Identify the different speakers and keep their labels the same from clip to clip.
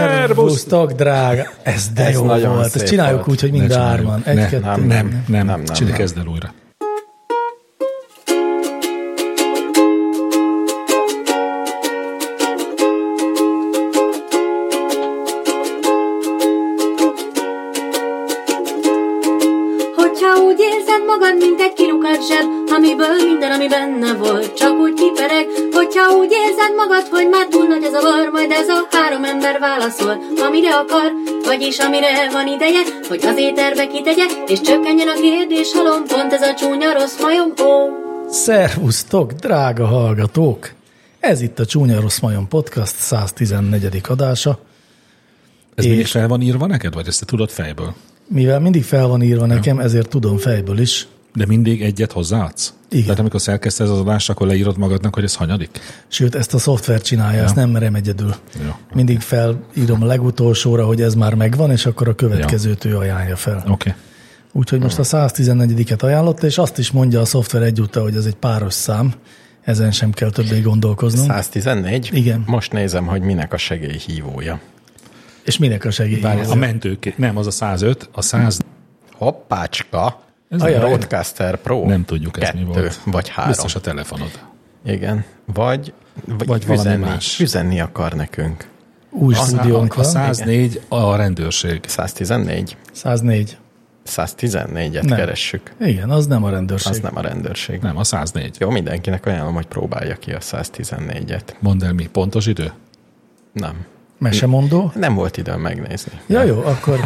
Speaker 1: Szervusztok, drága!
Speaker 2: Ez de
Speaker 1: Ez
Speaker 2: jó
Speaker 1: nagyon
Speaker 2: volt.
Speaker 1: szép
Speaker 2: Ezt csináljuk
Speaker 1: volt.
Speaker 2: úgy, hogy mind a
Speaker 3: csináljuk.
Speaker 2: hárman. Egy,
Speaker 3: Ne,
Speaker 2: kettő.
Speaker 3: nem, nem, nem,
Speaker 1: nem,
Speaker 3: nem,
Speaker 1: nem,
Speaker 3: Csili,
Speaker 1: nem.
Speaker 3: kezd el újra.
Speaker 4: Hogyha úgy érzed magad, mint egy kilukat zseb, amiből minden, ami benne volt, csak úgy kipereg. Hogyha úgy érzed magad, hogy már túl nagy az a var, majd ez a három ember válaszol, amire akar, vagyis amire van ideje, hogy az éterbe kitegye, és csökkenjen a kérdés halom, pont ez a csúnya rossz majom, ó.
Speaker 2: Szervusztok, drága hallgatók! Ez itt a Csúnya Rossz Majom Podcast 114. adása,
Speaker 3: Ez
Speaker 2: És-
Speaker 3: mégis fel van írva neked, vagy ezt te tudod fejből?
Speaker 2: mivel mindig fel van írva nekem, ezért tudom fejből is.
Speaker 3: De mindig egyet hozzáadsz?
Speaker 2: Igen.
Speaker 3: Tehát amikor szerkeszted az adást, akkor leírod magadnak, hogy ez hanyadik?
Speaker 2: Sőt, ezt a szoftver csinálja, ezt nem merem egyedül.
Speaker 3: Ja.
Speaker 2: Mindig felírom a legutolsóra, hogy ez már megvan, és akkor a következőt ő ajánlja fel.
Speaker 3: Oké. Okay.
Speaker 2: Úgyhogy most a 114-et ajánlotta, és azt is mondja a szoftver egyúttal, hogy ez egy páros szám, ezen sem kell többé gondolkoznom.
Speaker 1: 114?
Speaker 2: Igen.
Speaker 1: Most nézem, hogy minek a segélyhívója.
Speaker 2: És minek a segély?
Speaker 3: A mentőké. Nem, az a 105, a 100.
Speaker 1: Hoppácska! Ez
Speaker 2: Ajaj.
Speaker 1: a Roadcaster Pro.
Speaker 3: Nem tudjuk, ez
Speaker 1: Kettő,
Speaker 3: mi volt.
Speaker 1: vagy három.
Speaker 3: Biztos a telefonod.
Speaker 1: Igen. Vagy, vagy,
Speaker 3: Vagy valami
Speaker 1: üzenni,
Speaker 3: más.
Speaker 1: üzenni akar nekünk.
Speaker 2: Új
Speaker 3: A,
Speaker 2: stúdiónk
Speaker 3: a
Speaker 2: van.
Speaker 3: 104 a rendőrség.
Speaker 1: 114?
Speaker 2: 104.
Speaker 1: 114-et
Speaker 2: Nem.
Speaker 1: keressük.
Speaker 2: Igen, az nem a rendőrség.
Speaker 1: Az nem a rendőrség.
Speaker 3: Nem, a 104.
Speaker 1: Jó, mindenkinek ajánlom, hogy próbálja ki a 114-et.
Speaker 3: Mondd el mi, pontos idő?
Speaker 1: Nem.
Speaker 2: Mesemondó?
Speaker 1: Nem volt időm megnézni.
Speaker 2: Ja, jó, akkor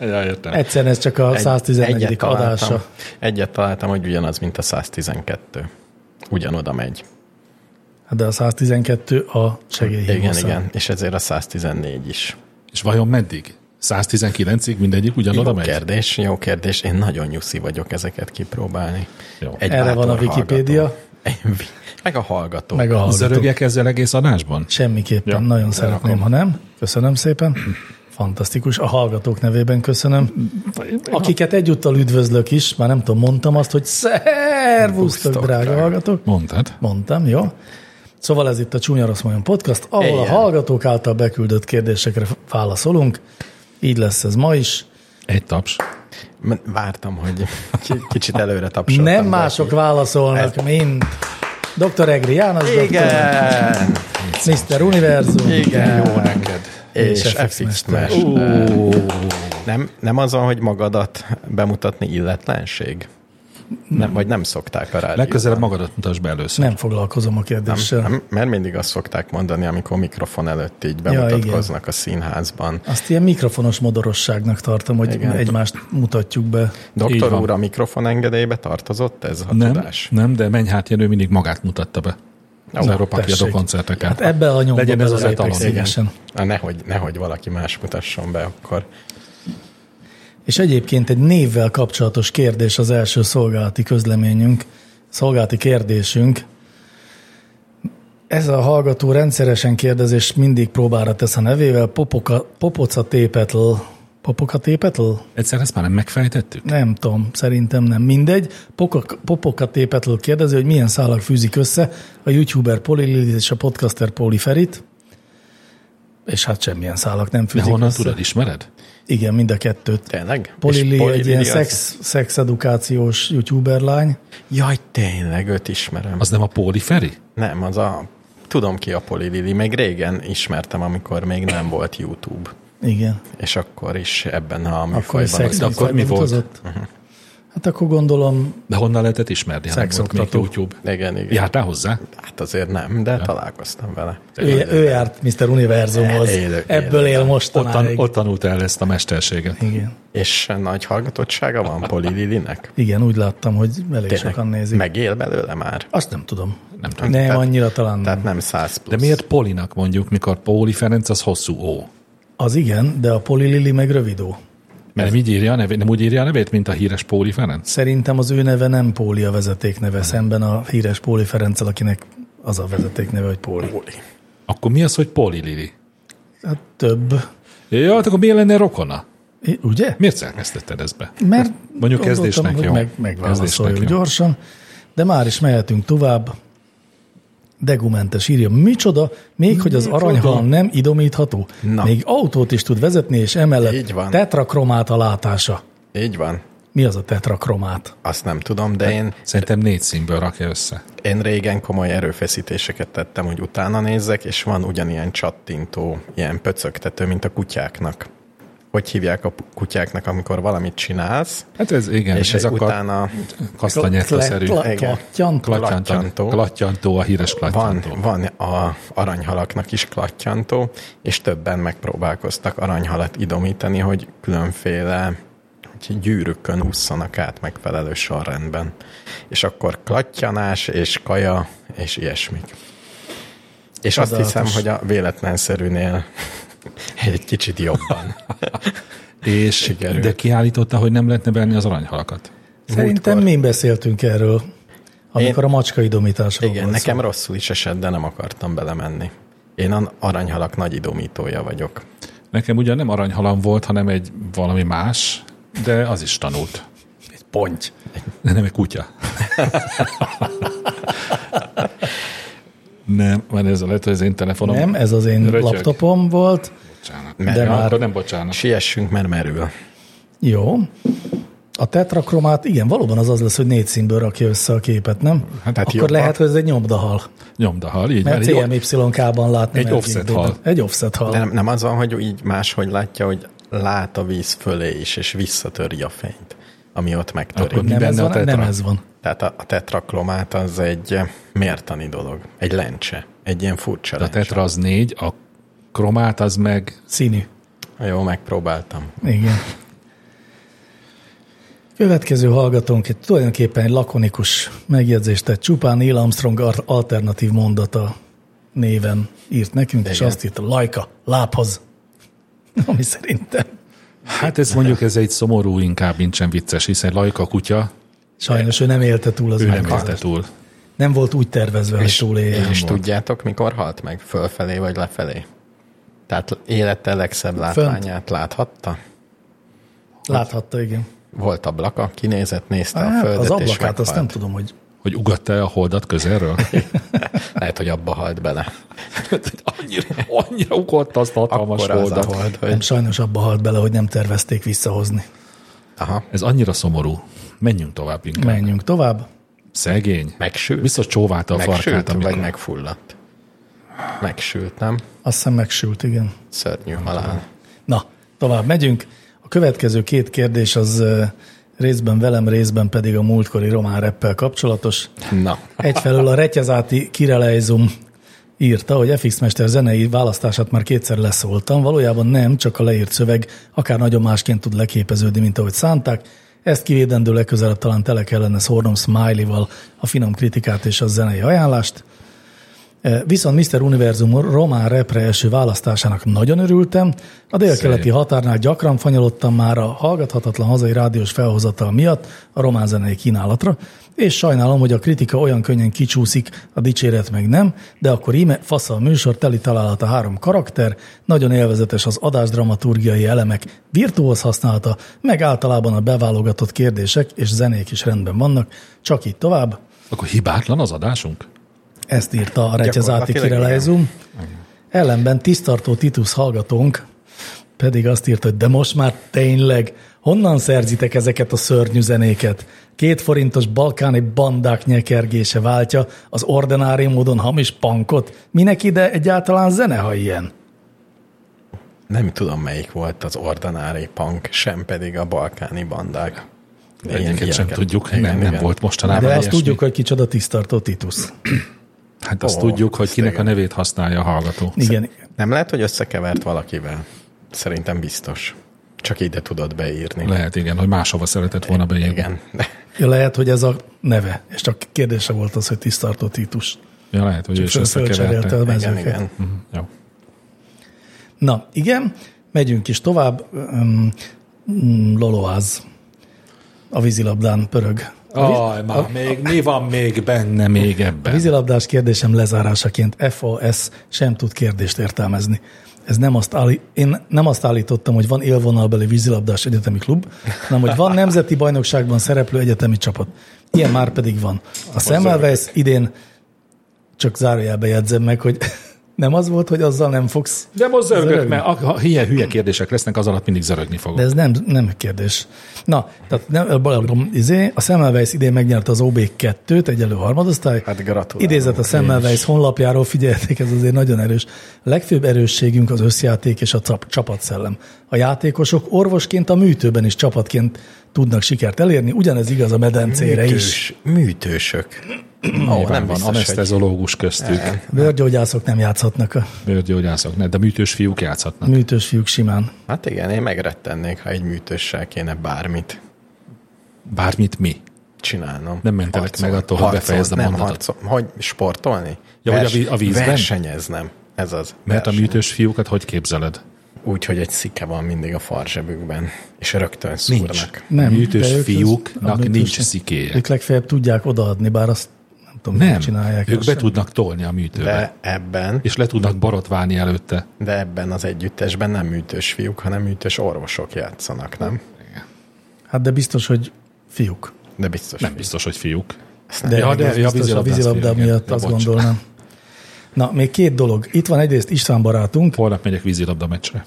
Speaker 3: Ja, értem.
Speaker 2: egyszerűen ez csak a
Speaker 1: Egy-
Speaker 2: 114.
Speaker 1: egyet találtam.
Speaker 2: adása.
Speaker 1: Egyet találtam, hogy ugyanaz, mint a 112. Ugyanoda megy.
Speaker 2: Hát De a 112 a segélyhívó
Speaker 1: Igen,
Speaker 2: szám.
Speaker 1: igen, és ezért a 114 is.
Speaker 3: És vajon meddig? 119-ig mindegyik ugyanoda
Speaker 1: jó
Speaker 3: megy?
Speaker 1: kérdés, jó kérdés. Én nagyon nyuszi vagyok ezeket kipróbálni.
Speaker 3: Jó.
Speaker 2: Erre
Speaker 1: bátor
Speaker 2: van a Wikipédia.
Speaker 1: hallgató. Meg a hallgató.
Speaker 2: Meg a hallgatók.
Speaker 3: Zörögjek ezzel egész adásban?
Speaker 2: Semmiképpen,
Speaker 3: Ja,
Speaker 2: nagyon szeretném, ha nem. Köszönöm szépen. Fantasztikus. A hallgatók nevében köszönöm. Akiket egyúttal üdvözlök is, már nem tudom, mondtam azt, hogy szervusztok,
Speaker 1: Busztok,
Speaker 2: drága
Speaker 1: drága.
Speaker 2: hallgatók.
Speaker 3: Mondtad?
Speaker 2: Mondtam, jó? Szóval ez itt a Csúnya Rossz Majom Podcast, ahol
Speaker 1: Igen.
Speaker 2: a hallgatók által beküldött kérdésekre válaszolunk. Így lesz ez ma is.
Speaker 3: Egy taps.
Speaker 1: M- Vártam, hogy k- kicsit előre tapsoltam.
Speaker 2: Nem
Speaker 1: de-
Speaker 2: mások válaszolnak, mint Dr. Egri János,
Speaker 1: Igen,
Speaker 2: Dr. Mr. Univerzum.
Speaker 1: igen.
Speaker 2: Jó neked.
Speaker 1: És,
Speaker 2: És
Speaker 1: és
Speaker 2: FX
Speaker 1: FX
Speaker 2: Mester.
Speaker 1: Mester. Nem, nem azon, hogy magadat bemutatni illetlenség? Nem, vagy nem szokták a rádióban?
Speaker 3: Legközelebb magadat mutasd be először.
Speaker 2: Nem foglalkozom a kérdéssel.
Speaker 1: Nem, mert mindig azt szokták mondani, amikor mikrofon előtt így
Speaker 2: igen.
Speaker 1: bemutatkoznak ja, a színházban.
Speaker 2: Azt ilyen mikrofonos modorosságnak tartom, hogy
Speaker 1: Igen.
Speaker 2: egymást mutatjuk be.
Speaker 3: Így
Speaker 1: Doktor
Speaker 3: van.
Speaker 1: úr, a mikrofon engedélybe tartozott ez a
Speaker 3: Nem,
Speaker 1: tudás?
Speaker 3: nem, de Mennyhát Jenő mindig magát mutatta be. Az
Speaker 1: Ó,
Speaker 3: Európa kiadó
Speaker 2: tessék.
Speaker 3: koncerteken.
Speaker 2: Hát ebbe a nyomba
Speaker 3: Legyen ez az
Speaker 2: belelépek
Speaker 3: etalon.
Speaker 2: szívesen.
Speaker 1: Na, nehogy, nehogy valaki más mutasson be akkor.
Speaker 2: És egyébként egy névvel kapcsolatos kérdés az első szolgálati közleményünk, szolgálati kérdésünk. Ez a hallgató rendszeresen kérdez, és mindig próbára tesz a nevével, popoka, popoca tépetl. Popoka tépetl?
Speaker 3: Hát Egyszer ezt már nem megfejtettük?
Speaker 2: Nem tudom, szerintem nem mindegy. Pokoka, popoka tépetl kérdezi, hogy milyen szálak fűzik össze a youtuber Poli Lilit és a podcaster Poli Ferit. És hát semmilyen szálak nem
Speaker 3: De
Speaker 2: fűzik
Speaker 3: honnan
Speaker 2: össze.
Speaker 3: tudod, ismered?
Speaker 2: Igen, mind a kettőt.
Speaker 1: Tényleg? És
Speaker 2: Polili
Speaker 1: Poli
Speaker 2: egy
Speaker 1: Lili
Speaker 2: ilyen
Speaker 1: az-
Speaker 2: szex, szexedukációs youtuber lány.
Speaker 1: Jaj, tényleg, őt ismerem.
Speaker 3: Az nem a Póli Feri?
Speaker 1: Nem, az a... Tudom ki a Poli Lili, még régen ismertem, amikor még nem volt YouTube.
Speaker 2: Igen.
Speaker 1: És akkor is ebben a
Speaker 2: Akkor egy
Speaker 1: műfajban.
Speaker 2: szex
Speaker 3: de akkor
Speaker 2: műfajba
Speaker 3: mi volt?
Speaker 2: utazott. Hát akkor gondolom,
Speaker 3: De honnan lehetett ismerni? ha nem volt még
Speaker 2: Szexoktató.
Speaker 3: YouTube.
Speaker 1: Igen, igen.
Speaker 3: Jártál hozzá?
Speaker 1: Hát azért nem, de találkoztam vele.
Speaker 2: ő, ő járt Mr. Univerzumhoz.
Speaker 1: Élő-
Speaker 2: Ebből él
Speaker 3: Ott, tan-
Speaker 2: mostanáig.
Speaker 3: ott tanultál ezt a mesterséget.
Speaker 2: Igen.
Speaker 1: És nagy hallgatottsága van Poli Lilinek?
Speaker 2: Igen, úgy láttam, hogy elég
Speaker 1: Tényleg.
Speaker 2: sokan nézik.
Speaker 1: Megél belőle már?
Speaker 2: Azt nem tudom.
Speaker 3: Nem tudom.
Speaker 2: Nem,
Speaker 1: Tehát-
Speaker 2: annyira talán nem.
Speaker 1: Tehát nem 100
Speaker 3: De
Speaker 1: plusz.
Speaker 3: miért Polinak mondjuk, mikor Póli Ferenc az hosszú ó?
Speaker 2: Az igen, de a Poli Lili meg rövidó.
Speaker 3: Mert nem, így írja a nevét, nem úgy írja a nevét, mint a híres Póli Ferenc?
Speaker 2: Szerintem az ő neve nem Póli a vezetékneve, szemben a híres Póli Ferenccel, akinek az a vezetékneve, hogy Póli.
Speaker 3: Akkor mi az, hogy Póli Lili?
Speaker 2: Hát több.
Speaker 3: Jó, hát akkor miért lenne rokona?
Speaker 2: I- Ugye?
Speaker 3: Miért szerkesztetted ezt be?
Speaker 2: Mert
Speaker 3: Mondjuk
Speaker 2: gondoltam,
Speaker 3: kezdésnek
Speaker 2: hogy
Speaker 3: jó.
Speaker 2: Meg, megválaszoljuk
Speaker 3: Kezdésnek jó.
Speaker 2: gyorsan, de már is mehetünk tovább. degumentes írja. Micsoda, még hogy az aranyhal nem idomítható.
Speaker 1: Na.
Speaker 2: Még autót is tud vezetni, és
Speaker 1: Így
Speaker 2: emellett
Speaker 1: van.
Speaker 2: tetrakromát a látása.
Speaker 1: Így van.
Speaker 2: Mi az a tetrakromát?
Speaker 1: Azt nem tudom, de én,
Speaker 3: Szerintem négy színből rakja össze.
Speaker 1: én régen komoly erőfeszítéseket tettem, hogy utána nézzek, és van ugyanilyen csattintó, ilyen pöcögtető, mint a kutyáknak. Hogy hívják a pu- kutyáknak, amikor valamit csinálsz,
Speaker 3: Hát ez igen,
Speaker 1: és
Speaker 3: ez a kla-
Speaker 1: utána
Speaker 3: kasztanyetta-szerű.
Speaker 2: Kla- kla-
Speaker 1: Igen.
Speaker 2: klattyant?
Speaker 1: Kla-
Speaker 3: Klattyantó.
Speaker 1: klattyantó.
Speaker 3: Klattyantó, a híres
Speaker 1: van,
Speaker 3: klattyantó.
Speaker 1: van a aranyhalaknak is klattyantó, és többen megpróbálkoztak aranyhalat idomítani, hogy különféle hogy gyűrűkön ússzanak át megfelelő sorrendben. És akkor klattyanás, és kaja, és ilyesmik. És azt
Speaker 2: Csodálatos.
Speaker 1: hiszem, hogy a véletlenszerűnél egy kicsit jobban.
Speaker 3: És
Speaker 1: Sikerült.
Speaker 3: De kiállította, hogy nem lehetne benni az aranyhalakat.
Speaker 2: Szerintem mi beszéltünk erről, amikor a macska idomításról
Speaker 1: Igen,
Speaker 2: volt szó.
Speaker 1: nekem rosszul is esett, de nem akartam belemenni. Én an aranyhalak nagy idomítója vagyok.
Speaker 3: Nekem ugyan nem aranyhalam volt, hanem egy valami más, de az is tanult.
Speaker 2: Egy ponty.
Speaker 3: De nem egy kutya. nem, mert ez a lehet, hogy az én telefonom.
Speaker 2: Nem, ez az én
Speaker 3: Rötyög.
Speaker 2: laptopom volt.
Speaker 3: Bocsánat.
Speaker 1: Mert
Speaker 2: De
Speaker 3: Ja,
Speaker 2: már-
Speaker 3: akkor nem bocsánat.
Speaker 1: Siessünk, mert merül.
Speaker 2: Jó. A tetrakromát, igen, valóban az az lesz, hogy négy színből rakja össze a képet, nem? Hát,
Speaker 1: hát
Speaker 2: Akkor
Speaker 1: jobban.
Speaker 2: lehet, hogy ez egy nyomdahal.
Speaker 3: Nyomdahal, így
Speaker 2: Mert
Speaker 3: mert jó,
Speaker 2: CMYK-ban látni.
Speaker 3: Egy
Speaker 2: nem
Speaker 3: offset
Speaker 2: RGB-ben.
Speaker 3: hal.
Speaker 2: Egy offset hal.
Speaker 1: De nem, nem az van, hogy így máshogy látja, hogy lát a víz fölé is, és visszatöri a fényt, ami ott megtörik.
Speaker 3: Akkor
Speaker 1: Akkor
Speaker 3: mi
Speaker 2: nem, ez
Speaker 3: benne a
Speaker 2: van, nem
Speaker 3: tetra?
Speaker 2: ez van.
Speaker 1: Tehát a, a tetraklomát az egy mértani dolog, egy lencse, egy ilyen furcsa
Speaker 3: a
Speaker 1: lencse.
Speaker 3: tetra az négy, a kromát az meg
Speaker 2: Színű.
Speaker 1: Jó, megpróbáltam.
Speaker 2: Igen. Következő hallgatónk egy tulajdonképpen egy lakonikus megjegyzést tett. Csupán Neil Armstrong ar- alternatív mondata néven írt nekünk, és
Speaker 1: Igen.
Speaker 2: azt írta, lajka, lábhoz. Ami szerintem
Speaker 3: Hát ez mondjuk ez egy szomorú, inkább nincsen vicces, hiszen Lajka kutya,
Speaker 2: sajnos ő nem élte túl az
Speaker 3: ő nem
Speaker 2: meghalt.
Speaker 3: élte túl.
Speaker 2: Nem volt úgy tervezve, hogy túléljen.
Speaker 1: És tudjátok, mikor halt meg? Fölfelé vagy lefelé? Tehát élete legszebb látványát láthatta?
Speaker 2: Láthatta, igen.
Speaker 1: Volt ablaka, kinézett, nézte a
Speaker 2: Hát,
Speaker 1: földet,
Speaker 2: az
Speaker 1: és
Speaker 2: ablakát
Speaker 1: meghalt.
Speaker 2: azt nem tudom, hogy
Speaker 3: Hogy ugatta-e a holdat közelről?
Speaker 1: Lehet, hogy abba halt bele.
Speaker 3: annyira, annyira ugatta azt a hatalmas
Speaker 1: Akkor az a
Speaker 3: holdat.
Speaker 1: hold,
Speaker 2: nem
Speaker 1: hogy...
Speaker 2: sajnos abba halt bele, hogy nem tervezték visszahozni.
Speaker 1: Aha,
Speaker 3: Ez annyira szomorú. Menjünk tovább inkább.
Speaker 2: Menjünk tovább.
Speaker 3: Szegény.
Speaker 1: megsült.
Speaker 3: Biztos csóválta a farkát,
Speaker 1: Megsült,
Speaker 3: amikor...
Speaker 1: vagy megfulladt? Megsült, nem?
Speaker 2: Azt hiszem megsült, igen.
Speaker 1: Szörnyű halál.
Speaker 2: Na, tovább megyünk. A következő két kérdés az ö, részben velem, részben pedig a múltkori román reppel kapcsolatos.
Speaker 1: Na,
Speaker 2: Egyfelől a Retyezáti Kireleizum írta, hogy FX Mester zenei választását már kétszer leszóltam, valójában nem, csak a leírt szöveg akár nagyon másként tud leképeződni, mint ahogy szánták. Ezt kivédendő legközelebb talán tele kellene szórnom smiley-val a finom kritikát és a zenei ajánlást. Eh, Viszont Mr. Univerzum román repre első választásának nagyon örültem. A délkeleti
Speaker 3: Szép.
Speaker 2: határnál gyakran fanyolodtam már a hallgathatatlan hazai rádiós felhozatal miatt a román zenei kínálatra, és sajnálom, hogy a kritika olyan könnyen kicsúszik, a dicséret meg nem, de akkor íme fasz a műsor, teli találata három karakter, nagyon élvezetes az adás dramaturgiai elemek, virtuóz használata, meg általában a beválogatott kérdések és zenék is rendben vannak, csak így tovább.
Speaker 3: Akkor hibátlan az adásunk?
Speaker 2: Ezt írta a Retyezáti
Speaker 1: Gyakorlatilag
Speaker 2: Kireleizum. Ellenben tisztartó Titus hallgatónk pedig azt írta, hogy de most már tényleg honnan szerzitek ezeket a szörnyű zenéket? Két forintos balkáni bandák nyekergése váltja az ordinári módon hamis pankot. Minek ide egyáltalán zene, ha ilyen?
Speaker 1: nem tudom, melyik volt az ordinári punk, sem pedig a balkáni bandák. De ilyen
Speaker 3: Egyiket sem
Speaker 1: ilyeneket-
Speaker 3: tudjuk.
Speaker 1: igen,
Speaker 3: nem, nem
Speaker 1: igen.
Speaker 3: volt mostanában
Speaker 2: De azt
Speaker 3: ilyesmi.
Speaker 2: tudjuk, hogy kicsoda tisztartó Titus.
Speaker 3: Hát azt
Speaker 1: Ó,
Speaker 3: tudjuk, hogy
Speaker 1: azt
Speaker 3: kinek
Speaker 1: igen.
Speaker 3: a nevét használja a hallgató.
Speaker 2: Igen,
Speaker 1: Nem lehet, hogy összekevert valakivel? Szerintem biztos. Csak ide tudod beírni.
Speaker 3: Lehet, igen, hogy máshova szeretett volna beírni.
Speaker 1: Igen.
Speaker 2: Ja, lehet, hogy ez a neve, és csak kérdése volt az, hogy tisztartó Titus.
Speaker 3: Ja, lehet, hogy ő is
Speaker 2: Föl- Fölcserélte
Speaker 3: összekeverte.
Speaker 2: a
Speaker 1: igen,
Speaker 2: mezőket.
Speaker 1: igen.
Speaker 3: Mhm, Jó.
Speaker 2: Na, igen, megyünk is tovább. Um, Loloáz a vízilabdán pörög.
Speaker 3: Aj, már még, mi van még benne még
Speaker 2: A
Speaker 3: ebben?
Speaker 2: vízilabdás kérdésem lezárásaként FAS sem tud kérdést értelmezni. Ez nem azt állí- én nem azt állítottam, hogy van élvonalbeli vízilabdás egyetemi klub, hanem hogy van nemzeti bajnokságban szereplő egyetemi csapat. Ilyen már pedig van. A Semmelweis idén Csak zárójelbe jegyzem meg, hogy nem az volt, hogy azzal nem fogsz.
Speaker 3: De most zörgök,
Speaker 2: Zörögni.
Speaker 3: mert ak- ha hülye, hülye kérdések lesznek, az alatt mindig zörögni fogok.
Speaker 2: De ez nem, nem kérdés. Na, tehát nem, balagom, izé, a Semmelweis idén megnyerte az OB2-t, egyelő harmadosztály.
Speaker 1: Hát gratulálunk.
Speaker 2: Idézet a Semmelweis honlapjáról, figyeljetek, ez azért nagyon erős. A legfőbb erősségünk az összjáték és a cap- csapatszellem. A játékosok orvosként a műtőben is csapatként tudnak sikert elérni, ugyanez igaz a medencére is.
Speaker 1: Műtős, műtősök. Ó, nem
Speaker 3: Nyilván van
Speaker 1: biztos, hogy Eh.
Speaker 3: anesztezológus köztük,
Speaker 2: Bőrgyógyászok nem játszhatnak a
Speaker 3: bőrgyógyászok, ne, de műtős fiúk játszhatnak.
Speaker 2: műtős fiúk simán.
Speaker 1: Hát igen, én megrettennék, ha egy műtőssel kéne bármit
Speaker 3: Bármit mi.
Speaker 1: csinálnom.
Speaker 3: Nem mentenek meg attól, hogy befejezd a
Speaker 1: nem
Speaker 3: mondatot.
Speaker 1: Harcol, hogy sportolni?
Speaker 3: Ja, hogy a vi- a vízben?
Speaker 1: Versenyeznem. Ez az.
Speaker 3: Mert a
Speaker 1: verseny.
Speaker 3: műtős fiúkat hogy képzeled?
Speaker 1: Úgy, hogy egy szike van mindig a farzsebükben, és rögtön szúrnak.
Speaker 2: Nem,
Speaker 3: műtős
Speaker 2: de ők az- a
Speaker 3: fiúknak
Speaker 2: műtős-
Speaker 3: nincs szikéje.
Speaker 2: Ők legfeljebb tudják odaadni, bár azt nem tudom, nem,
Speaker 3: Nem,
Speaker 2: csinálják.
Speaker 3: ők
Speaker 2: azt
Speaker 3: be
Speaker 2: sem.
Speaker 3: tudnak tolni a műtőbe, de.
Speaker 1: De ebben,
Speaker 3: és le tudnak borotválni előtte.
Speaker 1: de ebben az együttesben nem műtős fiúk, hanem műtős orvosok játszanak, nem?
Speaker 2: Hát de biztos, hogy fiúk.
Speaker 1: De biztos.
Speaker 3: Nem biztos, hogy fiúk.
Speaker 1: Ezt nem
Speaker 2: De,
Speaker 3: Ja,
Speaker 2: ja,
Speaker 3: de-
Speaker 2: de
Speaker 3: ja,
Speaker 2: biztos a
Speaker 3: vízilabdás
Speaker 2: vízilabda
Speaker 3: fiúk, igen.
Speaker 2: miatt
Speaker 3: Ja,
Speaker 2: azt
Speaker 3: bocs.
Speaker 2: gondolnám. Na, még két dolog. Itt van egyrészt István barátunk.
Speaker 3: Holnap megyek vízilabda meccsre.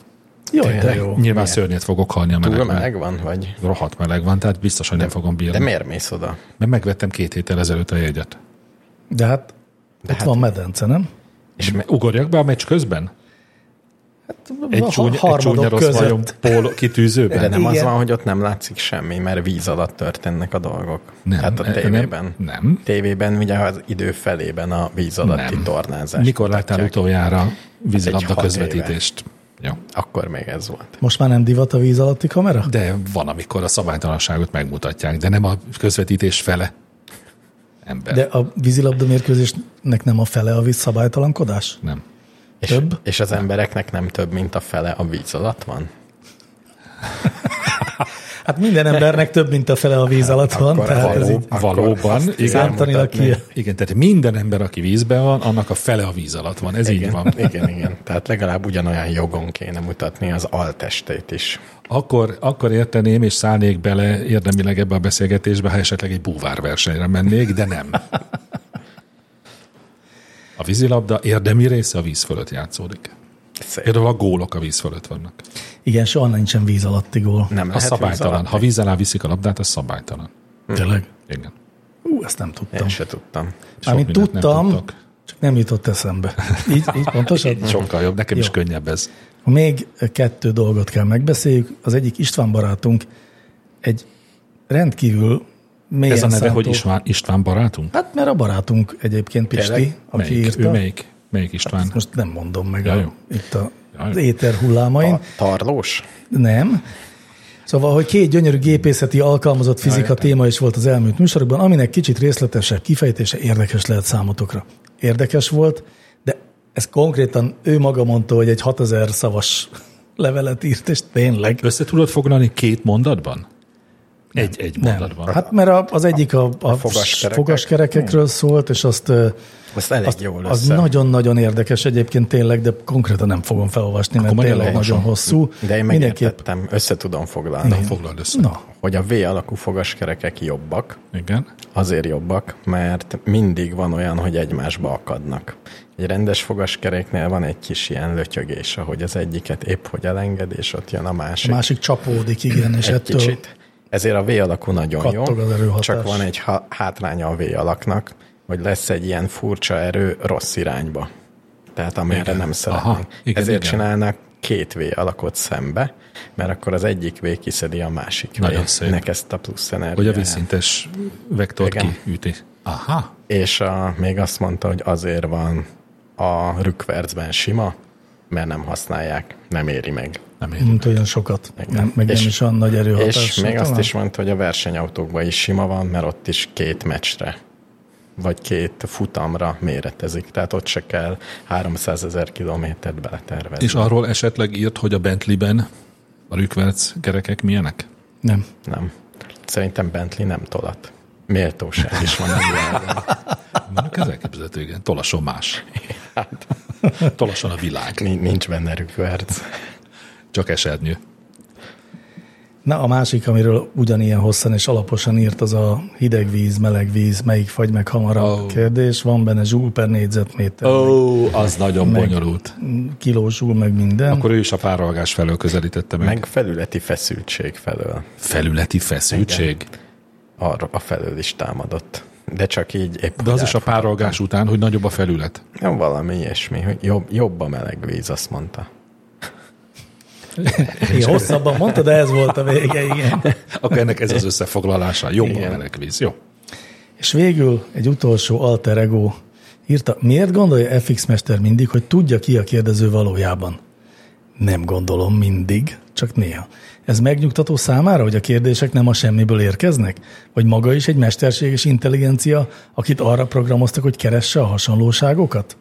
Speaker 2: Jó, de
Speaker 1: tényleg.
Speaker 2: jó.
Speaker 3: Nyilván szörnyet fogok halni a
Speaker 1: Túl
Speaker 3: melegben.
Speaker 1: meleg van, vagy?
Speaker 3: Rohadt meleg van, tehát biztos, hogy nem fogom bírni.
Speaker 1: De miért mész oda?
Speaker 3: Mert megvettem két héttel ezelőtt a jegyet.
Speaker 2: De hát de ott
Speaker 1: hát-
Speaker 2: van medence, nem?
Speaker 3: És me- ugorjak be a meccs közben? Egy,
Speaker 2: Ha-
Speaker 3: csúny, egy
Speaker 2: harmadok
Speaker 3: csúnya rossz
Speaker 2: között.
Speaker 3: majom póló kitűzőben?
Speaker 1: De nem
Speaker 2: Igen.
Speaker 1: az van, hogy ott nem látszik semmi, mert víz alatt történnek a dolgok.
Speaker 3: Nem,
Speaker 1: hát
Speaker 3: e-
Speaker 1: a tévében.
Speaker 3: nem, nem.
Speaker 1: Tévében ugye az idő felében a víz alatti
Speaker 3: Nem.
Speaker 1: tornázás.
Speaker 3: Mikor láttál utoljára
Speaker 1: Egy
Speaker 3: vízilabda
Speaker 1: hat
Speaker 3: közvetítést? Jó.
Speaker 1: Akkor még ez volt.
Speaker 2: Most már nem divat a víz alatti kamera?
Speaker 3: De van, amikor a szabálytalanságot megmutatják, de nem a közvetítés fele. Ember.
Speaker 2: De
Speaker 3: De...
Speaker 2: a vízilabda mérkőzésnek nem a fele a víz szabálytalankodás?
Speaker 3: Nem.
Speaker 1: És,
Speaker 2: Több?
Speaker 1: és az embereknek nem több, mint a fele a víz alatt van?
Speaker 2: Hát minden embernek több, mint a fele a
Speaker 3: Hát
Speaker 2: víz alatt van.
Speaker 1: akkor
Speaker 2: Tehát ez
Speaker 1: való.
Speaker 2: így
Speaker 1: Akkor
Speaker 3: Valóban,
Speaker 1: azt
Speaker 3: igen.
Speaker 2: számtanilag ki.
Speaker 1: mutatni.
Speaker 3: Igen, tehát minden ember, aki vízben van, annak a fele a víz alatt van. Ez így
Speaker 1: Igen,
Speaker 3: van.
Speaker 1: igen, igen. Tehát legalább ugyanolyan jogon kéne mutatni az altestét is.
Speaker 3: Akkor, akkor érteném, és szállnék bele érdemileg ebbe a beszélgetésbe, ha esetleg egy búvárversenyre mennék, de nem. A vízilabda érdemi része a víz fölött játszódik.
Speaker 1: Szép.
Speaker 3: Például a gólok a víz fölött vannak.
Speaker 2: Igen, soha nincsen víz alatti gól.
Speaker 1: Nem
Speaker 3: Az
Speaker 1: lehet
Speaker 3: szabálytalan.
Speaker 1: víz alatt? Hm.
Speaker 3: Ha víz alá viszik a labdát, az szabálytalan.
Speaker 2: Tényleg?
Speaker 3: Igen.
Speaker 2: Ú, ezt nem tudtam.
Speaker 1: Én se tudtam.
Speaker 3: Sok
Speaker 2: Amit
Speaker 3: mindent nem
Speaker 2: tudtam,
Speaker 3: tudtok.
Speaker 2: csak nem jutott eszembe. Így, így pontosan?
Speaker 3: Sokkal jobb, nekem is
Speaker 2: Jó.
Speaker 3: könnyebb ez.
Speaker 2: Még kettő dolgot kell megbeszéljük. Az egyik István barátunk egy rendkívül mélyen
Speaker 3: ez a neve,
Speaker 2: szántó-
Speaker 3: hogy István, István barátunk?
Speaker 2: Hát mert a barátunk egyébként Pisti,
Speaker 1: Tényleg?
Speaker 2: aki
Speaker 3: melyik?
Speaker 2: írta.
Speaker 3: Ő melyik? Melyik István?
Speaker 2: Ezt most nem mondom meg
Speaker 3: Ja,
Speaker 2: a,
Speaker 3: jó.
Speaker 2: itt a,
Speaker 3: Ja, jó.
Speaker 2: az éter hullámain.
Speaker 1: A tarlós?
Speaker 2: Nem. Szóval, hogy két gyönyörű gépészeti alkalmazott fizika téma is volt az elmúlt műsorokban, aminek kicsit részletesebb kifejtése érdekes lehet számotokra. Érdekes volt, de ez konkrétan ő maga mondta, hogy egy 6000 szavas levelet írt, és tényleg.
Speaker 3: Össze tudod foglalni két mondatban? Egy-egy
Speaker 2: Nem.
Speaker 3: mondatban.
Speaker 2: Hát mert a- az egyik a, a, a
Speaker 1: fogaskerekek.
Speaker 2: fogaskerekekről szólt, és azt ö,
Speaker 1: Azt elég
Speaker 2: azt,
Speaker 1: jól
Speaker 2: az
Speaker 1: össze.
Speaker 2: nagyon-nagyon érdekes egyébként tényleg, de konkrétan nem fogom felolvasni, mert
Speaker 3: majd
Speaker 2: tényleg
Speaker 3: elolvasom.
Speaker 2: nagyon hosszú.
Speaker 1: De én
Speaker 2: Mindenképp,
Speaker 1: megértettem, össze tudom foglalni.
Speaker 3: Na, foglald össze.
Speaker 2: na,
Speaker 1: Hogy a V alakú fogaskerekek jobbak,
Speaker 3: Igen.
Speaker 1: Azért jobbak, mert mindig van olyan, hogy egymásba akadnak. Egy rendes fogaskeréknél van egy kis ilyen lötyögés, ahogy az egyiket épp hogy elenged, és ott jön a
Speaker 2: a
Speaker 1: másik.
Speaker 2: másik csapódik, igen, és
Speaker 1: egy
Speaker 2: ettől...
Speaker 1: kicsit. Ezért a V alakú nagyon jó,
Speaker 2: Kattog az erőhatás.
Speaker 1: csak van egy ha- hátránya a V alaknak, hogy lesz egy ilyen furcsa erő rossz irányba. Tehát amire
Speaker 3: Igen.
Speaker 1: nem
Speaker 3: Aha,
Speaker 1: szeretnénk.
Speaker 3: igen,
Speaker 1: Ezért
Speaker 3: igen.
Speaker 1: csinálnak két V alakot szembe, mert akkor az egyik V kiszedi a másik
Speaker 3: Nagyon
Speaker 1: V-nek ezt a plusz energiát.
Speaker 3: Hogy a vízszintes vektort
Speaker 1: Igen.
Speaker 3: kiüti. Aha.
Speaker 1: És a, még azt mondta, hogy azért van a rükvercben sima, mert nem használják, nem éri meg.
Speaker 3: Nem
Speaker 2: Nem
Speaker 3: értem.
Speaker 2: tudom, olyan sokat. Nem, meg
Speaker 1: És-
Speaker 2: nem is olyan nagy
Speaker 3: hát
Speaker 2: erőhatással.
Speaker 1: és még azt
Speaker 2: talán.
Speaker 1: is mondta, hogy a versenyautókban is sima van, mert ott is két meccsre vagy két futamra méretezik. Tehát ott se kell 300 ezer kilométert beletervezni.
Speaker 3: És arról esetleg írt, hogy a Bentleyben a rükverc kerekek milyenek?
Speaker 2: Nem.
Speaker 1: Nem. Szerintem Bentley nem tolat. Méltóság is van a világon.
Speaker 3: Mondjuk ez elképzelhető, igen. Tolasson más. Hát. Tolasson a világ.
Speaker 1: Ni- Nincs benne rükverc.
Speaker 3: Csak esernyő.
Speaker 2: Na, a másik, amiről ugyanilyen hosszan és alaposan írt, az a hideg víz, meleg víz, melyik fagy meg hamarabb
Speaker 3: Ó.
Speaker 2: oh. kérdés. Van benne zsúl per négyzetméter,
Speaker 3: Ó,
Speaker 2: oh.
Speaker 3: az nagyon
Speaker 2: meg-
Speaker 3: bonyolult.
Speaker 2: kiló zsúl, meg minden.
Speaker 3: Akkor ő is a párolgás felől közelítette meg.
Speaker 1: Meg felületi feszültség felől.
Speaker 3: Felületi feszültség.
Speaker 1: Arra a felől is támadott. De csak így épp
Speaker 3: De az
Speaker 1: hogy
Speaker 3: is a párolgás után, hogy nagyobb a felület.
Speaker 1: Ja, valami ilyesmi, hogy jobb, jobb a meleg víz, azt mondta.
Speaker 2: Igen, hosszabban mondta, de ez volt a vége, igen.
Speaker 3: Akkor ennek ez az összefoglalása. Jobb Igen.
Speaker 1: Igen.
Speaker 3: a melegvíz. Jó.
Speaker 2: És végül egy utolsó alter ego írta, miért gondolja FX Mester mindig, hogy tudja ki a kérdező valójában? Nem gondolom mindig, csak néha. Ez megnyugtató számára, hogy a kérdések nem a semmiből érkeznek? Vagy maga is egy mesterséges intelligencia, akit arra programoztak, hogy keresse a hasonlóságokat?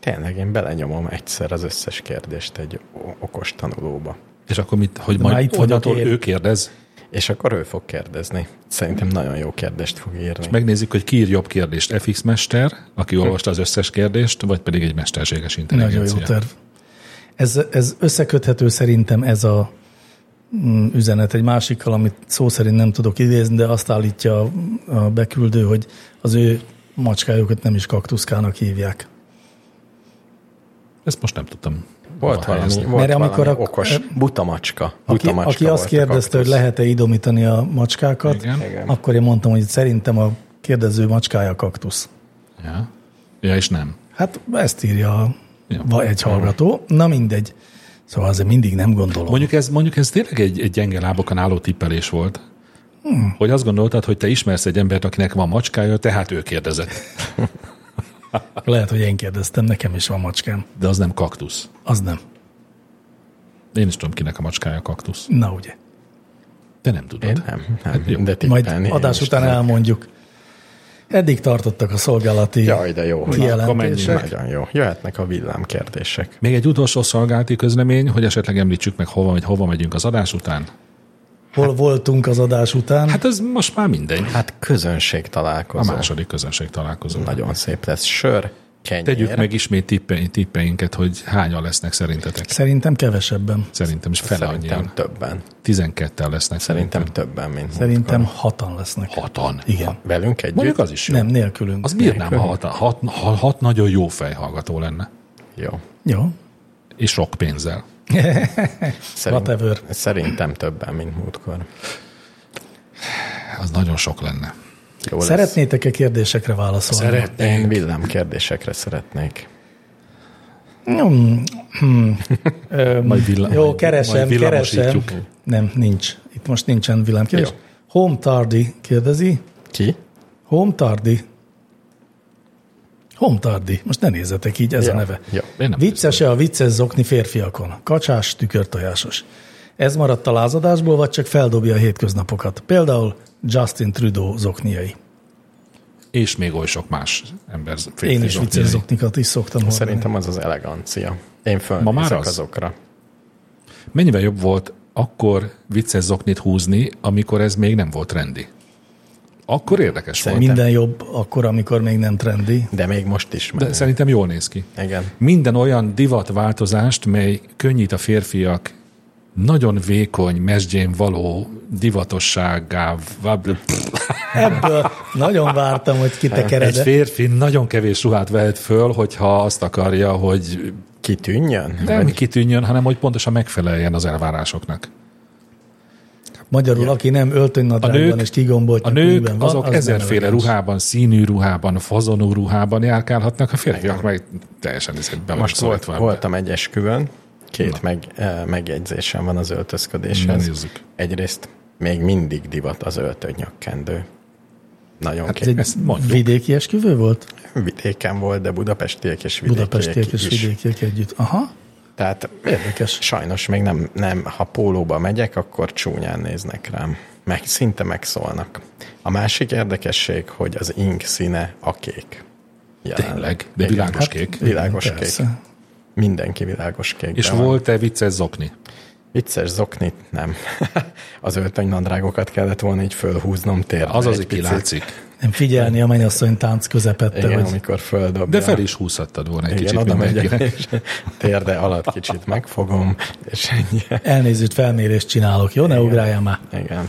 Speaker 1: Tényleg én belenyomom egyszer az összes kérdést egy o- okos tanulóba.
Speaker 3: És akkor mit, hogy
Speaker 2: már itt
Speaker 3: majd
Speaker 2: vagyok
Speaker 3: onnantól
Speaker 2: én.
Speaker 3: ő kérdez,
Speaker 1: És akkor ő fog kérdezni. Szerintem nagyon jó kérdést fog írni.
Speaker 3: megnézzük, hogy ki ír jobb kérdést, FX mester, aki olvasta az összes kérdést, vagy pedig egy mesterséges
Speaker 2: Hm. Nagyon jó
Speaker 3: intelligencia.
Speaker 2: terv. Ez, ez összeköthető szerintem ez a mm, üzenet egy másikkal, amit szó szerint nem tudok idézni, de azt állítja a- a beküldő, hogy az ő macskájukat nem is kaktuszkának hívják.
Speaker 3: Ezt most nem tudtam.
Speaker 1: Volt
Speaker 3: hova
Speaker 1: valami,
Speaker 3: helyezni.
Speaker 1: volt Mert
Speaker 2: Mert
Speaker 1: valami
Speaker 2: amikor
Speaker 1: amikor
Speaker 2: a-
Speaker 1: okos butamacska.
Speaker 2: Aki,
Speaker 1: butamacska
Speaker 2: aki
Speaker 1: volt
Speaker 2: azt
Speaker 1: a
Speaker 2: kérdezte, hogy
Speaker 1: kaktusz.
Speaker 2: lehet-e idomítani a macskákat,
Speaker 3: Igen.
Speaker 1: Igen.
Speaker 2: akkor én mondtam, hogy szerintem a kérdező macskája kaktusz.
Speaker 3: Ja. ja, és nem.
Speaker 2: Hát ezt írja a-
Speaker 3: Ja.
Speaker 2: va- egy hallgató. Na mindegy. Szóval azért mindig nem gondolom.
Speaker 3: Mondjuk ez, mondjuk ez tényleg egy, egy gyenge lábokon álló tippelés volt.
Speaker 2: Hm.
Speaker 3: Hmm. Hogy azt gondoltad, hogy te ismersz egy embert, akinek van macskája, tehát ő kérdezett.
Speaker 2: Lehet, hogy én kérdeztem, nekem is van macskám.
Speaker 3: De az nem kaktusz.
Speaker 2: Az nem.
Speaker 3: Én is tudom, kinek a macskája kaktusz.
Speaker 2: Na ugye.
Speaker 3: Te nem tudod.
Speaker 1: Én nem, nem, de
Speaker 2: Hát Majd
Speaker 1: tippelni. én
Speaker 2: adás
Speaker 1: is
Speaker 2: után
Speaker 1: tudok.
Speaker 2: elmondjuk. Eddig tartottak a szolgálati
Speaker 1: Jaj, de jó. hogy-
Speaker 2: kijelentések.
Speaker 3: Akkor menjünk.
Speaker 1: Nagyon jó. Jöhetnek a villámkérdések.
Speaker 3: Még egy utolsó szolgálati közlemény, hogy esetleg említsük meg, hova, vagy hova megyünk az adás után.
Speaker 2: Hol voltunk az adás után? Hát,
Speaker 3: Hát ez most már mindegy.
Speaker 1: Hát közönség
Speaker 3: A
Speaker 1: találkozó.
Speaker 3: második közönség találkozó.
Speaker 1: Nagyon szép lesz. Sör, kenyér.
Speaker 3: Tegyük meg ismét tippe, tippeinket, hogy hányan lesznek szerintetek.
Speaker 2: Szerintem kevesebben.
Speaker 3: Szerintem is fele
Speaker 1: Szerintem
Speaker 3: annyian.
Speaker 1: többen.
Speaker 3: 12 lesznek.
Speaker 1: Szerintem többen, mint
Speaker 2: Szerintem hatan lesznek.
Speaker 3: hatan.
Speaker 2: Igen.
Speaker 1: velünk együtt.
Speaker 3: Mondjuk az is jó.
Speaker 2: Nem, nélkülünk.
Speaker 3: Az bírnám, ha hat, hat, ha hat nagyon jó fejhallgató lenne.
Speaker 1: Jó.
Speaker 2: Jó.
Speaker 3: És sok pénzzel.
Speaker 2: Whatever.
Speaker 1: Szerintem többen, mint múltkor.
Speaker 3: Az nagyon sok lenne.
Speaker 1: Jó lesz.
Speaker 2: Szeretnétek-e kérdésekre válaszolni?
Speaker 1: Én villámkérdésekre szeretnék.
Speaker 2: Hmm. Hmm. Öm,
Speaker 3: Majd villa-
Speaker 2: jó,
Speaker 3: majd-
Speaker 2: keresem,
Speaker 3: majd
Speaker 2: keresem.
Speaker 3: villamosítjuk.
Speaker 2: Nem, nincs. Itt most nincsen villámkérdés.
Speaker 1: Jó.
Speaker 2: Home Tardy kérdezi.
Speaker 1: Ki?
Speaker 2: Home Tardy. Home Tardy. Most ne nézzetek így, ez
Speaker 1: Ja,
Speaker 2: a neve.
Speaker 1: ja.
Speaker 3: Én nem
Speaker 2: Viccese a vicces zokni férfiakon. Kacsás, tükörtojásos. Ez maradt a lázadásból, vagy csak feldobja a hétköznapokat? Például Justin Trudeau zokniai.
Speaker 3: És még oly sok más ember. férfi
Speaker 2: Én is
Speaker 3: zokniai.
Speaker 2: vicces zoknikat is szoktam hordani.
Speaker 1: Szerintem az az elegancia. Én
Speaker 3: Ma már
Speaker 1: fölnézek
Speaker 3: az?
Speaker 1: azokra.
Speaker 3: Mennyivel jobb volt akkor vicces zoknit húzni, amikor ez még nem volt trendi? Akkor érdekes volt.
Speaker 2: Minden jobb akkor, amikor még nem trendi.
Speaker 1: De még most is
Speaker 3: De
Speaker 1: menő.
Speaker 3: szerintem jól néz ki.
Speaker 1: Igen.
Speaker 3: Minden olyan divatváltozást, mely könnyít a férfiak nagyon vékony, mesdjén való divatosságával.
Speaker 2: Ebből nagyon vártam, hogy
Speaker 3: Egy
Speaker 2: kitekered.
Speaker 3: férfi nagyon kevés ruhát vehet föl, hogyha azt akarja, hogy
Speaker 1: Kitűnjön?
Speaker 3: nem kitűnjön, hanem hogy pontosan megfeleljen az elvárásoknak.
Speaker 2: Magyarul, aki nem
Speaker 3: A
Speaker 2: öltönynadrágban
Speaker 3: nők-
Speaker 2: és kigombolt
Speaker 3: A nők
Speaker 2: van,
Speaker 3: azok
Speaker 2: az nem
Speaker 3: ezerféle
Speaker 2: elegáns.
Speaker 3: ruhában, színű ruhában, fazonú ruhában járkálhatnak, a férfiak meg teljesen ezért be
Speaker 1: Most volt,
Speaker 3: szorítva.
Speaker 1: voltam egy esküvön, két meg, eh, megjegyzésem van az öltözködéshez.
Speaker 3: Na, nézzük.
Speaker 1: Egyrészt még mindig divat az öltönyökkendő. Nagyon hát
Speaker 2: Ez egy
Speaker 3: Ezt mondjuk.
Speaker 2: vidéki esküvő volt?
Speaker 1: vidéken volt, de budapestiek és vidékiek
Speaker 2: Budapestiek és
Speaker 1: is.
Speaker 2: vidékiek együtt. Aha.
Speaker 1: Tehát érdekes. Sajnos még nem, nem, ha pólóba megyek, akkor csúnyán néznek rám. Meg szinte megszólnak. A másik érdekesség, hogy az ink színe a kék. Jelenleg.
Speaker 3: Tényleg, de
Speaker 1: Igen,
Speaker 3: világos kék.
Speaker 1: Világos
Speaker 2: Persze.
Speaker 1: kék. Mindenki világos kék.
Speaker 3: És volt-e vicces zokni?
Speaker 1: Vicces zoknit nem. az öltönynadrágokat kellett volna így fölhúznom térbe.
Speaker 3: Az az,
Speaker 1: egy
Speaker 3: hogy
Speaker 1: picit.
Speaker 3: kilátszik.
Speaker 2: Nem figyelni a mennyasszony tánc közepette,
Speaker 1: Igen,
Speaker 2: hogy
Speaker 1: amikor földobja.
Speaker 3: De fel is húzhattad volna egy
Speaker 1: Igen,
Speaker 3: kicsit
Speaker 1: oda megyek,
Speaker 3: mindenkinek.
Speaker 1: és térde alatt kicsit megfogom, és ennyi.
Speaker 2: elnézőt, felmérést csinálok, jó? Ne ugráljál már.
Speaker 1: Igen.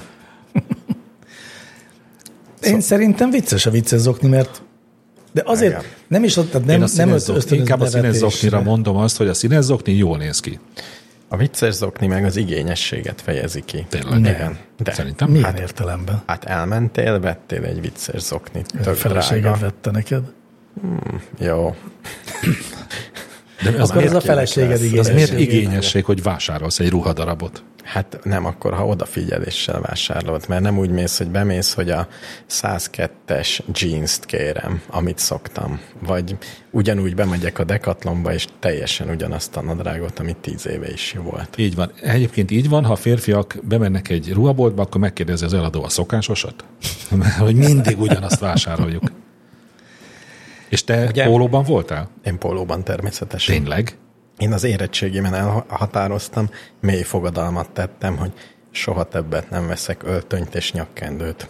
Speaker 2: Én szerintem vicces a vicces zokni, mert de azért
Speaker 1: Igen.
Speaker 2: nem is ott, tehát
Speaker 3: Én
Speaker 2: nem,
Speaker 3: a
Speaker 2: nem
Speaker 3: színes
Speaker 2: öt-
Speaker 3: zokni-
Speaker 2: ösztönöz
Speaker 3: inkább a színes
Speaker 2: nevetésre.
Speaker 3: zoknira mondom azt, hogy a színes zokni jól néz ki.
Speaker 1: A vicces zokni meg az igényességet fejezi ki.
Speaker 3: Tényleg.
Speaker 2: Nem.
Speaker 1: Igen. De
Speaker 3: Szerintem
Speaker 2: Milyen
Speaker 3: hát
Speaker 2: értelemben?
Speaker 1: hát elmentél, vettél egy vicces zoknit.
Speaker 2: A
Speaker 1: Tök drága.
Speaker 2: feleséged vette neked?
Speaker 1: Jó.
Speaker 3: De az,
Speaker 2: Akkor
Speaker 1: miért
Speaker 2: ez a
Speaker 1: kinek
Speaker 2: feleséged
Speaker 1: lesz?
Speaker 3: de az
Speaker 2: igényes.
Speaker 3: miért igényesség, hogy vásárolsz egy ruhadarabot?
Speaker 1: Hát nem, akkor ha odafigyeléssel vásárolod, mert nem úgy mész, hogy bemész, hogy a 102-es jeans-t kérem, amit szoktam. Vagy ugyanúgy bemegyek a Decathlonba, és teljesen ugyanazt a nadrágot, ami 10 éve is jó volt.
Speaker 3: Így van. Egyébként így van, ha a férfiak bemennek egy ruhaboltba, akkor megkérdezi az eladó a szokásosat, Mert hogy mindig ugyanazt vásároljuk. És te Ugye?
Speaker 1: Ugye?
Speaker 3: pólóban voltál?
Speaker 1: Én pólóban természetesen.
Speaker 3: Tényleg?
Speaker 1: Én az érettségimen elhatároztam, mély fogadalmat tettem, hogy soha többet nem veszek öltönyt és nyakkendőt.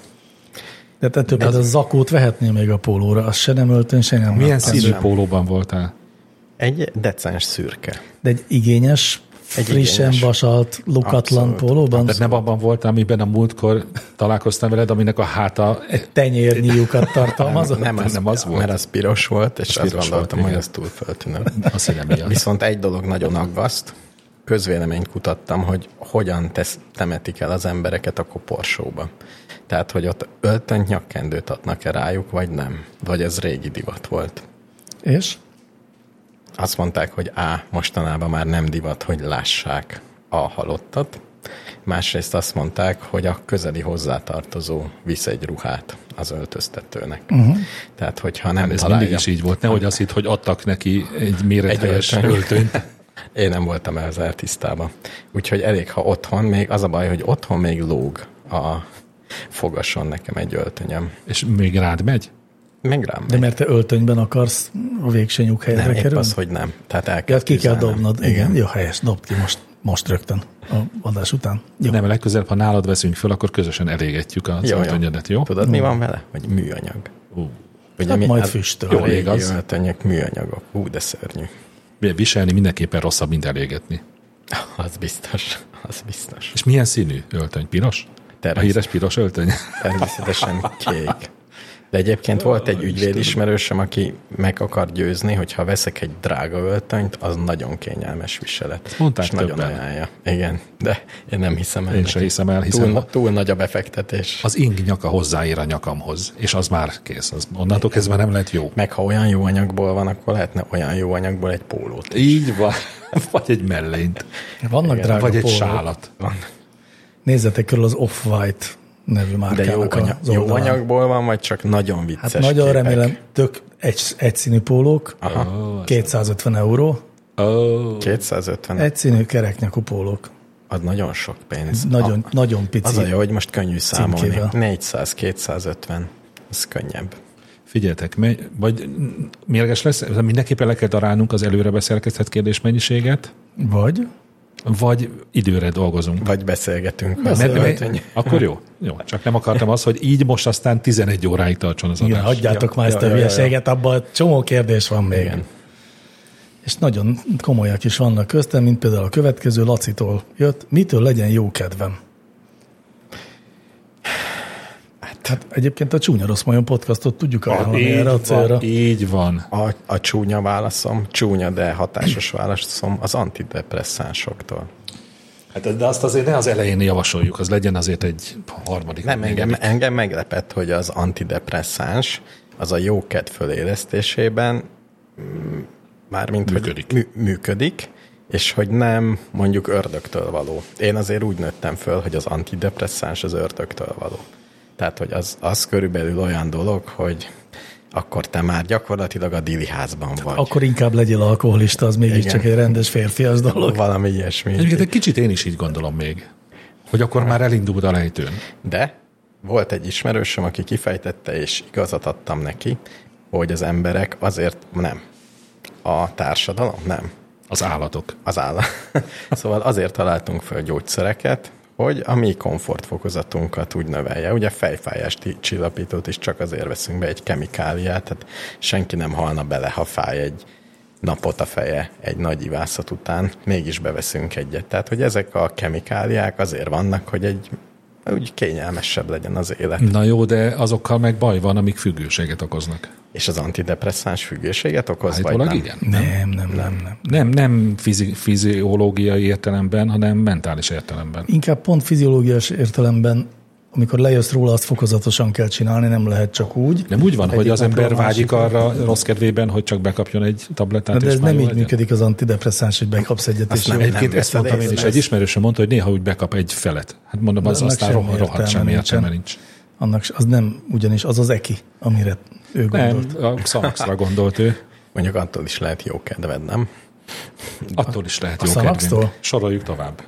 Speaker 2: De te többet a zakót vehetnél még a pólóra, az se nem öltön, se nem.
Speaker 3: Milyen
Speaker 2: naptár.
Speaker 3: színű
Speaker 1: sem.
Speaker 3: pólóban voltál?
Speaker 1: Egy decens szürke.
Speaker 2: De egy igényes, egy
Speaker 1: Egy
Speaker 2: frissen igényes.
Speaker 1: igényes.
Speaker 2: basalt, lukatlan
Speaker 1: Abszolút.
Speaker 2: pólóban,
Speaker 3: De nem abban voltál, amiben a múltkor találkoztam veled, aminek a háta... eh,
Speaker 2: tenyérnyi lyukat tartalmaz.
Speaker 1: nem, az,
Speaker 3: nem az volt?
Speaker 1: Mert az piros volt, és azt
Speaker 3: piros
Speaker 1: gondoltam,
Speaker 3: volt,
Speaker 1: hogy
Speaker 3: igen.
Speaker 1: az túl feltűnő.
Speaker 3: Azt hiszem, mi az.
Speaker 1: Viszont egy dolog nagyon aggaszt, közvéleményt kutattam, hogy hogyan tesz, temetik el az embereket a koporsóba. Tehát, hogy ott öltönyt, nyakkendőt adnak-e rájuk, vagy nem. Vagy ez régi divat volt.
Speaker 2: És?
Speaker 1: Azt mondták, hogy A, mostanában már nem divat, hogy lássák a halottat. Másrészt azt mondták, hogy a közeli hozzátartozó visz egy ruhát az öltöztetőnek.
Speaker 2: Mhm.
Speaker 1: Uh-huh. Tehát, hogyha nem
Speaker 3: Ez
Speaker 1: találja...
Speaker 3: mindig is így volt. Nehogy azt hitt, hogy adtak neki egy mérethes
Speaker 1: Egy öltöny.
Speaker 3: öltönyt.
Speaker 1: Én nem voltam ezzel tisztában. Úgyhogy elég, ha otthon még, az a baj, hogy otthon még lóg a fogason nekem egy öltönyöm.
Speaker 3: És még rád megy?
Speaker 1: Meg rám
Speaker 2: De
Speaker 1: megy.
Speaker 2: mert te öltönyben akarsz a végső
Speaker 1: nem,
Speaker 2: nyughelyre
Speaker 1: épp
Speaker 2: kerülni?
Speaker 1: az, hogy nem. Tehát el kell
Speaker 2: Ja, ki kell
Speaker 1: tüzelnem.
Speaker 2: dobnod. Igen. Jó, helyes. Dobd ki most, most rögtön a adás után. Jó.
Speaker 3: Nem, legközelebb, ha nálad veszünk föl, akkor közösen elégetjük az
Speaker 1: Jó, jó.
Speaker 3: öltönyödet, jó?
Speaker 1: Tudod, mi van vele? Hogy műanyag.
Speaker 3: Ú,
Speaker 1: Ugye
Speaker 2: Hát majd
Speaker 1: hát
Speaker 2: füstöl.
Speaker 1: Jó,
Speaker 3: Jól igaz.
Speaker 1: igaz. öltönyök, műanyagok. Hú, de szörnyű.
Speaker 3: Viselni mindenképpen rosszabb, mint elégetni.
Speaker 1: Az biztos. Az biztos.
Speaker 3: És milyen színű öltöny? Piros? A
Speaker 1: Természetesen,
Speaker 3: híres piros öltöny?
Speaker 1: természetesen kék. De egyébként volt egy ügyvédismerősöm, aki meg akar győzni, hogy ha veszek egy drága öltönyt, az nagyon kényelmes viselet.
Speaker 3: mondták
Speaker 1: és nagyon
Speaker 3: többen.
Speaker 1: ajánlja. Igen, de én nem hiszem el.
Speaker 3: Én
Speaker 1: neki.
Speaker 3: sem hiszem el, hiszen
Speaker 1: Túl, túl nagy a befektetés.
Speaker 3: az ing nyaka hozzáér a nyakamhoz, és az már kész. Az onnantól kezdve nem lehet jó.
Speaker 1: Meg ha olyan jó anyagból van, akkor lehetne olyan jó anyagból egy pólót.
Speaker 3: Így van. Vagy egy mellényt.
Speaker 2: Vannak Igen, drága
Speaker 3: Vagy egy
Speaker 2: pólók.
Speaker 3: sálat.
Speaker 1: Van.
Speaker 2: Nézzetek körül az Off-White nevű
Speaker 1: De jó,
Speaker 2: márkának
Speaker 1: anya,
Speaker 2: az
Speaker 1: jó
Speaker 2: oldalán.
Speaker 1: anyagból van, vagy csak nagyon
Speaker 2: Hát
Speaker 1: vicces
Speaker 2: nagyon
Speaker 1: képek?
Speaker 2: remélem, tök egy, egyszínű pólók,
Speaker 1: Aha,
Speaker 3: Ó,
Speaker 2: 250 euró,
Speaker 3: ó.
Speaker 1: 250.
Speaker 2: egyszínű kereknyakú pólók.
Speaker 1: Az nagyon sok pénz.
Speaker 2: Nagyon,
Speaker 1: A,
Speaker 2: nagyon pici.
Speaker 1: az a jó, hogy most könnyű számolni.
Speaker 2: Címkével.
Speaker 1: 400-250. Ez könnyebb.
Speaker 3: Figyeljetek, menj, vagy mérges lesz, mindenképpen le kell darálnunk az előre beszerkesztett kérdés mennyiséget,
Speaker 2: Vagy?
Speaker 3: vagy időre dolgozunk.
Speaker 1: Vagy beszélgetünk. az
Speaker 3: Mert,
Speaker 1: öltöny.
Speaker 3: mert, akkor jó, jó. Csak nem akartam azt, hogy így most aztán 11 óráig tartson az
Speaker 2: Igen,
Speaker 3: adás.
Speaker 2: hagyjátok
Speaker 1: Ja,
Speaker 2: már ezt
Speaker 1: ja,
Speaker 2: a
Speaker 1: ja, ja.
Speaker 2: hülyeséget, abban csomó kérdés van még.
Speaker 1: Igen.
Speaker 2: És nagyon komolyak is vannak köztem, mint például a következő Lacitól jött, mitől legyen jó kedvem? Hát egyébként a Csúnya Rossz Majon podcastot tudjuk ajánlani
Speaker 3: így,
Speaker 2: erre a célra.
Speaker 3: van, így van.
Speaker 1: A, a csúnya válaszom, csúnya, de hatásos válaszom az antidepresszánsoktól.
Speaker 3: Hát, de azt azért ne az elején javasoljuk, az legyen azért egy harmadik.
Speaker 1: Nem,
Speaker 3: negyedik.
Speaker 1: engem, engem meglepett, hogy az antidepresszáns az a jókedv fölélesztésében mm, mármint,
Speaker 3: Működik.
Speaker 1: hogy mű, működik, és hogy nem mondjuk ördögtől való. Én azért úgy nőttem föl, hogy az antidepresszáns az ördögtől való. Tehát, hogy az, az körülbelül olyan dolog, hogy akkor te már gyakorlatilag a diliházban vagy.
Speaker 2: Akkor inkább legyél alkoholista, az mégiscsak
Speaker 1: Igen.
Speaker 2: egy rendes férfias dolog.
Speaker 1: Valami ilyesmi.
Speaker 3: Egyébként egy kicsit én is így gondolom még, hogy akkor már elindult a lejtőn.
Speaker 1: De volt egy ismerősöm, aki kifejtette, és igazat adtam neki, hogy az emberek azért nem. A társadalom nem.
Speaker 3: Az állatok.
Speaker 1: Az állam. Szóval azért találtunk föl gyógyszereket, hogy a mi komfortfokozatunkat úgy növelje. Ugye fejfájás csillapítót is csak azért veszünk be egy kemikáliát, tehát senki nem halna bele, ha fáj egy napot a feje egy nagy ivászat után, mégis beveszünk egyet. Tehát, hogy ezek a kemikáliák azért vannak, hogy egy úgy kényelmesebb legyen az élet.
Speaker 3: Na jó, de azokkal meg baj van, amik függőséget okoznak.
Speaker 1: És az antidepresszáns függőséget okoz, vagy
Speaker 3: Állítólag
Speaker 1: nem?
Speaker 3: igen.
Speaker 2: Nem, nem, nem, nem.
Speaker 3: Nem, nem fizi- fiziológiai értelemben, hanem mentális értelemben.
Speaker 2: Inkább pont fiziológiás értelemben, amikor lejössz róla, azt fokozatosan kell csinálni, nem lehet csak úgy.
Speaker 3: Nem úgy van, hogy
Speaker 2: Egyik
Speaker 3: az
Speaker 2: napról
Speaker 3: ember
Speaker 2: a
Speaker 3: vágyik
Speaker 2: másikra.
Speaker 3: arra rossz kedvében, hogy csak bekapjon egy tablettát.
Speaker 2: Na, de
Speaker 3: és
Speaker 2: ez
Speaker 3: már
Speaker 2: nem
Speaker 3: jó
Speaker 2: így
Speaker 3: legyen?
Speaker 2: működik az antidepresszáns, hogy bekapsz egyet, és
Speaker 1: nem
Speaker 2: jó.
Speaker 3: Egyébként
Speaker 1: Nem
Speaker 3: ezt mondtam én
Speaker 1: veszed
Speaker 3: is.
Speaker 1: észre.
Speaker 3: Egy ismerősöm mondta, hogy néha úgy bekap egy felet. Hát mondom, az
Speaker 2: De annak
Speaker 3: aztán
Speaker 2: semmi
Speaker 3: rohadt, rohadt
Speaker 2: értelme
Speaker 3: semmi értelme
Speaker 2: nincsen.
Speaker 3: nincs.
Speaker 2: annak s- az nem ugyanis, az az eki, amire ő gondolt.
Speaker 3: Nem, a szanaxra gondolt ő.
Speaker 1: Mondjuk attól is lehet jó kedved, nem?
Speaker 3: Attól is lehet
Speaker 2: A
Speaker 3: jó
Speaker 2: Xanax-tól?
Speaker 3: kedvünk. Soroljuk tovább.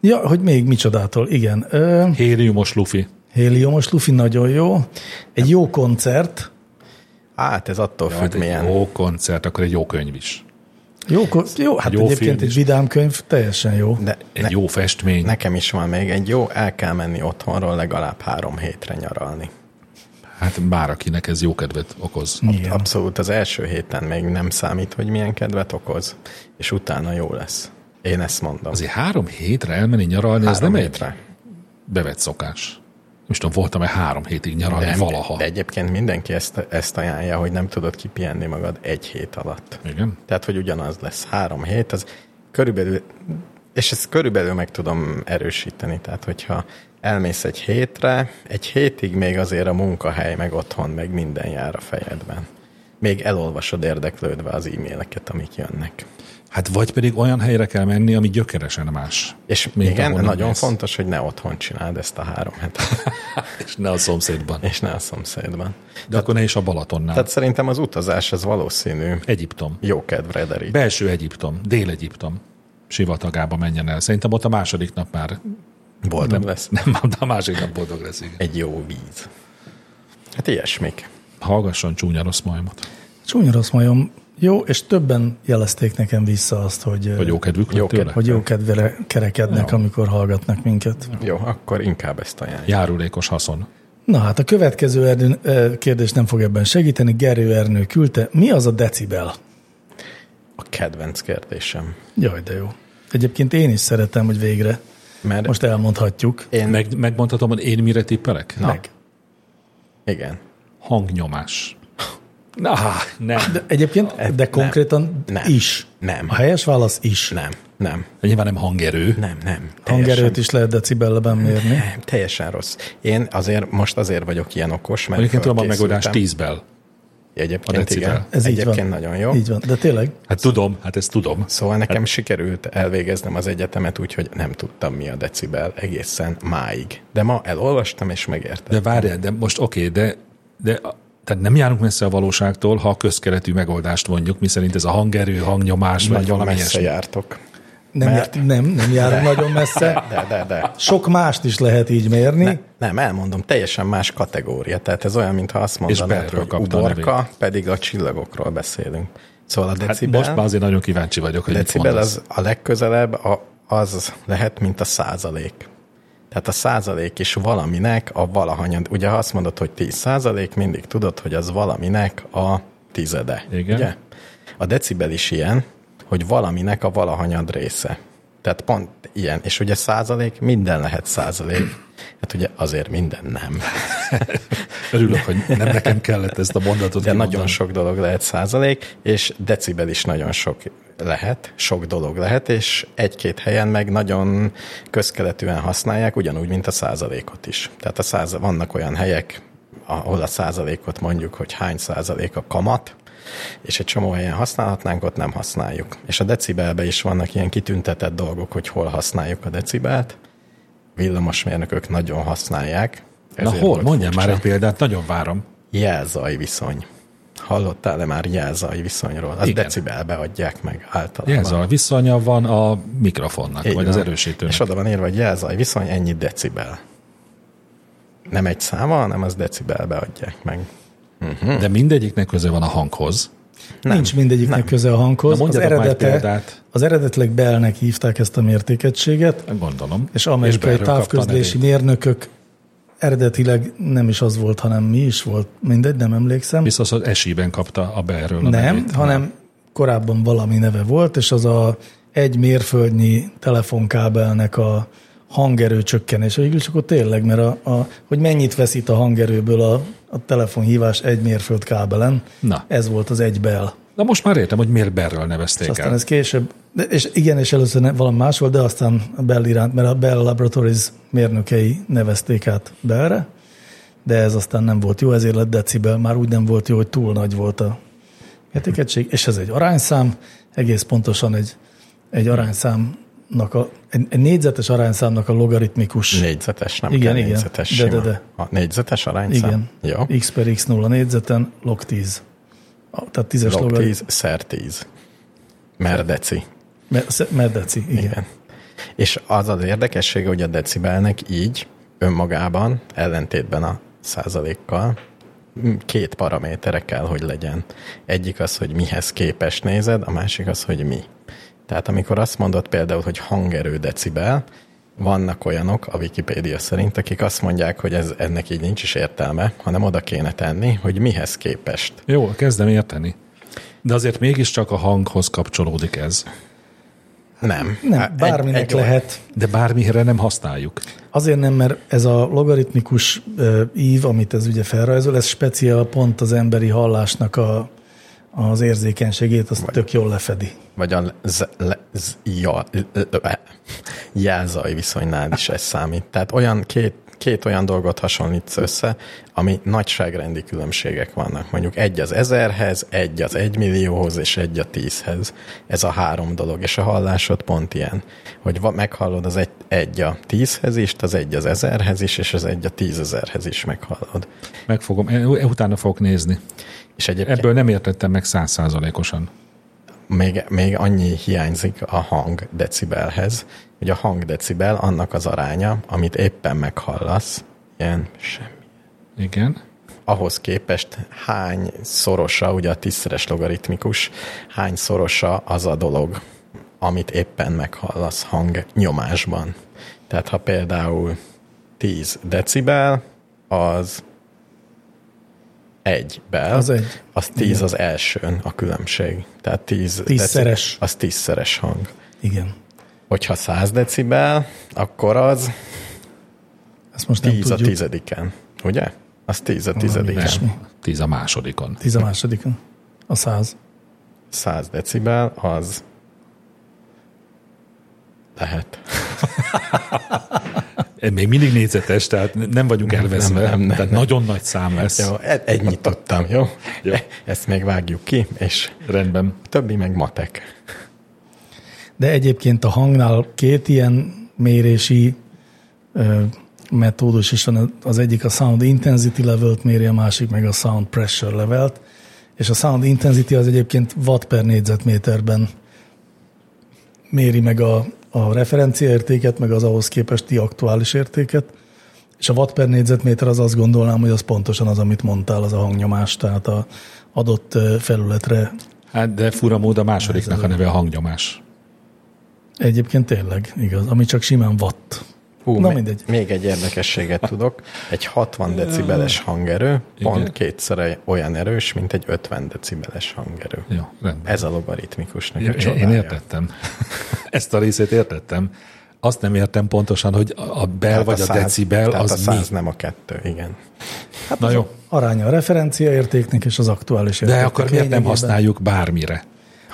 Speaker 2: Ja, hogy még micsodától, igen. Ö,
Speaker 3: Héliumos lufi.
Speaker 1: Hát
Speaker 2: Héliumos Luffy nagyon jó. Egy jó koncert.
Speaker 1: Hát ez attól
Speaker 3: Ja,
Speaker 1: függ,
Speaker 3: hát egy
Speaker 1: milyen.
Speaker 3: jó koncert, akkor egy jó könyv is.
Speaker 2: Jó, ko- jó hát
Speaker 3: Jó
Speaker 2: jó
Speaker 3: film
Speaker 2: egyébként egy
Speaker 3: is.
Speaker 2: vidám könyv, teljesen jó.
Speaker 1: De
Speaker 3: Egy
Speaker 1: ne,
Speaker 3: jó festmény.
Speaker 1: nekem is van még egy jó, el kell menni otthonról legalább három hétre nyaralni.
Speaker 3: Hát bár akinek ez jó kedvet okoz.
Speaker 2: Igen.
Speaker 1: Abszolút az első héten még nem számít, hogy milyen kedvet okoz, és utána jó lesz. Én ezt mondom.
Speaker 3: Azért három hétre elmenni nyaralni, ez
Speaker 1: Három
Speaker 3: nem egy
Speaker 1: hétre.
Speaker 3: bevett szokás. Most tudom, voltam-e három hétig nyaralni
Speaker 1: De,
Speaker 3: valaha.
Speaker 1: de egyébként mindenki ezt, ezt ajánlja, hogy nem tudod kipihenni magad egy hét alatt.
Speaker 3: Igen.
Speaker 1: Tehát, hogy ugyanaz lesz. Három hét, az körülbelül, és ezt körülbelül meg tudom erősíteni. Tehát, hogyha elmész egy hétre, egy hétig még azért a munkahely, meg otthon, meg minden jár a fejedben. Még elolvasod érdeklődve az e-maileket, amik jönnek.
Speaker 3: Hát vagy pedig olyan helyre kell menni, ami gyökeresen más.
Speaker 1: És
Speaker 3: mint
Speaker 1: igen,
Speaker 3: ahonnan
Speaker 1: nagyon
Speaker 3: mész.
Speaker 1: fontos, hogy ne otthon csináld ezt a három hetet,
Speaker 3: És ne a szomszédban.
Speaker 1: és ne a szomszédban.
Speaker 3: De akkor ne is a Balatonnál.
Speaker 1: Tehát
Speaker 3: Tehát...
Speaker 1: szerintem az utazás az valószínű
Speaker 3: Egyiptom.
Speaker 1: jó kedvre derít.
Speaker 3: Belső Egyiptom. Dél-Egyiptom. Sivatagába menjen el. Szerintem ott a második nap már
Speaker 1: Boldog lesz.
Speaker 3: nem, de a második nap boldog lesz. Igen.
Speaker 1: Egy jó víz. Hát ilyesmik.
Speaker 3: Hallgasson csúnya rossz majmot.
Speaker 2: Csúnya rossz majom. Jó, és többen jelezték nekem vissza azt, hogy,
Speaker 3: Vagy jó kedvük
Speaker 1: Jó
Speaker 3: lett tőle?
Speaker 1: kedv-
Speaker 2: hogy jó kedvere kerekednek, jó. amikor hallgatnak minket.
Speaker 1: Jó, akkor inkább ezt ajánljuk.
Speaker 3: Járulékos haszon.
Speaker 2: Na hát a következő erdő, ö, kérdés nem fog ebben segíteni. Gerő Ernő küldte. Mi az a decibel?
Speaker 1: A kedvenc kérdésem.
Speaker 2: Jaj, de jó. Egyébként én is szeretem, hogy végre.
Speaker 1: Mert
Speaker 2: Most elmondhatjuk.
Speaker 1: én... Meg...
Speaker 3: Meg, megmondhatom, hogy én mire tippelek?
Speaker 1: Na.
Speaker 2: Meg.
Speaker 1: Igen.
Speaker 3: Hangnyomás. Na, nem. De...
Speaker 2: De egyébként, de konkrétan
Speaker 1: E, Nem.
Speaker 2: is.
Speaker 1: Nem.
Speaker 2: A helyes válasz is.
Speaker 1: Nem, nem,
Speaker 3: Nyilván nem hangerő.
Speaker 1: nem, nem.
Speaker 2: Hangerőt
Speaker 1: Teljesen-
Speaker 2: is lehet decibelleben mérni.
Speaker 1: Nem, teljesen rossz. Én azért, most azért vagyok ilyen okos, mert
Speaker 3: Egyébként tudom a megoldást
Speaker 1: fölkészültem.
Speaker 3: tízbel. a
Speaker 1: Egyébként
Speaker 3: decibel.
Speaker 1: igen.
Speaker 2: Ez így van.
Speaker 1: Egyébként nagyon jó.
Speaker 2: Így van, de tényleg?
Speaker 3: Hát tudom, hát ezt tudom.
Speaker 1: Szóval nekem sikerült elvégeznem az egyetemet úgy, hogy nem tudtam mi a decibel egészen máig. De ma elolvastam és megértettem.
Speaker 3: De várjál, de most oké, okay, de, de a- tehát nem járunk messze a valóságtól, ha a közkeletű megoldást mondjuk, miszerint ez a hangerő, hangnyomás, vagy
Speaker 1: Nagyon
Speaker 3: valami
Speaker 1: messze
Speaker 3: ilyesmi.
Speaker 1: jártok.
Speaker 2: Nem,
Speaker 1: Mert-
Speaker 2: jár, nem, nem járunk nagyon messze.
Speaker 1: De, de, de.
Speaker 2: Sok mást is lehet így mérni.
Speaker 1: Ne, nem, elmondom, teljesen más kategória. Tehát ez olyan, mintha azt mondanád,
Speaker 3: belről
Speaker 1: hogy
Speaker 3: kapta a
Speaker 1: uborka, pedig a csillagokról beszélünk. Szóval a
Speaker 3: Hát
Speaker 1: decibel,
Speaker 3: most már azért nagyon kíváncsi vagyok, hogy mit
Speaker 1: decibel
Speaker 3: mondasz.
Speaker 1: az a legközelebb a, az lehet, mint a százalék. Tehát a százalék is valaminek a valahanyad. Ugye ha azt mondod, hogy 10 százalék, mindig tudod, hogy az valaminek a tizede.
Speaker 3: Igen.
Speaker 1: Ugye? A decibel is ilyen, hogy valaminek a valahanyad része. Tehát pont ilyen. És ugye százalék, minden lehet százalék. Hát ugye azért minden nem.
Speaker 3: Örülök, hogy nem nekem kellett ezt a mondatot
Speaker 1: De
Speaker 3: kimondani.
Speaker 1: nagyon sok dolog lehet százalék, és decibel is nagyon sok lehet, sok dolog lehet, és egy-két helyen meg nagyon közkeletűen használják, ugyanúgy, mint a százalékot is. Tehát a száz, vannak olyan helyek, ahol a százalékot mondjuk, hogy hány százalék a kamat, és egy csomó helyen használhatnánk, ott nem használjuk. És a decibelbe is vannak ilyen kitüntetett dolgok, hogy hol használjuk a decibelt. Villamosmérnökök nagyon használják.
Speaker 3: Na
Speaker 1: ezért
Speaker 3: hol?
Speaker 1: volt
Speaker 3: Mondjál
Speaker 1: furcsa.
Speaker 3: már egy példát, nagyon várom.
Speaker 1: Jelzaj viszony. Hallottál-e már jelzaj viszonyról? Az
Speaker 3: Igen.
Speaker 1: decibelbe adják meg általában.
Speaker 3: Ez a viszonya van a mikrofonnak,
Speaker 1: Így
Speaker 3: vagy az
Speaker 1: van.
Speaker 3: erősítőnek.
Speaker 1: És oda van írva, hogy jelzaj viszony, ennyi decibel. Nem egy száma, hanem az decibelbe adják meg.
Speaker 3: De mindegyiknek köze van a hanghoz.
Speaker 2: Nem, Nincs mindegyiknek nem. köze a hanghoz.
Speaker 3: Na,
Speaker 2: az,
Speaker 3: mondjatok már egy
Speaker 2: eredete,
Speaker 3: példát.
Speaker 2: az eredetleg belnek hívták ezt a mértékegységet,
Speaker 3: Gondolom.
Speaker 2: és amerikai
Speaker 3: belről kapta a
Speaker 2: távközlési
Speaker 3: nevét.
Speaker 2: mérnökök eredetileg nem is az volt, hanem mi is volt, mindegy, nem emlékszem.
Speaker 3: Biztos az esében kapta a belről a
Speaker 2: Nem,
Speaker 3: nevét.
Speaker 2: hanem korábban valami neve volt, és az a egy mérföldnyi telefonkábelnek a hangerő csökkenése. Végül csak ott tényleg, mert a, a, hogy mennyit veszít a hangerőből a, a telefonhívás egy mérföld kábelen,
Speaker 3: Na.
Speaker 2: ez volt az egy bel.
Speaker 3: Na most már értem, hogy miért belről nevezték
Speaker 2: És
Speaker 3: el.
Speaker 2: aztán ez később, de, és igen, és először ne, valami más volt, de aztán a Bell iránt, mert a Bell Laboratories mérnökei nevezték át Bellre, de ez aztán nem volt jó, ezért lett decibel, már úgy nem volt jó, hogy túl nagy volt a értékegység, és ez egy arányszám, egész pontosan egy, egy arányszámnak a, egy, egy négyzetes arányszámnak a logaritmikus.
Speaker 1: Négyzetes, nem
Speaker 2: Igen,
Speaker 1: kell
Speaker 2: igen.
Speaker 1: négyzetes
Speaker 2: De, de,
Speaker 1: sima.
Speaker 2: de.
Speaker 1: A négyzetes arányszám?
Speaker 2: igen.
Speaker 1: Jó.
Speaker 2: X per X nulla négyzeten log 10. A- Tehát tízes
Speaker 1: Log
Speaker 2: logaritmus.
Speaker 1: 10, szer 10. Merdeci.
Speaker 2: Mer- Mert deci, igen. igen.
Speaker 1: Igen. És az az érdekessége, hogy a decibelnek így önmagában, ellentétben a százalékkal, m, két paramétere kell, hogy legyen. Egyik az, hogy mihez képes nézed, a másik az, hogy mi. Tehát amikor azt mondod például, hogy hangerő decibel, vannak olyanok a Wikipédia szerint, akik azt mondják, hogy ez, ennek így nincs is értelme, hanem oda kéne tenni, hogy mihez képest.
Speaker 3: Jó, kezdem érteni. De azért mégiscsak a hanghoz kapcsolódik ez.
Speaker 1: Nem. Hát
Speaker 2: Nem,
Speaker 1: egy-
Speaker 2: bárminek
Speaker 1: egy olyan-
Speaker 2: lehet.
Speaker 3: De bármire nem használjuk.
Speaker 2: Azért nem, mert ez a logaritmikus ö, ív, amit ez ugye felrajzol, ez speciál pont az emberi hallásnak a, az érzékenységét, azt tök jól lefedi.
Speaker 1: vagy a z, le, z, ja, l- l- e- jelzaj viszonynál is ez számít. Tehát olyan két, két olyan dolgot hasonlítsz össze, ami nagyságrendi különbségek vannak. Mondjuk egy az ezerhez, egy az egymillióhoz, és egy a tízhez. Ez a három dolog. És a hallásod pont ilyen, hogy va- meghallod az egy, egy a tízhez is, az egy az ezerhez is, és az egy a tízezerhez is meghallod.
Speaker 3: Meg fogom, e- utána fogok nézni.
Speaker 1: És egyébként
Speaker 3: Ebből nem értettem meg százszázalékosan.
Speaker 1: még, még annyi hiányzik a hang decibelhez, hogy a hang decibel annak az aránya, amit éppen meghallasz, ilyen semmi.
Speaker 3: Igen.
Speaker 1: Ahhoz képest hány szorosa, ugye a tízszeres logaritmikus, hány szorosa az a dolog, amit éppen meghallasz hangnyomásban. Tehát ha például 10 decibel, az egy bel,
Speaker 2: Az egy.
Speaker 1: az 10 az elsőn a különbség. Tehát 10
Speaker 2: Tízszeres.
Speaker 1: az tízszeres hang.
Speaker 2: Igen.
Speaker 1: Hogyha 100 decibel, akkor az
Speaker 2: Ezt most nem
Speaker 1: 10 a
Speaker 2: tudjuk.
Speaker 1: tizediken, ugye? Az 10 a tizediken.
Speaker 2: ilyesmi.
Speaker 3: Tíz a másodikon.
Speaker 2: Tíz a második. A száz.
Speaker 1: 100 decibel az lehet.
Speaker 3: E, Még mindig négyzetes, tehát nem vagyunk elveszve.
Speaker 1: nem, nem,
Speaker 3: tehát
Speaker 1: nem.
Speaker 3: nagyon nagy szám lesz.
Speaker 1: Jó, e- ennyit tudtam, jó?
Speaker 3: Jó.
Speaker 1: E- Ezt még vágjuk ki, és
Speaker 3: Rendben.
Speaker 1: a többi meg matek.
Speaker 2: De egyébként a hangnál két ilyen mérési ö, metódus is van. Az egyik a sound intensity levelt méri, a másik meg a sound pressure levelt. És a sound intensity az egyébként watt per négyzetméterben méri meg a, a referenciaértéket, meg az ahhoz képesti aktuális értéket. És a watt per négyzetméter az azt gondolnám, hogy az pontosan az, amit mondtál, az a hangnyomás, tehát a adott ö, felületre
Speaker 3: Hát de fura mód a másodiknak a neve a hangnyomás.
Speaker 2: Egyébként tényleg, igaz. Ami csak simán watt.
Speaker 1: Hú,
Speaker 2: Na
Speaker 1: mi-
Speaker 2: mindegy.
Speaker 1: Még egy érdekességet tudok. Egy 60 decibeles hangerő pont
Speaker 3: Igen.
Speaker 1: kétszer olyan erős, mint egy 50 decibeles hangerő.
Speaker 3: Jó, rendben.
Speaker 1: Ez a logaritmikusnak a
Speaker 3: Én, én Hát
Speaker 1: csodája.
Speaker 3: értettem. Ezt a részét értettem. Azt nem értem pontosan, hogy a a bel
Speaker 1: Tehát
Speaker 3: vagy a,
Speaker 1: Hát száz-
Speaker 3: decibel
Speaker 1: tehát
Speaker 3: az
Speaker 1: a száz
Speaker 3: mi.
Speaker 1: nem a kettő, igen.
Speaker 3: Hát Na jó,
Speaker 2: Aránya a referenciaértéknek és az aktuális
Speaker 3: de
Speaker 2: értéknek.
Speaker 3: akkor miért nem
Speaker 2: Lényegében
Speaker 3: használjuk bármire?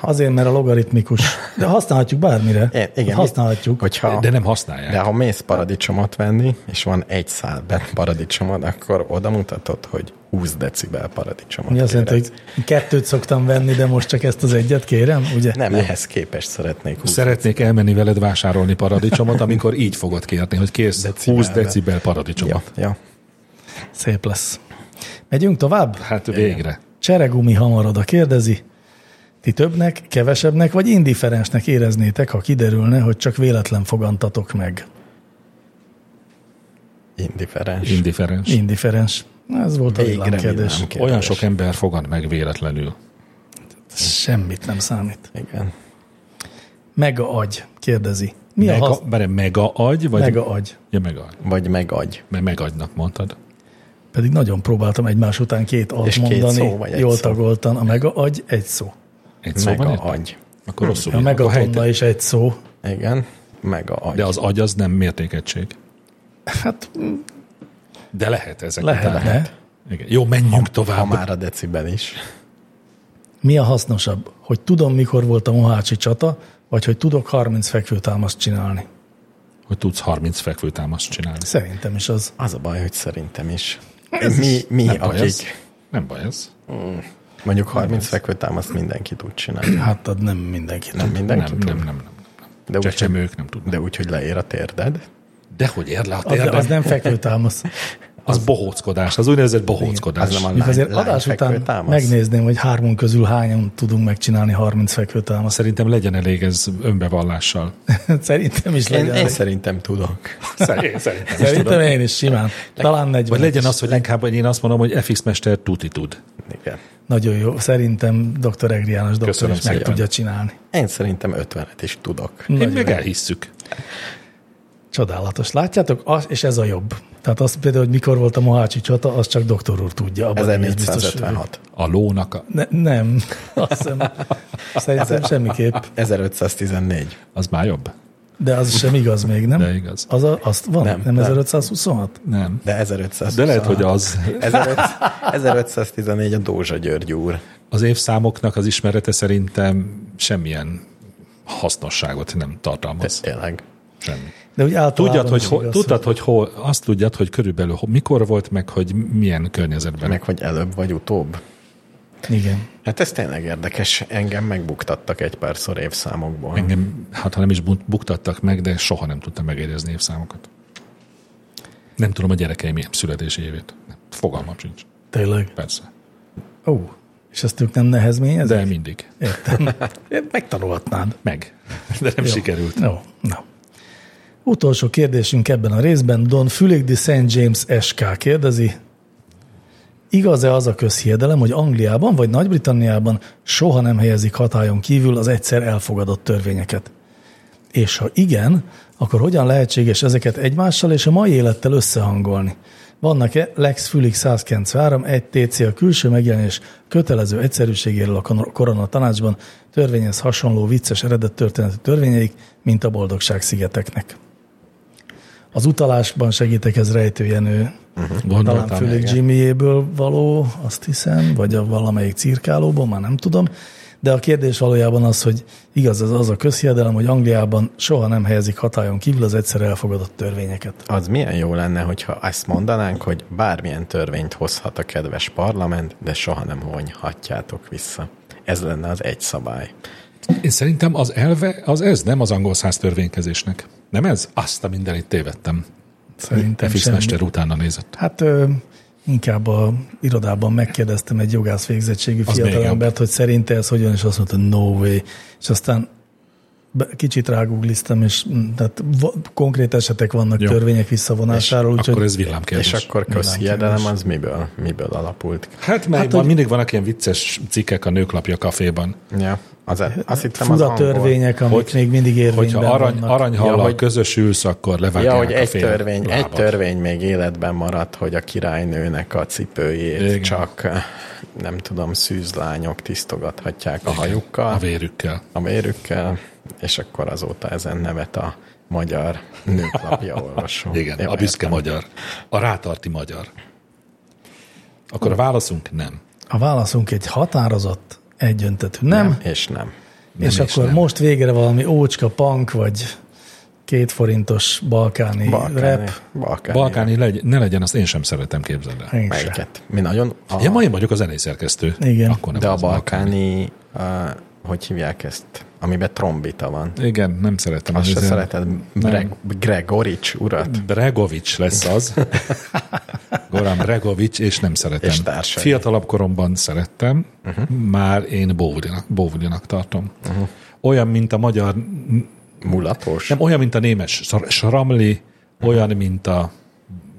Speaker 2: Azért, mert a logaritmikus. De használhatjuk bármire.
Speaker 1: Én, igen
Speaker 2: használhatjuk.
Speaker 1: Hogyha,
Speaker 3: De nem
Speaker 1: de
Speaker 3: használják.
Speaker 1: ha mész paradicsomot venni, és van egy szál be- paradicsomod, akkor oda mutatod, hogy 20 decibel paradicsomot.
Speaker 2: Mi azt jelenti,
Speaker 1: kérek.
Speaker 2: hogy kettőt szoktam venni, de most csak ezt az egyet kérem, ugye?
Speaker 1: Nem, ehhez képest szeretnék 20
Speaker 3: Szeretnék elmenni veled vásárolni paradicsomot, amikor így fogod kérni, hogy kész 20 decibel
Speaker 1: Ja,
Speaker 3: paradicsomot.
Speaker 1: ja.
Speaker 2: Szép lesz. Megyünk tovább?
Speaker 3: Hát végre.
Speaker 2: Cseregumi hamaroda kérdezi, ti többnek, kevesebbnek vagy indiferensnek éreznétek, ha kiderülne, hogy csak véletlen fogantatok meg?
Speaker 1: Indiferens.
Speaker 3: Indiferens.
Speaker 2: Indiferens. Na, Ez volt a
Speaker 1: Végre
Speaker 2: villámkérdés.
Speaker 1: villámkérdés.
Speaker 3: Olyan sok ember fogant meg véletlenül.
Speaker 2: Semmit nem számít.
Speaker 1: Igen.
Speaker 2: Mega agy, kérdezi. Mi
Speaker 3: mega,
Speaker 2: a hasz...
Speaker 3: várj, mega agy? Vagy,
Speaker 2: Mega agy.
Speaker 3: Ja, mega agy.
Speaker 1: Vagy megadj.
Speaker 3: Mert megagynak mondtad.
Speaker 2: Pedig nagyon próbáltam egymás után két alt
Speaker 1: És két
Speaker 2: mondani.
Speaker 1: szó vagy egy
Speaker 2: jól
Speaker 1: szó?
Speaker 2: tagoltan. A mega agy egy szó.
Speaker 3: Egy
Speaker 1: Mega
Speaker 3: szóban érted?
Speaker 1: agy.
Speaker 3: Akkor rosszul
Speaker 2: A
Speaker 3: írtam. Akkor helyte-
Speaker 2: megatonna is egy szó.
Speaker 1: Igen. Mega agy.
Speaker 3: De az agy az nem mértékegység.
Speaker 2: Hát
Speaker 3: De lehet ezek
Speaker 2: lehetne.
Speaker 3: után. Igen. Jó, menjünk
Speaker 1: ha
Speaker 3: tovább.
Speaker 1: már a decibel is.
Speaker 2: Mi a hasznosabb? Hogy tudom, mikor volt a Mohácsi csata, vagy hogy tudok 30 fekvőtámaszt csinálni?
Speaker 3: Hogy tudsz 30 fekvőtámaszt csinálni.
Speaker 2: Szerintem is az.
Speaker 1: Az a baj, hogy szerintem is. Mi, mi
Speaker 3: baj ez.
Speaker 1: akik
Speaker 3: Nem baj ez.
Speaker 1: mondjuk 30 fekvőtámaszt mindenki tud csinálni.
Speaker 2: Hát ad nem mindenki.
Speaker 1: Nem mindenki
Speaker 3: Nem,
Speaker 1: tud.
Speaker 3: nem, nem, nem.
Speaker 1: De úgy, hogy-
Speaker 3: Csecsemők nem tudnak.
Speaker 1: de úgy, hogy leér a térded.
Speaker 3: De hogy ér le a
Speaker 2: Az,
Speaker 3: térdem?
Speaker 2: az nem fekvőtámasz.
Speaker 3: Az bohóckodás, az úgynevezett
Speaker 1: Az
Speaker 3: bohóckodás.
Speaker 1: nem a
Speaker 2: Még
Speaker 1: lány,
Speaker 2: azért
Speaker 1: lány
Speaker 2: adás után
Speaker 1: fekvőtámasz.
Speaker 2: megnézném, hogy hármunk közül hányan tudunk megcsinálni 30 fekvőtámaszt.
Speaker 3: Szerintem legyen elég ez önbevallással.
Speaker 2: Szerintem is
Speaker 1: Én,
Speaker 2: legyen.
Speaker 1: én szerintem tudok.
Speaker 3: Szerintem, szerintem is tudom.
Speaker 2: Szerintem én is simán. Talán 40.
Speaker 3: Vagy legyen az, hogy inkább én azt mondom, hogy FX Mester tuti tud.
Speaker 1: Igen.
Speaker 2: Nagyon jó. Szerintem dr. Egri János doktor
Speaker 3: Köszönöm
Speaker 2: is meg
Speaker 3: szépen.
Speaker 2: tudja csinálni.
Speaker 1: Én szerintem 50-et is tudok.
Speaker 3: Én
Speaker 2: Nagyon
Speaker 3: meg
Speaker 2: jó.
Speaker 3: elhisszük.
Speaker 2: Csodálatos. Látjátok? Az, és ez a jobb. Tehát azt például, hogy mikor volt a Mohácsi csata, azt csak doktor úr tudja. Abban nem is biztos.
Speaker 1: 1456.
Speaker 3: A lónak a,
Speaker 2: Ne, nem. Azt hiszem,
Speaker 3: Hát,
Speaker 2: szerintem semmiképp.
Speaker 1: 1514.
Speaker 3: az már jobb.
Speaker 2: De az sem igaz még, nem?
Speaker 3: De igaz.
Speaker 2: Az a, azt van? Nem, nem
Speaker 1: Nem, nem.
Speaker 2: 1526?
Speaker 3: Nem.
Speaker 1: De 1500.
Speaker 3: De lehet, hogy az,
Speaker 1: 1514 a Dózsa György úr.
Speaker 3: az évszámoknak az ismerete szerintem semmilyen hasznosságot nem tartalmaz.
Speaker 1: Tényleg.
Speaker 3: Semmi.
Speaker 2: De úgy általában
Speaker 3: Tudjad, hogy,
Speaker 2: is
Speaker 3: hol,
Speaker 2: igaz,
Speaker 3: tudtad, hogy hol, azt tudjad, hogy körülbelül ho- mikor volt, meg hogy milyen környezetben.
Speaker 1: Meg hogy előbb vagy utóbb.
Speaker 2: hogy- Igen.
Speaker 1: Hát ez tényleg érdekes. Engem megbuktattak egy párszor évszámokból.
Speaker 3: Engem, hát ha nem is bu- buktattak meg, de soha nem tudtam megérezni évszámokat. Nem tudom a gyerekeim ilyen születési évét. Fogalmam sincs,
Speaker 2: Tényleg.
Speaker 3: persze.
Speaker 2: Ó, és ezt ők nem nehezményezik?
Speaker 3: De mindig.
Speaker 2: Értem. Megtanulhatnád.
Speaker 3: Meg. De nem Jó. sikerült.
Speaker 2: Jó, na. Utolsó kérdésünk ebben a részben. Don Fülig de St. James SK kérdezi. Igaz-e az a közhiedelem, hogy Angliában vagy Nagy-Britanniában soha nem helyezik hatályon kívül az egyszer elfogadott törvényeket? És ha igen, akkor hogyan lehetséges ezeket egymással és a mai élettel összehangolni? Vannak-e Lex Fülix 193, 1 TC a külső megjelenés kötelező egyszerűségéről a kon- korona tanácsban törvényhez hasonló vicces eredet történetű törvényeik, mint a boldogság szigeteknek? Az utalásban segítek ez rejtőjenő talán
Speaker 3: Gondoltam.
Speaker 2: főleg Jimmyjéből való, azt hiszem, vagy a valamelyik cirkálóból, már nem tudom. De a kérdés valójában az, hogy igaz az, az a közhiedelem, hogy Angliában soha nem helyezik hatályon kívül az egyszer elfogadott törvényeket.
Speaker 1: Az milyen jó lenne, hogyha ezt mondanánk, hogy bármilyen törvényt hozhat a kedves parlament, de soha nem vonhatjátok vissza. Ez lenne az egy szabály.
Speaker 3: Én szerintem az elve, az ez nem az angol száz törvénykezésnek. Nem ez? Azt a mindenit tévedtem.
Speaker 2: Szerintem
Speaker 3: FX
Speaker 2: semmi.
Speaker 3: mester utána nézett.
Speaker 2: Hát ö, inkább a irodában megkérdeztem egy jogász végzettségű
Speaker 3: Az még
Speaker 2: fiatalembert, hogy szerinte ez hogyan, és azt mondta, no way. És aztán be- kicsit rágugliztam, és mm, tehát va- konkrét esetek vannak
Speaker 3: Jó.
Speaker 2: törvények visszavonásáról,
Speaker 3: Akkor
Speaker 2: úgyhogy
Speaker 3: ez villámkérdés.
Speaker 1: És akkor közhiedelem az miből, miből alapult?
Speaker 3: Hát meg
Speaker 2: Hát,
Speaker 3: hát, van,
Speaker 2: hogy-
Speaker 3: mindig vannak ilyen vicces cikkek a nőklapja kaféban.
Speaker 1: Ja, az, azt hittem az
Speaker 2: fura
Speaker 1: angol.
Speaker 2: törvények, amik
Speaker 3: Hogy-
Speaker 2: még mindig érvényben
Speaker 3: Hogyha arany,
Speaker 2: vannak.
Speaker 3: aranyhallal
Speaker 1: Ja,
Speaker 3: ja,
Speaker 1: hogy-
Speaker 3: közösülsz, akkor levágják
Speaker 1: Ja, hogy
Speaker 3: a
Speaker 1: egy
Speaker 3: fél
Speaker 1: törvény, egy
Speaker 3: lábad.
Speaker 1: törvény még életben maradt, hogy a királynőnek a cipőjét
Speaker 3: Igen.
Speaker 1: Igen. csak eh, nem tudom, szűzlányok tisztogathatják a
Speaker 3: A
Speaker 1: hajukkal,
Speaker 3: vérükkel.
Speaker 1: a vérükkel, és akkor azóta ezen nevet a magyar nőklapja olvasó.
Speaker 3: Igen,
Speaker 1: Jó,
Speaker 3: a büszke
Speaker 1: értem.
Speaker 3: magyar. A rátarti magyar. Akkor a válaszunk nem.
Speaker 2: A válaszunk egy határozott, egyöntetű nem, nem
Speaker 1: És nem.
Speaker 2: és
Speaker 3: nem és
Speaker 2: akkor
Speaker 3: nem.
Speaker 2: most végre valami ócska, punk, vagy két forintos balkáni,
Speaker 1: Balkáni.
Speaker 2: rap.
Speaker 1: Balkáni.
Speaker 3: Balkáni legy, ne legyen, azt én sem szeretem, képzeld el.
Speaker 2: Én se.
Speaker 1: Melyiket? Mi nagyon... A,
Speaker 3: Ja, ma én vagyok a zenészerkesztő.
Speaker 2: Igen.
Speaker 3: Akkor nem
Speaker 1: de a
Speaker 3: az balkán.
Speaker 1: balkáni, a, hogy hívják ezt, amiben trombita van.
Speaker 3: Igen, nem szeretem.
Speaker 1: Azt se
Speaker 3: Ez-
Speaker 1: szereted, Greg, Gregorics urat?
Speaker 3: Bregovics lesz az. Goran Bregovics, és nem szeretem.
Speaker 1: És társai.
Speaker 3: Fiatalabb koromban szerettem, uh-huh. már én bóvulinak, bóvulinak tartom. Uh-huh. Olyan, mint a magyar,
Speaker 1: Mulatos? Uh-huh.
Speaker 3: nem olyan, mint a némes Sar- Sramli, olyan, mint a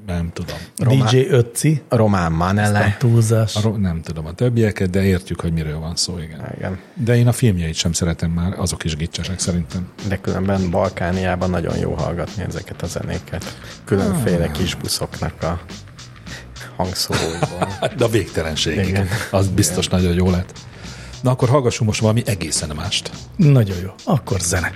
Speaker 3: Nem tudom.
Speaker 1: Román.
Speaker 2: DJ Ötci,
Speaker 1: Román Manele.
Speaker 2: túlzás.
Speaker 3: A, ro- nem tudom a többieket, de értjük, hogy miről van szó, igen.
Speaker 1: Igen.
Speaker 3: De én a filmjeit sem szeretem már, azok is gicsesek szerintem.
Speaker 1: De különben Balkániában nagyon jó hallgatni ezeket a zenéket. Különféle kis buszoknak a hangszóróiból.
Speaker 3: Hát, De a végtelenségig.
Speaker 1: Igen.
Speaker 3: Az biztos nagyon jó lett. Na akkor hallgassunk most valami egészen mást.
Speaker 2: Nagyon jó. Akkor zene.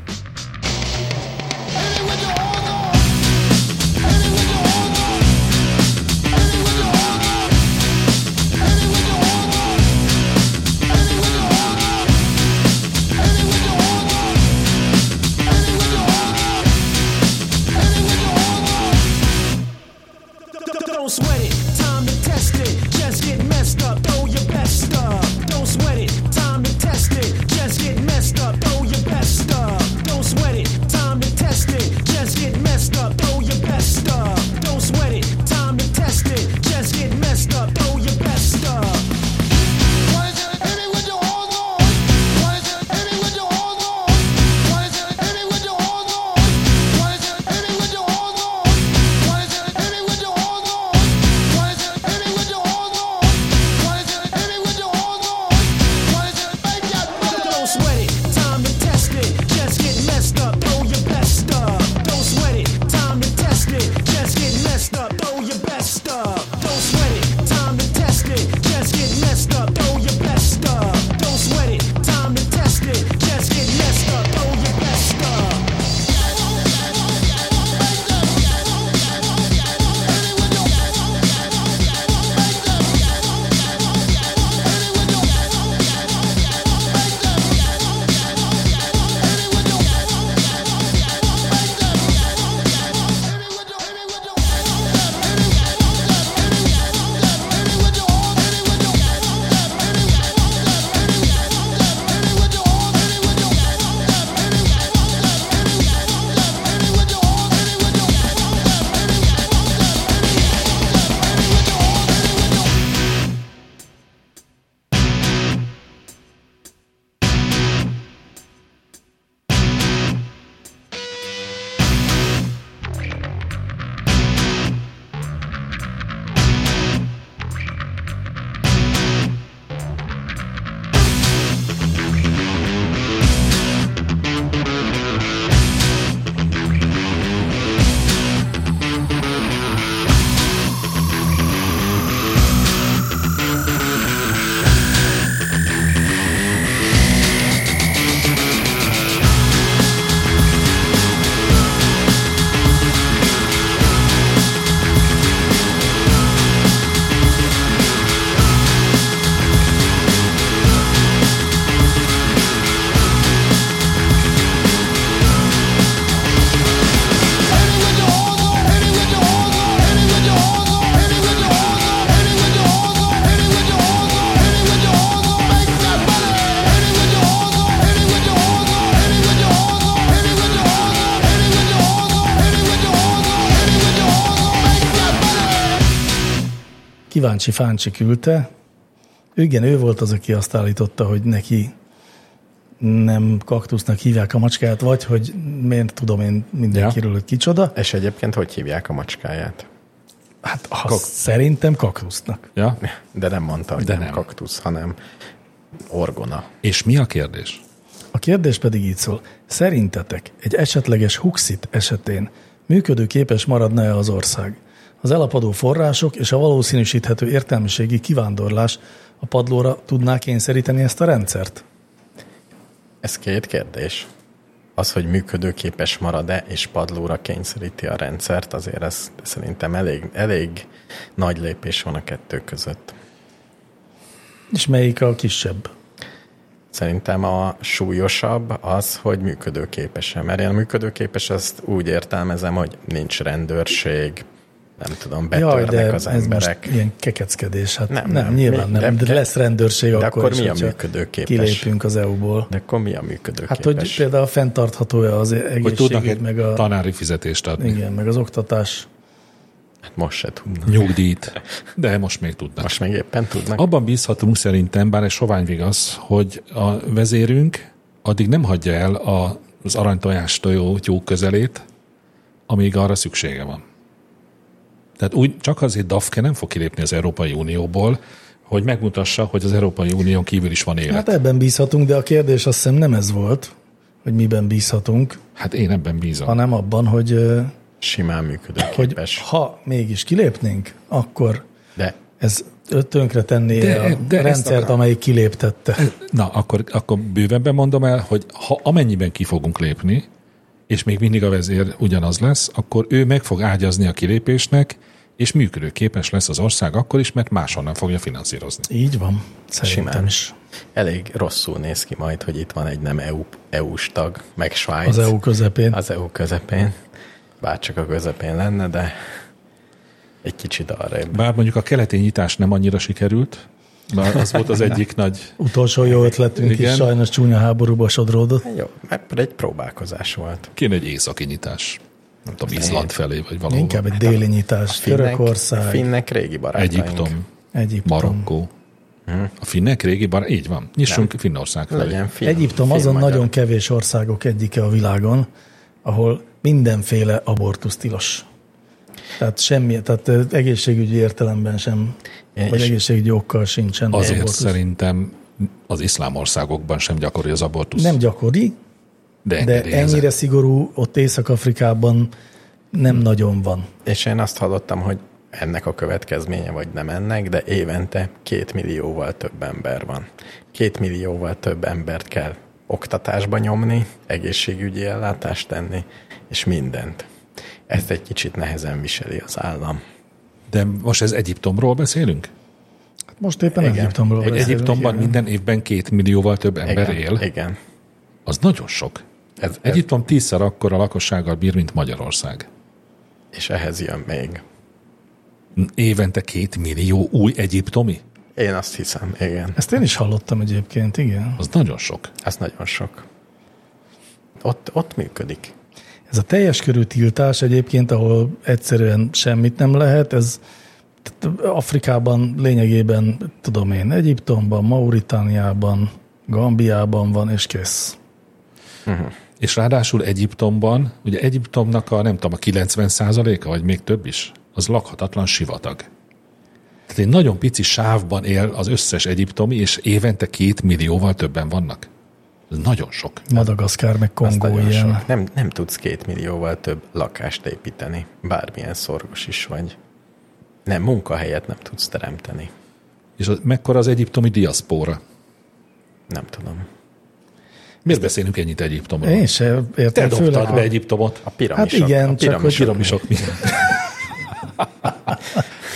Speaker 5: Don't sweat it, time to test it. Just get messed up, throw your best up. Don't sweat it, time to test it. Just get messed up, throw your best up. Don't sweat it, time to test it. Just get messed up, throw your best up. Don't sweat it, time to test it. Just get messed up, throw your best up.
Speaker 6: Why is it hit me with your horns on? Why is it hit me with your horns on? Why is it hit me with your horns on? Why is it hit me with your horns on? Why is it hit me with your horns on? Why is it hit me with your horns on? Why is it hit me with your horns on? Why is it make that
Speaker 5: Don't sweat it, time to test it. Just get messed up, throw your best up. Don't sweat it, time to test it. Just get messed up, throw your best up. Don't sweat it, time to test it. Just get messed up, throw your best up. Don't sweat it, time to test it. Just get messed up, throw your best up.
Speaker 2: Kíváncsi Fáncsi küldte. Igen, ő volt az, aki azt állította, hogy neki nem kaktusznak hívják a macskáját, vagy hogy miért tudom én mindenkiről, hogy kicsoda.
Speaker 1: És egyébként hogy hívják a macskáját?
Speaker 2: Hát ha szerintem kaktusznak.
Speaker 3: Ja?
Speaker 1: De nem mondta, hogy
Speaker 3: De
Speaker 1: nem,
Speaker 3: nem.
Speaker 1: kaktusz, hanem orgona.
Speaker 3: És mi a kérdés?
Speaker 2: A kérdés pedig így szól. Szerintetek egy esetleges huxit esetén működőképes maradna-e az ország? Az elapadó források és a valószínűsíthető értelmiségi kivándorlás a padlóra tudná kényszeríteni ezt a rendszert?
Speaker 1: Ez két kérdés. Az, hogy működőképes marad-e, és padlóra kényszeríti a rendszert, azért ez szerintem elég, elég nagy lépés van a kettő között.
Speaker 2: És melyik a kisebb?
Speaker 1: Szerintem a súlyosabb az, hogy működőképes-e. Mert én a működőképes azt úgy értelmezem, hogy nincs rendőrség, nem tudom, betörnek Jaj, az
Speaker 2: ez
Speaker 1: emberek.
Speaker 2: most ilyen kekeckedés. Hát nem,
Speaker 1: Nem,
Speaker 2: nem, nem
Speaker 1: nem.
Speaker 2: nyilván
Speaker 1: Mi-
Speaker 2: nem.
Speaker 1: de-
Speaker 2: De, de lesz rendőrség
Speaker 1: de
Speaker 2: akkor,
Speaker 1: akkor
Speaker 2: is,
Speaker 1: mi a
Speaker 2: hogyha
Speaker 1: működőképes?
Speaker 2: Kilépünk az EU-ból.
Speaker 1: De akkor mi a
Speaker 2: Hát,
Speaker 1: működőképes?
Speaker 2: hogy például fenntartható-e az
Speaker 3: Hogy tudnak
Speaker 2: egészségügy,
Speaker 3: egy
Speaker 2: meg a,
Speaker 3: tanári fizetést adni, igen.
Speaker 2: igen, meg az oktatás.
Speaker 1: hát most se tudnak.
Speaker 3: nyugdíjt, de most még tudnak.
Speaker 1: Most még éppen tudnak.
Speaker 3: Abban bízhatunk szerintem, bár egy sovány igaz, hogy a vezérünk addig nem hagyja el a, az aranytojás tojó tyúk közelét, amíg arra szüksége van. Tehát úgy csak azért DAFKE nem fog kilépni az Európai Unióból, hogy megmutassa, hogy az Európai Unión kívül is van élet.
Speaker 2: Hát
Speaker 3: Hát,
Speaker 2: ebben bízhatunk, de a kérdés azt hiszem nem ez volt, hogy miben bízhatunk,
Speaker 3: hát én ebben bízom.
Speaker 2: hanem abban, hogy, ö,
Speaker 1: Simán
Speaker 2: hogy
Speaker 1: működőképes.
Speaker 2: ha mégis kilépnénk, akkor
Speaker 1: De
Speaker 2: ez tönkre tenné
Speaker 3: De-
Speaker 2: de, a
Speaker 3: de
Speaker 2: de
Speaker 3: ezt
Speaker 2: rendszert,
Speaker 3: akarom.
Speaker 2: amelyik kiléptette.
Speaker 3: Na, akkor, akkor bővebben mondom el, hogy ha amennyiben ki fogunk lépni, és még mindig a vezér ugyanaz lesz, akkor ő meg fog ágyazni a kilépésnek, és működőképes lesz az ország akkor is, mert máshonnan fogja finanszírozni.
Speaker 2: Így van,
Speaker 1: simán.
Speaker 2: szerintem is.
Speaker 1: Elég rosszul néz ki majd, hogy itt van egy nem E EU, EU-s tag, meg Svájc.
Speaker 2: Az E EU közepén.
Speaker 1: az EU közepén. Bárcsak a közepén lenne, de egy kicsit arrébb.
Speaker 3: Bár mondjuk a keleti nyitás nem annyira sikerült, bár az volt az egyik nagy...
Speaker 2: Utolsó jó ötletünk Igen.
Speaker 3: Igen.
Speaker 2: is sajnos csúnya háborúba sodródott.
Speaker 1: Hát Jó, mert egy próbálkozás volt.
Speaker 3: Kéne egy északi nyitás. Nem tudom, Izland felé, vagy valahol.
Speaker 2: Inkább egy déli nyitás. Törökország,
Speaker 1: finnek régi barátaink.
Speaker 3: Egyiptom,
Speaker 2: Egyiptom.
Speaker 3: Marokkó.
Speaker 2: Hm?
Speaker 3: A finnek régi, bár így van. Nyissunk Finnország felé.
Speaker 1: Legyen finn,
Speaker 2: Egyiptom
Speaker 1: finn
Speaker 2: azon
Speaker 1: magyar.
Speaker 2: nagyon kevés országok egyike a világon, ahol mindenféle abortusz tilos. Tehát semmi, tehát ö, egészségügyi értelemben sem,
Speaker 1: Én
Speaker 2: vagy
Speaker 1: is.
Speaker 2: egészségügyi okkal sincsen
Speaker 3: Azért
Speaker 2: abortusz.
Speaker 3: szerintem az iszlám országokban sem gyakori az abortusz.
Speaker 2: Nem gyakori,
Speaker 3: de,
Speaker 2: de
Speaker 3: engedélyezett.
Speaker 2: ennyire szigorú ott Észak-Afrikában nem nagyon van.
Speaker 1: És én azt hallottam, hogy ennek a következménye, vagy nem ennek, de évente két millióval több ember van. Két millióval több embert kell oktatásba nyomni, egészségügyi ellátást tenni, és mindent. Ezt egy kicsit nehezen viseli az állam.
Speaker 3: De most ez Egyiptomról beszélünk?
Speaker 2: Most éppen
Speaker 1: Igen.
Speaker 2: Egyiptomról
Speaker 1: Egy-
Speaker 2: beszélünk.
Speaker 3: Egyiptomban
Speaker 2: igen.
Speaker 3: minden évben két millióval több ember
Speaker 1: igen,
Speaker 3: él.
Speaker 1: Igen.
Speaker 3: Az nagyon sok.
Speaker 1: Ez, ez,
Speaker 3: Egyiptom tízszer akkora lakossággal bír, mint Magyarország.
Speaker 1: és ehhez jön még.
Speaker 3: Évente két millió új egyiptomi?
Speaker 1: Én azt hiszem, igen.
Speaker 2: Ezt én is hallottam egyébként, igen.
Speaker 3: Az nagyon sok.
Speaker 1: Ez nagyon sok. Ott, ott működik.
Speaker 2: Ez a teljes körű tiltás egyébként, ahol egyszerűen semmit nem lehet, ez tehát Afrikában lényegében, tudom én, Egyiptomban, Mauritániában, Gambiában van, és kész.
Speaker 3: És ráadásul Egyiptomban, ugye Egyiptomnak a nem tudom, a 90 a vagy még több is, az lakhatatlan sivatag. Tehát egy nagyon pici sávban él az összes egyiptomi, és évente két millióval többen vannak. Ez nagyon sok.
Speaker 2: Madagaszkár, meg
Speaker 1: Az
Speaker 2: Kongó
Speaker 1: nagyon
Speaker 2: ilyen.
Speaker 1: sok. Nem, nem tudsz két millióval több lakást építeni, bármilyen szorgos is vagy. Nem, munkahelyet nem tudsz teremteni.
Speaker 3: És az, mekkora az egyiptomi diaszpóra?
Speaker 1: Nem tudom.
Speaker 3: Miért beszélünk ennyit Egyiptomról?
Speaker 2: Én se
Speaker 3: Te
Speaker 2: értem,
Speaker 3: dobtad be
Speaker 2: főleg
Speaker 3: Egyiptomot.
Speaker 1: A piramisok.
Speaker 2: Hát igen,
Speaker 1: a
Speaker 2: csak
Speaker 1: piramisok.
Speaker 2: hogy
Speaker 3: Piramisok miatt.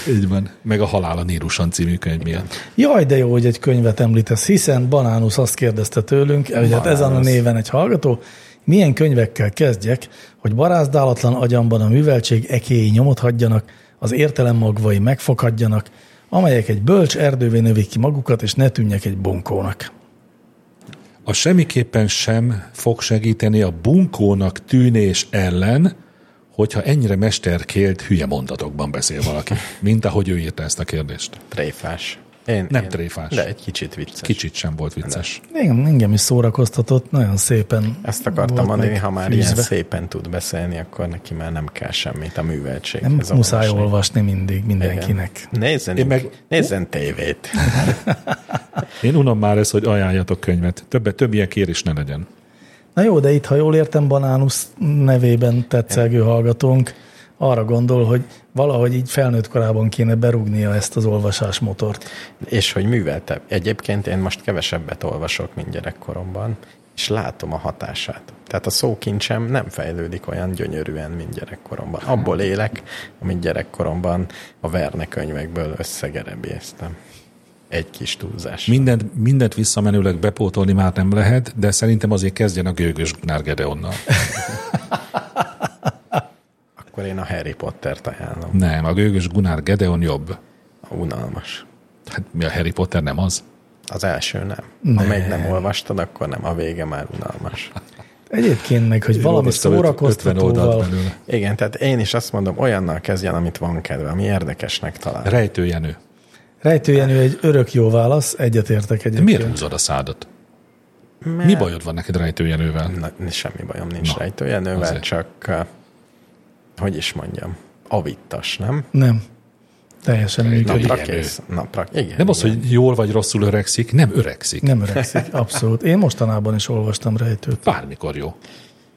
Speaker 3: Így van. Meg a Halál a Níruson című könyv miatt.
Speaker 2: Jaj, de jó, hogy egy könyvet említesz, hiszen Banánusz azt kérdezte tőlünk, hogy hát ezen a néven egy hallgató, milyen könyvekkel kezdjek, hogy barázdálatlan agyamban a műveltség ekéi nyomot hagyjanak, az értelem magvai megfoghatjanak, amelyek egy bölcs erdővé növik ki magukat, és ne tűnjek egy bunkónak.
Speaker 3: A semmiképpen sem fog segíteni a bunkónak tűnés ellen, hogyha ennyire mesterkélt hülye mondatokban beszél valaki, mint ahogy ő írta ezt a kérdést.
Speaker 1: Tréfás. Én,
Speaker 3: Nem
Speaker 1: én,
Speaker 3: tréfás.
Speaker 1: De egy kicsit vicces.
Speaker 3: Kicsit sem volt vicces.
Speaker 2: Igen, engem is szórakoztatott, nagyon szépen.
Speaker 1: Ezt akartam
Speaker 2: volt
Speaker 1: mondani,
Speaker 2: meg
Speaker 1: ha már
Speaker 2: fűzve.
Speaker 1: ilyen szépen tud beszélni, akkor neki már nem kell semmit a műveltség.
Speaker 2: Nem muszáj olvasni mindig mindenkinek.
Speaker 1: Mindenkinek. Nézzen,
Speaker 3: Én
Speaker 1: Én
Speaker 3: meg-
Speaker 1: meg... nézzen tévét.
Speaker 3: Én unom már ezt, hogy ajánljatok könyvet. Többet, több ilyen kérés ne legyen.
Speaker 2: Na jó, de itt, ha jól értem, Banánusz nevében tetszelgő hallgatónk arra gondol, hogy valahogy így felnőtt korában kéne berúgnia ezt az olvasásmotort.
Speaker 1: És hogy műveltebb. Egyébként én most kevesebbet olvasok, mint gyerekkoromban, és látom a hatását. Tehát a szókincsem nem fejlődik olyan gyönyörűen, mint gyerekkoromban. Abból élek, amit gyerekkoromban a Verne könyvekből összegerebéztem. Egy kis túlzás.
Speaker 3: Mindent, mindent visszamenőleg bepótolni már nem lehet, de szerintem azért kezdjen a gőgös Gnár Gedeonnal.
Speaker 1: Akkor én a Harry Pottert ajánlom.
Speaker 3: Nem, a gőgös Gunár Gedeon jobb.
Speaker 1: Unalmas.
Speaker 3: Hát mi a Harry Potter nem az?
Speaker 1: Az első nem. Ha még nem olvastad, akkor nem. A vége már unalmas.
Speaker 2: Egyébként meg, hogy valami
Speaker 3: Olvastam öt- 50 oldalt
Speaker 2: szórakoztatóval, Hát.
Speaker 3: belőle.
Speaker 1: Igen, tehát én is azt mondom, olyannal kezdjen, amit van kedve, ami érdekesnek talál.
Speaker 3: Rejtő Jenő.
Speaker 2: Rejtő Jenő egy örök jó válasz, egyetértek
Speaker 3: De miért
Speaker 2: egyébként.
Speaker 3: húzod a szádat? Mi bajod van neked Rejtő Jenővel?
Speaker 1: Na, semmi bajom nincs
Speaker 3: Na,
Speaker 1: rejtőjenővel,
Speaker 3: azért.
Speaker 1: csak eh, hogy is mondjam, avittas, nem?
Speaker 2: Nem. Teljesen működik.
Speaker 1: Napra
Speaker 3: igen,
Speaker 1: kész. Napra, igen,
Speaker 3: Nem az,
Speaker 1: igen.
Speaker 3: hogy jól vagy rosszul öregszik, nem öregszik.
Speaker 2: Nem öregszik, abszolút. Én mostanában is olvastam rejtőt.
Speaker 3: Bármikor jó.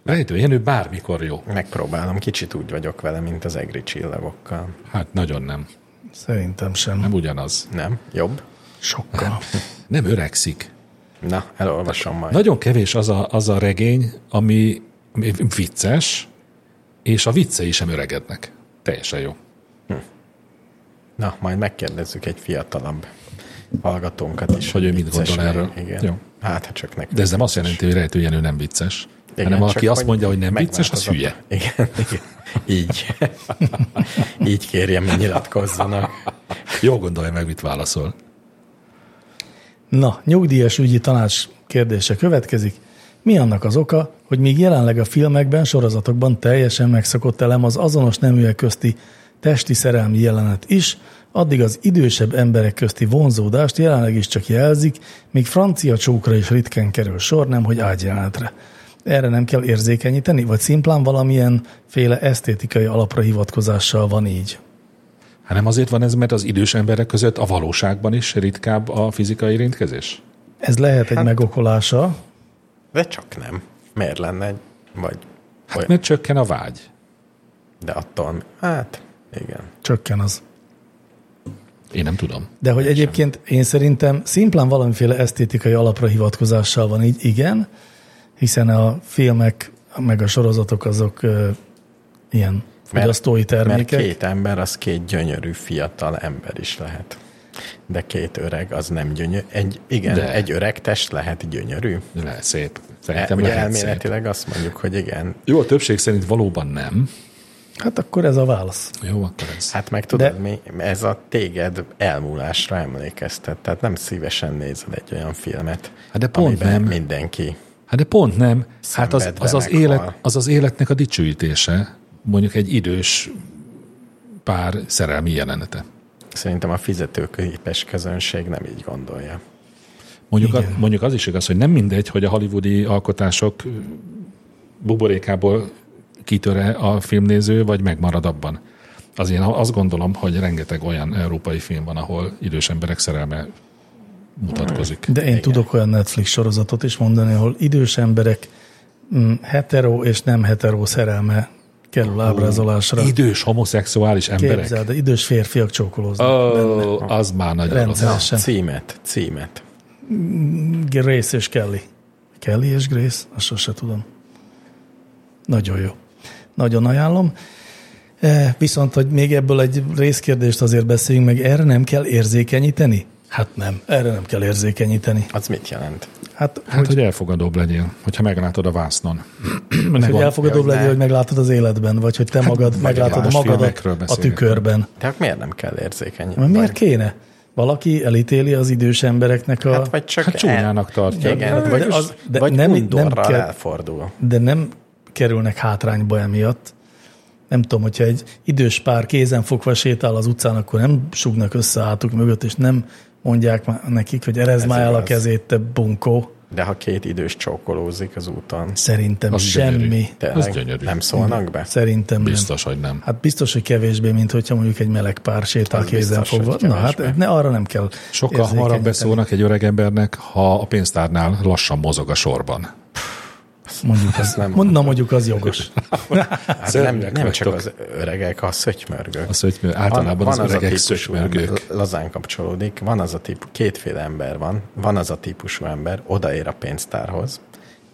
Speaker 3: Rejtő Jenő bármikor jó.
Speaker 1: Megpróbálom, kicsit úgy vagyok vele, mint az egri csillagokkal.
Speaker 3: Hát nagyon nem.
Speaker 2: Szerintem sem.
Speaker 3: Nem ugyanaz.
Speaker 1: Nem? Jobb?
Speaker 2: Sokkal.
Speaker 3: Nem öregszik.
Speaker 1: Na, elolvasom majd.
Speaker 3: Nagyon kevés az a, az a regény, ami ami vicces, és a viccei sem öregednek. Teljesen jó.
Speaker 1: Na, majd megkérdezzük egy fiatalabb hallgatónkat is.
Speaker 3: Hogy ő mit
Speaker 1: vicces
Speaker 3: gondol
Speaker 1: még.
Speaker 3: erről.
Speaker 1: Igen.
Speaker 3: Jó.
Speaker 1: Hát, ha csak nekünk.
Speaker 3: De ez nem azt jelenti, hogy Rejtő Jenő nem vicces, Igen, hanem
Speaker 1: csak
Speaker 3: aki azt mondja, hogy nem vicces, az
Speaker 1: megváltozott.
Speaker 3: hülye.
Speaker 1: Igen, igen. Így. Így kérjem, hogy nyilatkozzanak.
Speaker 3: Jó gondolja meg, mit válaszol.
Speaker 2: Na, nyugdíjas ügyi tanács kérdése következik. Mi annak az oka, hogy még jelenleg a filmekben, sorozatokban teljesen megszokott elem az azonos neműek közti testi szerelmi jelenet is, addig az idősebb emberek közti vonzódást jelenleg is csak jelzik, míg francia csókra is ritkán kerül sor, nem hogy ágyjelenetre. Erre nem kell érzékenyíteni, vagy szimplán valamilyen féle esztétikai alapra hivatkozással van így.
Speaker 3: Hanem Hát azért van ez, mert az idős emberek között a valóságban is ritkább a fizikai érintkezés?
Speaker 2: Ez lehet egy megokolása,
Speaker 1: De csak nem. Miért lenne? Vagy
Speaker 3: Hát
Speaker 1: olyan.
Speaker 3: mert csökken a vágy.
Speaker 1: De attól, hát, igen.
Speaker 2: csökken az.
Speaker 3: Én nem tudom.
Speaker 2: De hogy egyébként én szerintem szimplán valamiféle esztétikai alapra hivatkozással van így, igen, hiszen a filmek meg a sorozatok azok ö, ilyen fogyasztói
Speaker 1: Mert
Speaker 2: termékek.
Speaker 1: két ember, az két gyönyörű fiatal ember is lehet. De két öreg, az nem gyönyörű. Egy, igen,
Speaker 3: De.
Speaker 1: De. egy öreg test lehet gyönyörű.
Speaker 3: Lehet szép.
Speaker 1: E,
Speaker 3: Szerintem
Speaker 1: ugye
Speaker 3: lehet szép.
Speaker 1: elméletileg azt mondjuk, hogy igen.
Speaker 3: Jó, a többség szerint valóban nem.
Speaker 2: Hát akkor ez a válasz.
Speaker 3: Jó, akkor ez.
Speaker 1: Hát meg tudod,
Speaker 2: De-
Speaker 1: De. mi, ez a téged elmúlásra emlékeztet. Tehát nem szívesen nézed egy olyan filmet,
Speaker 3: Hát de pont
Speaker 1: amiben
Speaker 3: nem.
Speaker 1: mindenki.
Speaker 3: Hát de pont nem. Hát az
Speaker 1: Szenvedve
Speaker 3: az, az,
Speaker 1: meghal.
Speaker 3: élet, az az életnek a dicsőítése, mondjuk egy idős pár szerelmi jelenete.
Speaker 1: Szerintem a fizetőképes közönség nem így gondolja.
Speaker 3: Mondjuk, a,
Speaker 2: Igen.
Speaker 3: mondjuk az is igaz, hogy nem mindegy, hogy a hollywoodi alkotások buborékából kitöre a filmnéző, vagy megmarad abban. Az én azt gondolom, hogy rengeteg olyan európai film van, ahol idős emberek szerelme mutatkozik.
Speaker 2: De én igen. tudok olyan Netflix sorozatot is mondani, ahol idős emberek mm, hetero és nem hetero szerelme kerül ábrázolásra.
Speaker 3: Idős homoszexuális emberek.
Speaker 2: Képzeld, de idős férfiak csókolóznak.
Speaker 3: Oh, az már nagyon rossz.
Speaker 2: Rendszeresen.
Speaker 1: Címet, címet.
Speaker 2: Grace és Kelly. Kelly és Grace? Azt sose tudom. Nagyon jó. Nagyon ajánlom. Eh, Viszont, hogy még ebből egy részkérdést azért beszéljünk meg, erre nem kell érzékenyíteni? Hát nem, erre nem kell érzékenyíteni.
Speaker 1: Az mit jelent?
Speaker 2: Hát,
Speaker 3: Hát, hogy elfogadóbb legyél, hogyha meglátod a vásznon. Meg
Speaker 2: hogy
Speaker 3: van-
Speaker 2: elfogadóbb
Speaker 1: hogy ne.
Speaker 2: legyél, hogy meglátod az életben, vagy hogy te magad meglátod
Speaker 3: más
Speaker 2: magadat
Speaker 3: filmekről
Speaker 2: a
Speaker 3: beszélgetünk.
Speaker 2: tükörben.
Speaker 1: De akkor miért nem kell érzékeny?
Speaker 2: Mert miért kéne? Valaki elítéli az idős embereknek a...
Speaker 1: Hát vagy csak
Speaker 3: Hát csúnyának tartja.
Speaker 1: Igen, hát
Speaker 2: De
Speaker 1: vagy,
Speaker 2: az-
Speaker 1: az,
Speaker 2: de
Speaker 1: vagy
Speaker 2: nem-
Speaker 1: nem,
Speaker 2: nem
Speaker 1: undorra
Speaker 2: kell-
Speaker 1: elfordul.
Speaker 2: de nem kerülnek hátrányba emiatt. Nem tudom, hogyha egy idős pár kézenfogva sétál az utcán, akkor nem sugnak össze a hátuk mögött, és nem mondják már nekik, hogy erezd
Speaker 1: Ez
Speaker 2: már el a
Speaker 1: igaz.
Speaker 2: kezét, te bunkó.
Speaker 1: De ha két idős csókolózik az úton,
Speaker 2: Szerintem
Speaker 3: Az
Speaker 2: semmi.
Speaker 3: gyönyörű.
Speaker 1: tényleg
Speaker 3: gyönyörű.
Speaker 1: nem szólnak be?
Speaker 2: Szerintem nem.
Speaker 3: Biztos, hogy nem.
Speaker 2: Hát biztos, hogy kevésbé, mint hogyha mondjuk egy meleg pár sétál
Speaker 1: Az Hát biztos,
Speaker 2: kézenfogva.
Speaker 1: hogy
Speaker 2: Na
Speaker 1: kevésbé.
Speaker 2: hát ne, arra nem kell
Speaker 3: Sokkal hamarabb
Speaker 2: érzékenyíteni.
Speaker 3: beszólnak egy öreg embernek, ha a pénztárnál lassan mozog a sorban.
Speaker 2: Mondjuk az,
Speaker 1: Ezt nem
Speaker 2: mond, na mondjuk az jogos.
Speaker 1: Hát nem,
Speaker 3: Szörnyek
Speaker 1: nem csak
Speaker 3: vagytok.
Speaker 1: az öregek, a szötymörgök.
Speaker 3: A szötymör- általában az öregek szötymörgők.
Speaker 1: ember, lazán kapcsolódik, van az a típus, kétféle ember van, van az a típusú ember, odaér a pénztárhoz,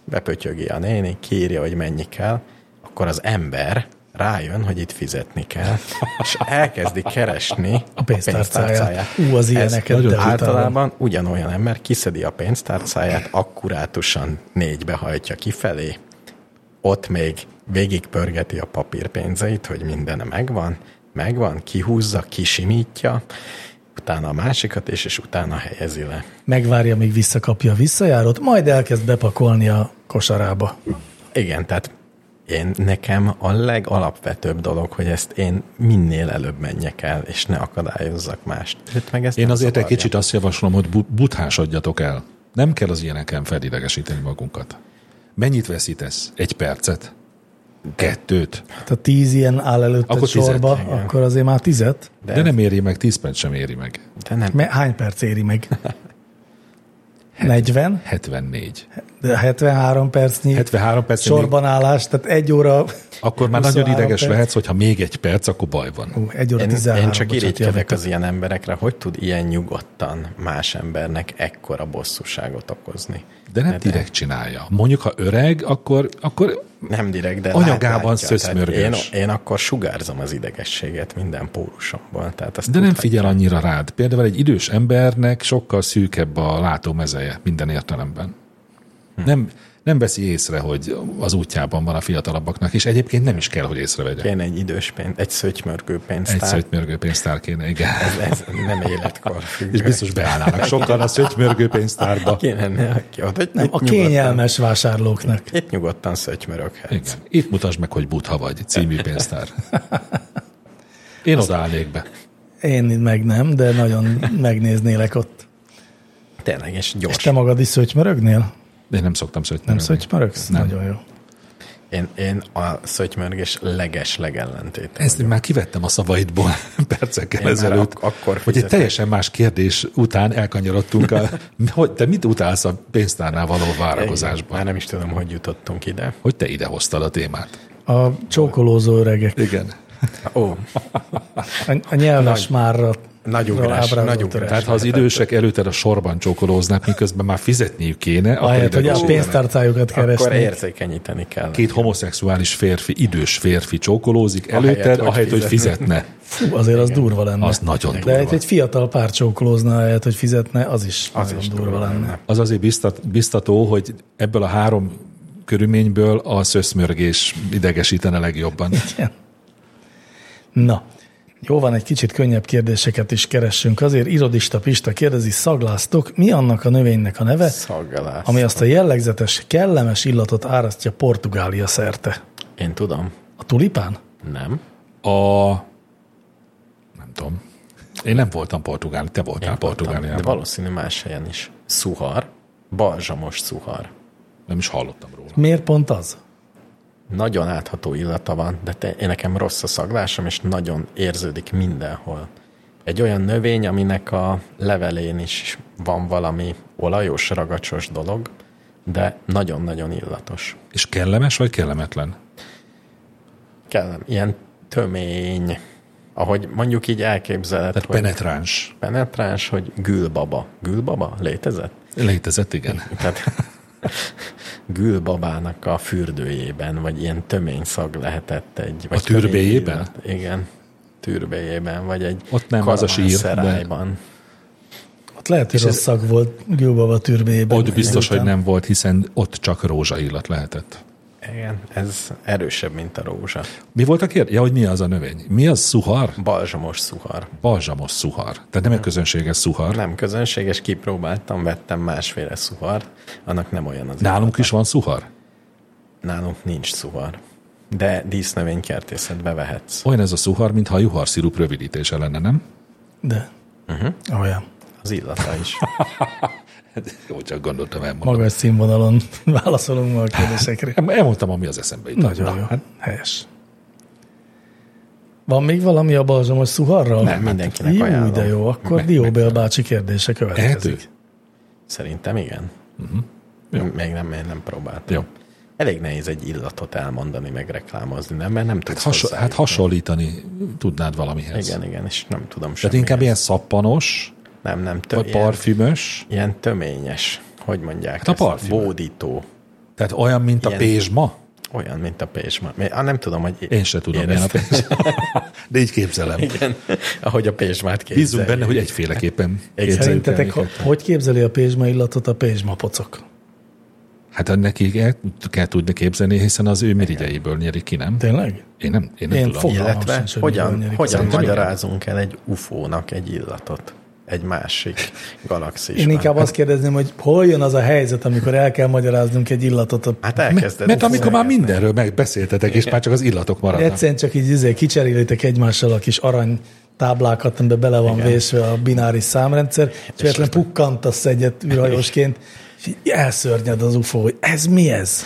Speaker 1: bepötyögi a néni, kiírja, hogy mennyi kell, akkor az ember rájön, hogy itt fizetni kell, és elkezdi keresni a pénztárcáját.
Speaker 2: Ú, az
Speaker 1: Ez
Speaker 2: ilyeneket
Speaker 1: nagyon-
Speaker 2: de utálom.
Speaker 1: Általában ugyanolyan ember kiszedi a pénztárcáját, akkurátusan négybe hajtja kifelé, ott még végigpörgeti a papírpénzeit, hogy minden megvan, megvan, kihúzza, kisimítja, utána a másikat, és, és utána helyezi le.
Speaker 2: Megvárja, míg visszakapja a visszajárót, majd elkezd bepakolni a kosarába.
Speaker 1: Igen, tehát én, nekem a legalapvetőbb dolog, hogy ezt én minél előbb menjek el, és ne akadályozzak mást. Őt Hát meg ezt
Speaker 3: Én
Speaker 1: nem
Speaker 3: azért egy
Speaker 1: zavarja.
Speaker 3: kicsit azt javaslom, hogy bu- buthásodjatok el. Nem kell az ilyeneken felidegesíteni magunkat. Mennyit veszítesz? Egy percet? kettőt.
Speaker 2: Tehát a tíz ilyen áll előtte
Speaker 3: Akkor
Speaker 2: akkor
Speaker 3: tizet,
Speaker 2: sorba,
Speaker 3: igen.
Speaker 2: akkor azért már tizet.
Speaker 3: De, de nem éri meg, 10 perc sem éri meg.
Speaker 1: De nem.
Speaker 2: Me- Hány perc éri meg? 40,
Speaker 3: 74.
Speaker 2: de 73 percnyi
Speaker 3: 73 perc.
Speaker 2: sorban állás, tehát egy óra,
Speaker 3: Akkor már nagyon
Speaker 2: 23
Speaker 3: ideges
Speaker 2: perc.
Speaker 3: lehetsz, hogyha még egy perc, akkor baj van.
Speaker 2: ú, egy óra
Speaker 1: Én,
Speaker 2: 13.
Speaker 1: én csak
Speaker 2: bocsánat,
Speaker 1: irigykedek
Speaker 2: javítottam.
Speaker 1: az ilyen emberekre, hogy tud ilyen nyugodtan más embernek ekkora bosszúságot okozni.
Speaker 3: De nem direkt csinálja. Mondjuk, ha öreg, akkor, akkor
Speaker 1: Nem direkt, de
Speaker 3: Anyagában
Speaker 1: lát- látja. Tehát
Speaker 3: szöszmörgős.
Speaker 1: Én, én akkor sugárzom az idegességet minden pórusomból. Tehát azt
Speaker 3: de nem
Speaker 1: tudhatja.
Speaker 3: figyel annyira rád. Például egy idős embernek sokkal szűkebb a látómezeje minden értelemben. Hm. Nem, nem veszi észre, hogy az útjában van a fiatalabbaknak, és egyébként nem is kell, hogy észrevegye.
Speaker 1: Kéne egy idős pénz, egy szötymörgő
Speaker 3: Egy
Speaker 1: pénztár.
Speaker 3: szöjtmörgő pénztár kéne, igen.
Speaker 1: Ez nem életkor függő.
Speaker 3: És biztos beállnának sokan a szöjtmörgő pénztárba.
Speaker 1: Kéne ne, aki ott, hogy
Speaker 2: Nem, a kényelmes vásárlóknak.
Speaker 1: Itt nyugodtan szötymöröghetsz.
Speaker 3: Igen. Itt mutasd meg, hogy butha vagy, című pénztár. Én odaállnék be.
Speaker 2: Én meg nem, de nagyon megnéznélek ott.
Speaker 1: Tényleg, és
Speaker 2: És
Speaker 1: gyors.
Speaker 2: te magad is szögymörögnél?
Speaker 3: Én nem szoktam szöjtmörögni.
Speaker 2: Nem szögymörögsz?
Speaker 3: Nem.
Speaker 2: Nagyon jó.
Speaker 1: Én, én a szötymörgés leges legellentét.
Speaker 3: Ezt már kivettem a szavaidból percekkel
Speaker 1: Én már
Speaker 3: ezelőtt.
Speaker 1: ak- akkor
Speaker 3: hogy egy
Speaker 1: fizetek.
Speaker 3: teljesen más kérdés után elkanyarodtunk. A, hogy te mit utálsz a pénztárnál való várakozásban?
Speaker 1: Már nem is tudom, hogy jutottunk ide.
Speaker 3: Hogy te idehoztad a témát.
Speaker 2: A csókolózó öregek.
Speaker 3: Igen.
Speaker 1: Ó,
Speaker 2: A, a nyelves márra.
Speaker 1: nagy ugrás,
Speaker 2: ábrázoltad.
Speaker 1: nagy ugrás.
Speaker 3: Tehát ha az idősek előtted a sorban csókolóznak, miközben már fizetniük kéne,
Speaker 2: Ahelyett, hogy a
Speaker 3: idegesítenek.
Speaker 2: pénztárcájukat
Speaker 1: Akkor
Speaker 2: keresni.
Speaker 1: érzékenyíteni kell.
Speaker 3: két homoszexuális férfi, idős férfi csókolózik előtted,
Speaker 1: Ahelyett, hogy
Speaker 3: ahelyett, hogy fizetne.
Speaker 2: Fú, azért az durva lenne.
Speaker 3: Az nagyon
Speaker 2: De
Speaker 3: durva.
Speaker 2: egy, egy fiatal pár csókolózna, ahelyett, hogy fizetne, az is az nagyon is durva, lenne.
Speaker 3: Az azért biztat, biztató, hogy ebből a három körülményből a szöszmörgés idegesítene legjobban.
Speaker 2: Igen. Na, jó van, egy kicsit könnyebb kérdéseket is keressünk. Azért irodista Pista kérdezi, szaglásztok, mi annak a növénynek a neve,
Speaker 1: Szaggalász.
Speaker 2: ami azt a jellegzetes, kellemes illatot árasztja Portugália szerte?
Speaker 1: Én tudom.
Speaker 2: A tulipán?
Speaker 1: Nem.
Speaker 3: A... Nem tudom. Én nem voltam portugál, te voltál
Speaker 1: De
Speaker 3: Portugáliában.
Speaker 1: valószínű más helyen is. Szuhar. Balzsamos szuhar.
Speaker 3: Nem is hallottam róla.
Speaker 2: Miért pont az?
Speaker 1: Nagyon átható illata van, de te, én nekem rossz a szaglásom, és nagyon érződik mindenhol. Egy olyan növény, aminek a levelén is van valami olajos, ragacsos dolog, de nagyon-nagyon illatos.
Speaker 3: És kellemes vagy kellemetlen?
Speaker 1: Kellem, ilyen tömény, ahogy mondjuk így elképzeled,
Speaker 3: Tehát
Speaker 1: hogy
Speaker 3: penetráns.
Speaker 1: penetráns, hogy gülbaba. Gülbaba létezett?
Speaker 3: Létezett, igen.
Speaker 1: Tehát gülbabának a fürdőjében, vagy ilyen tömény szag lehetett egy. Vagy
Speaker 3: A türbéjében?
Speaker 1: tömény illat. Igen, türbéjében, vagy egy
Speaker 3: Ott nem az a sír, de-
Speaker 1: karavánszerájban.
Speaker 2: Ott lehet, hogy rossz szag volt Gilbaba türbéjében.
Speaker 3: Ott biztos, hogy
Speaker 2: Miután-
Speaker 3: nem volt, hiszen ott csak rózsaillat lehetett.
Speaker 1: Igen, ez erősebb, mint a rózsa.
Speaker 3: Mi volt a kérdés? Ja, hogy mi az a növény? Mi az szuhar?
Speaker 1: Balzsamos szuhar.
Speaker 3: Balzsamos szuhar. Tehát nem egy közönséges szuhar.
Speaker 1: Nem közönséges, kipróbáltam, vettem másféle szuhart, annak nem olyan az
Speaker 3: Nálunk is van szuhar?
Speaker 1: Nálunk nincs szuhar. De dísznövénykertészetbe vehetsz.
Speaker 3: Olyan ez a szuhar, mintha a juharszirup rövidítése lenne, nem?
Speaker 2: De.
Speaker 3: Mhm.
Speaker 2: Uh-huh. Olyan.
Speaker 1: Az illata is.
Speaker 3: Jó, csak gondoltam, elmondom.
Speaker 2: Magas színvonalon válaszolunk ma a kérdésekre.
Speaker 3: Maga. Elmondtam, ami az eszembe jutott.
Speaker 2: Nagyon jó. Helyes. Van még valami a balzsamos szuharral?
Speaker 1: Nem, mindenkinek
Speaker 2: jó,
Speaker 1: ajánlom.
Speaker 2: de jó. Akkor Dióbél bácsi kérdése következik.
Speaker 3: Ehető?
Speaker 1: Szerintem igen.
Speaker 3: Mhm. Jó.
Speaker 1: Uh-huh. Még nem, én nem próbáltam.
Speaker 3: Jó.
Speaker 1: Elég nehéz egy illatot elmondani, meg reklámozni, nem? Mert nem tudsz
Speaker 3: Haso-
Speaker 1: hozzájutni.
Speaker 3: hát hasonlítani tudnád valamihez.
Speaker 1: Igen, igen, és nem tudom
Speaker 3: Tehát
Speaker 1: semmi.
Speaker 3: inkább ilyen szappanos,
Speaker 1: Nem, nem. Tö-
Speaker 3: vagy
Speaker 1: ilyen,
Speaker 3: parfümös,
Speaker 1: ilyen töményes. Hogy mondják
Speaker 3: Hát a
Speaker 1: ezt?
Speaker 3: parfüm.
Speaker 1: Bódító.
Speaker 3: tehát olyan, mint a
Speaker 1: Ilyen.
Speaker 3: pézsma.
Speaker 1: Olyan, mint a pésma. Még- ah, Nem tudom, hogy...
Speaker 3: Én se tudom, milyen a
Speaker 1: éreztem.
Speaker 3: pézsma. De így képzelem.
Speaker 1: Igen, ahogy a pésmát képzeljük.
Speaker 3: Bízunk benne, hogy egyféleképpen képzeljük el
Speaker 2: Szerintetek,
Speaker 3: őket.
Speaker 2: hogy, hogy képzeli a pézsma illatot a pézsma pocok?
Speaker 3: Hát nekik el kell tudni képzelni, hiszen az ő mirigyeiből nyeri ki, nem?
Speaker 2: Tényleg?
Speaker 3: Én nem, én nem
Speaker 2: Én
Speaker 3: tudom.
Speaker 2: fog-
Speaker 1: Illetve
Speaker 2: Fogalmam sincs, hogy miből
Speaker 1: hogyan,
Speaker 2: nyerik.
Speaker 1: hogyan
Speaker 2: Szerintem igen.
Speaker 1: magyarázunk el egy UFO-nak egy illatot egy másik galaxisban?
Speaker 2: Én inkább azt kérdezném, hogy hol jön az a helyzet, amikor el kell magyaráznunk egy illatot a
Speaker 1: Hát elkezded.
Speaker 3: Mert amikor már
Speaker 1: beszélgetni.
Speaker 3: mindenről megbeszéltetek, és már csak az illatok maradnak.
Speaker 2: Egyszerűen csak így izé, kicserélitek egymással a kis arany táblákat, amiben bele van Igen. vésve a bináris számrendszer, és véletlen pukkantasz egyet űrhajósként, és így elszörnyed az UFO, hogy ez mi ez?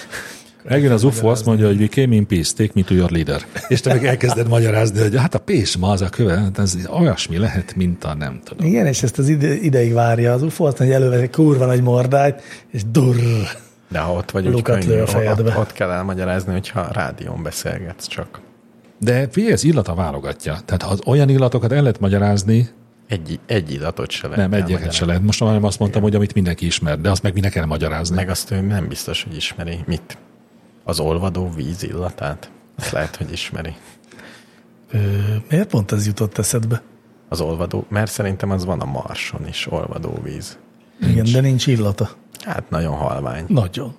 Speaker 3: Megjön az UFO, azt mondja, hogy we came in peace, take me to your leader. És te meg elkezded magyarázni, hogy hát a pés ma az a köve, hát ez olyasmi lehet, mint a nem tudom.
Speaker 2: Igen, és ezt az ide, ideig várja az UFO, aztán hogy elővesz egy kurva nagy mordályt, és durr.
Speaker 1: De ha ott vagy, úgy
Speaker 2: Lukat lő
Speaker 1: könnyű,
Speaker 2: a fejedbe.
Speaker 1: ott, ott kell elmagyarázni, hogyha rádión beszélgetsz csak.
Speaker 3: De figyelj, ez illata válogatja. Tehát ha az olyan illatokat el lehet magyarázni,
Speaker 1: Egy, egy illatot se lehet
Speaker 3: nem, egyeket
Speaker 1: elmagyarázni.
Speaker 3: se lehet. Most már nem azt mondtam, hogy amit mindenki ismer, de azt meg minek kell magyarázni.
Speaker 1: Meg azt ő nem biztos, hogy ismeri. Mit? Az olvadó víz illatát? Azt lehet, hogy ismeri.
Speaker 2: Ö, miért pont ez jutott eszedbe?
Speaker 1: Az olvadó, mert szerintem az van a marson is, olvadó víz.
Speaker 2: Igen, de nincs illata.
Speaker 1: Hát nagyon halvány.
Speaker 2: Nagyon.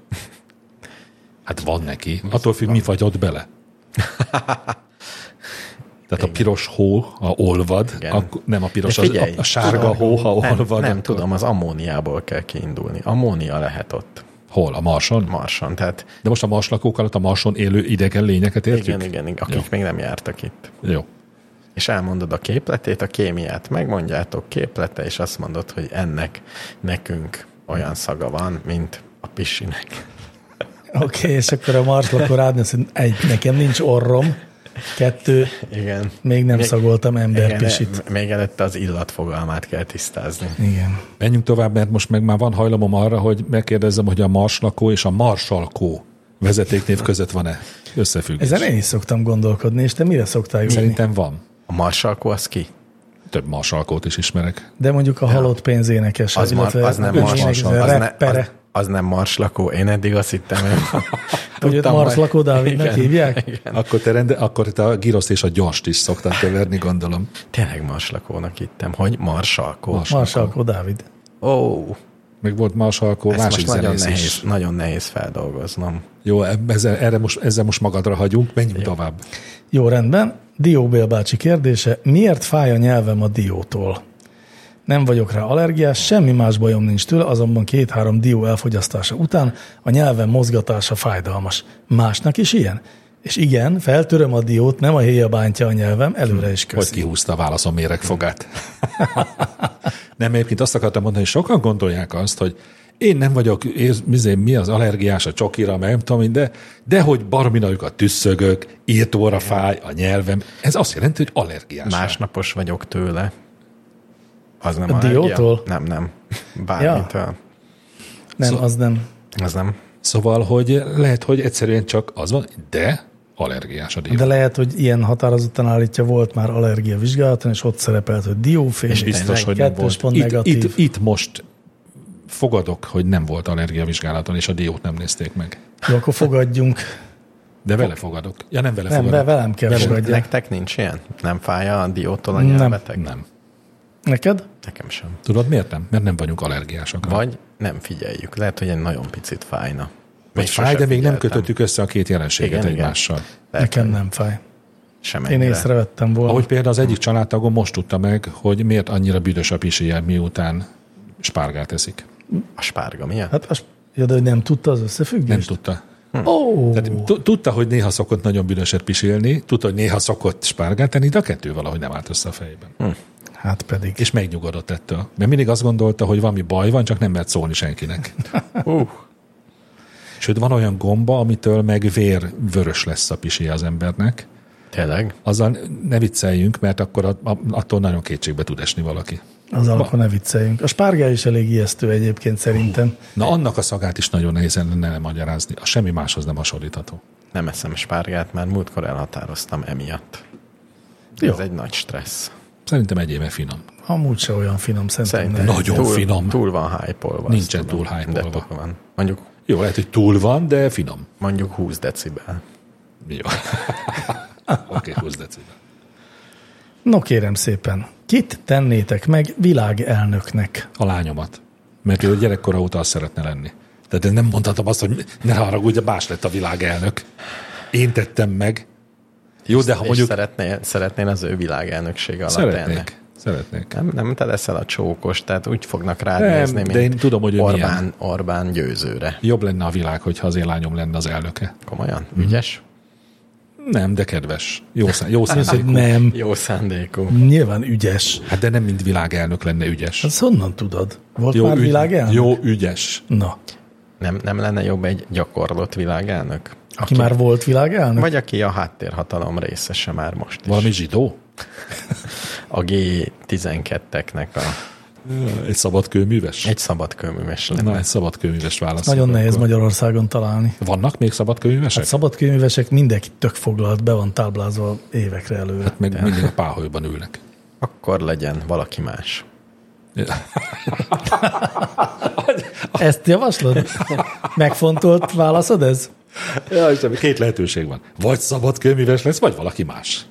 Speaker 3: Hát van neki. Attól függ, mi fagyott bele. Tehát a piros hó, ha olvad,
Speaker 1: Igen.
Speaker 3: akkor nem a
Speaker 1: De
Speaker 3: piros, az, a, a sárga hó, ha
Speaker 1: nem,
Speaker 3: olvad.
Speaker 1: nem
Speaker 3: akkor-
Speaker 1: tudom, az ammóniából kell kiindulni. Ammónia lehet ott
Speaker 3: Hol? A Marson?
Speaker 1: marson, tehát
Speaker 3: De most a Mars lakók alatt a Marson élő idegen lényeket értjük?
Speaker 1: igen, igen, igen, akik
Speaker 3: Jó.
Speaker 1: még nem jártak itt.
Speaker 3: Jó.
Speaker 1: És elmondod a képletét, a kémiát megmondjátok képlete, és azt mondod, hogy ennek nekünk olyan szaga van, mint a pisinek.
Speaker 2: Oké, okay, és akkor a marslakó rád néz, hogy egy, nekem nincs orrom, kettő,
Speaker 1: Igen.
Speaker 2: még nem
Speaker 1: Még-
Speaker 2: szagoltam
Speaker 1: Igen,
Speaker 2: emberpisit.
Speaker 1: de Még előtte az illatfogalmát kell tisztázni.
Speaker 2: Igen.
Speaker 3: Menjünk tovább, mert most meg már van hajlamom arra, hogy megkérdezzem, hogy a Mars lakó és a Marsalkó vezetéknév között van-e összefüggés.
Speaker 2: Ezen én is szoktam gondolkodni, és te mire szoktál jutni?
Speaker 3: Szerintem van.
Speaker 1: A marsalkó az ki?
Speaker 3: Több Marsalkót is ismerek.
Speaker 2: De mondjuk a halott pénzénekes,
Speaker 1: Az, mar, az Hát, nem
Speaker 3: nincs
Speaker 1: mars,
Speaker 3: énekes,
Speaker 1: az, ne, az,
Speaker 2: Reppere.
Speaker 1: az nem marslakó. Én eddig azt hittem, hogy
Speaker 2: Hogy őt
Speaker 1: tudtam,
Speaker 2: Mars lakó Dávidnak
Speaker 1: Igen.
Speaker 2: hívják?
Speaker 3: Akkor te, rende, akkor te a giroszt és a gyorst is szoktál keverni, gondolom.
Speaker 1: Tényleg marslakónak hittem, hogy marsalkó.
Speaker 3: Mars.
Speaker 2: Mars lakó Dávid.
Speaker 1: Ó,
Speaker 3: Meg volt Marsalkó,
Speaker 1: ezt
Speaker 3: másik
Speaker 1: most nagyon
Speaker 3: zenész
Speaker 1: nehéz,
Speaker 3: is.
Speaker 1: nagyon nehéz feldolgoznom.
Speaker 3: Jó, e- ezzel, erre most, ezzel most magadra hagyunk, menjünk tovább.
Speaker 2: Jó, rendben. Dió Bél bácsi kérdése, miért fáj a nyelvem a diótól? Nem vagyok rá allergiás, semmi más bajom nincs tőle, azonban két-három dió elfogyasztása után a nyelvem mozgatása fájdalmas. Másnak is ilyen? És igen, feltöröm a diót, nem a héja bántja a nyelvem, előre is
Speaker 3: Hogy
Speaker 2: köszi.
Speaker 3: kihúzta a válaszom méregfogát. nem, egyébként azt akartam mondani, hogy sokan gondolják azt, hogy én nem vagyok, ér- mizé, mi az allergiás a csokira, meg nem tudom, én, de, de hogy barmi nagyok a tüsszögök, írtóra fáj a nyelvem. Ez azt jelenti, hogy allergiás. Más.
Speaker 1: Másnapos vagyok tőle. Az nem
Speaker 2: A
Speaker 1: allergia.
Speaker 2: diótól?
Speaker 1: Nem, nem. Bármitől.
Speaker 2: Nem,
Speaker 3: szó-
Speaker 2: az nem.
Speaker 1: Az nem.
Speaker 3: Szóval, hogy lehet, hogy egyszerűen csak az van, de allergiás a dió.
Speaker 2: De lehet, hogy ilyen határozottan állítja, volt már allergia vizsgálaton, és ott szerepelt, hogy diófény.
Speaker 3: És biztos, hogy nem
Speaker 2: kettős
Speaker 3: volt.
Speaker 2: pont
Speaker 3: itt,
Speaker 2: negatív.
Speaker 3: itt, itt most fogadok, hogy nem volt allergiavizsgálaton, és a diót nem nézték meg.
Speaker 2: Jó, akkor fogadjunk.
Speaker 3: De vele fogadok. Ja, nem vele
Speaker 2: Nem,
Speaker 3: fogadok.
Speaker 2: be, velem kell
Speaker 3: Velem.
Speaker 2: fogadjál.
Speaker 1: Nektek nincs ilyen? Nem fáj a diótól a
Speaker 2: Nem.
Speaker 1: nyelvetek?
Speaker 3: Nem.
Speaker 2: Neked?
Speaker 1: Nekem sem.
Speaker 3: Tudod miért nem? Mert nem vagyunk allergiások.
Speaker 1: Vagy nem figyeljük. Lehet, hogy egy nagyon picit fájna.
Speaker 3: Vagy
Speaker 1: Még
Speaker 3: fáj,
Speaker 1: sose
Speaker 3: de még nem
Speaker 1: figyeltem.
Speaker 3: kötöttük össze a két jelenséget
Speaker 1: Igen,
Speaker 3: igen,
Speaker 1: igen.
Speaker 3: egymással.
Speaker 1: Lehet,
Speaker 2: Nekem nem fáj.
Speaker 1: Sem
Speaker 2: Én
Speaker 1: ennyire.
Speaker 2: észrevettem volna.
Speaker 3: Ahogy például az egyik családtagom most tudta meg, hogy miért annyira büdös a pisilye, miután spárgát eszik.
Speaker 1: A spárga miatt?
Speaker 2: Hát az, ja, de hogy nem tudta az
Speaker 3: Nem
Speaker 2: összefüggést?
Speaker 3: tudta.
Speaker 2: Nem. Ó,
Speaker 3: Tehát tu- tudta, hogy néha szokott nagyon büdöset pisilni, tudta, hogy néha szokott spárgát tenni, de a kettő valahogy nem állt össze a fejében.
Speaker 1: Hm.
Speaker 2: hát pedig.
Speaker 3: És megnyugodott ettől. Mert mindig azt gondolta, hogy valami baj van, csak nem mert szólni senkinek.
Speaker 1: Uh,
Speaker 3: Sőt, van olyan gomba, amitől meg vérvörös lesz a pisilye az embernek,
Speaker 1: tényleg?
Speaker 3: azzal ne vicceljünk, mert akkor a- a- attól nagyon kétségbe tud esni valaki.
Speaker 2: Az akkor ne vicceljünk. A spárgá is elég ijesztő egyébként szerintem.
Speaker 3: Na, annak a szagát is nagyon nehéz lenne elmagyarázni. A semmi máshoz nem hasonlítható.
Speaker 1: Nem eszem spárgát, mert múltkor elhatároztam emiatt.
Speaker 2: Jó.
Speaker 1: Jó. Ez egy nagy stressz.
Speaker 3: Szerintem egy éve finom.
Speaker 2: Amúgy se olyan finom, szerintem,
Speaker 1: Szerintem
Speaker 2: nem.
Speaker 3: Nagyon
Speaker 1: túl,
Speaker 3: finom.
Speaker 1: Túl van hype-olva.
Speaker 3: Nincsen
Speaker 1: azt tudom.
Speaker 3: túl hype-olva.
Speaker 1: De túl van. Mondjuk,
Speaker 3: Jó, lehet, hogy túl van, de finom.
Speaker 1: mondjuk 20 decibel.
Speaker 3: Jó. Oké, okay, 20 decibel.
Speaker 2: No kérem szépen, kit tennétek meg világelnöknek?
Speaker 3: A lányomat. Mert ő gyerekkora óta azt szeretne lenni. Tehát én nem mondhatom azt, hogy ne haragudj, a Bás lett a világelnök. Én tettem meg. Jó, de ha
Speaker 1: És
Speaker 3: mondjuk...
Speaker 1: szeretnél, szeretnél az ő világelnöksége alatt élni?
Speaker 3: Szeretnék. Szeretnék.
Speaker 1: Nem, nem te leszel a csókos, tehát úgy fognak rád
Speaker 3: Nem,
Speaker 1: nézni, mint
Speaker 3: de én tudom, hogy ő
Speaker 1: Orbán,
Speaker 3: milyen.
Speaker 1: Orbán győzőre.
Speaker 3: Jobb lenne a világ, hogyha az én lányom lenne az elnöke.
Speaker 1: Komolyan?
Speaker 3: Mhm.
Speaker 1: Ügyes?
Speaker 3: Nem, de kedves. Jó, szá- jó
Speaker 2: Hogy
Speaker 3: szándékú.
Speaker 2: nem,
Speaker 1: Jó szándékú.
Speaker 2: nyilván ügyes.
Speaker 3: Hát de nem mind világelnök lenne ügyes.
Speaker 2: Azt honnan tudod? Volt
Speaker 3: Jó,
Speaker 2: már
Speaker 3: ügy,
Speaker 2: világelnök?
Speaker 3: jó ügyes.
Speaker 2: Na,
Speaker 1: Nem, nem lenne jobb egy gyakorlott világelnök?
Speaker 2: Aki már volt világelnök?
Speaker 1: Vagy aki a háttérhatalom részese már most is.
Speaker 3: Valami zsidó?
Speaker 1: A G12-eknek a,
Speaker 3: Egy szabadkőműves?
Speaker 1: egy szabadkőműves lenne.
Speaker 3: Na, egy szabadkőműves válasz.
Speaker 2: Nagyon nehéz Magyarországon találni.
Speaker 3: Vannak még szabadkőművesek?
Speaker 2: Hát szabadkőművesek mindenki tök foglalt, be van táblázva évekre előre.
Speaker 3: Meg mindig a páholyban ülnek.
Speaker 1: Akkor legyen valaki más.
Speaker 2: Ezt javaslod? Megfontolt válaszod ez?
Speaker 3: Ja, Istenem, két lehetőség van. Vagy szabadkőműves lesz, vagy valaki más.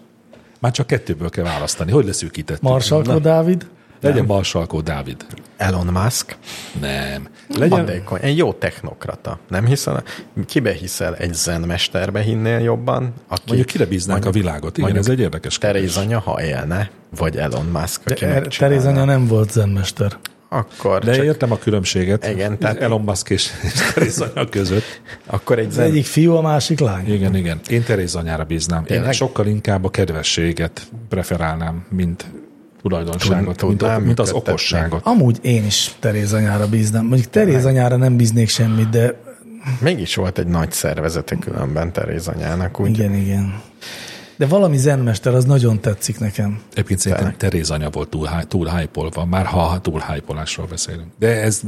Speaker 3: Már csak kettőből kell választani. Hogy leszűkített?
Speaker 2: Marsalkó Dávid?
Speaker 3: Legyen Marsalkó Dávid.
Speaker 1: Elon Musk,
Speaker 3: Nem. Legyen,
Speaker 1: Legyen. egy jó technokrata. Nem hiszel? Kibe hiszel? Egy zenmesterbe hinnél jobban? Aki
Speaker 3: mondjuk kire bíznánk a világot? Igen, ez egy érdekes
Speaker 1: Teréz anya, ha élne, vagy Elon Musk, aki
Speaker 2: Er-
Speaker 1: megcsinálná.
Speaker 2: Teréz anya nem volt zenmester.
Speaker 1: Akkor,
Speaker 3: De
Speaker 1: csak,
Speaker 3: értem a különbséget.
Speaker 1: Igen, tehát-
Speaker 3: Elon Musk és és Teresa anya között.
Speaker 1: akkor egy
Speaker 2: Az
Speaker 1: zen...
Speaker 2: egyik fiú, a másik lány.
Speaker 3: Igen, igen. Én Teréz anyára bíznám. Én
Speaker 1: Tényleg?
Speaker 3: sokkal inkább a kedvességet preferálnám, mint tulajdonságot,
Speaker 1: Tud-
Speaker 3: mint, a,
Speaker 1: tudnám
Speaker 3: mint az
Speaker 1: működtetni.
Speaker 3: okosságot.
Speaker 2: Amúgy én is Teréz anyára bíznám. Mondjuk Teréz anyára nem bíznék semmit, de
Speaker 1: Mégis volt egy nagy szervezete különben Teréz anyának, úgy
Speaker 2: igen, igen. De valami zenmester, az nagyon tetszik nekem.
Speaker 3: Egyébként szerintem Teréz anya volt túl, hy- túl hype már ha túl hype beszélünk. De ez,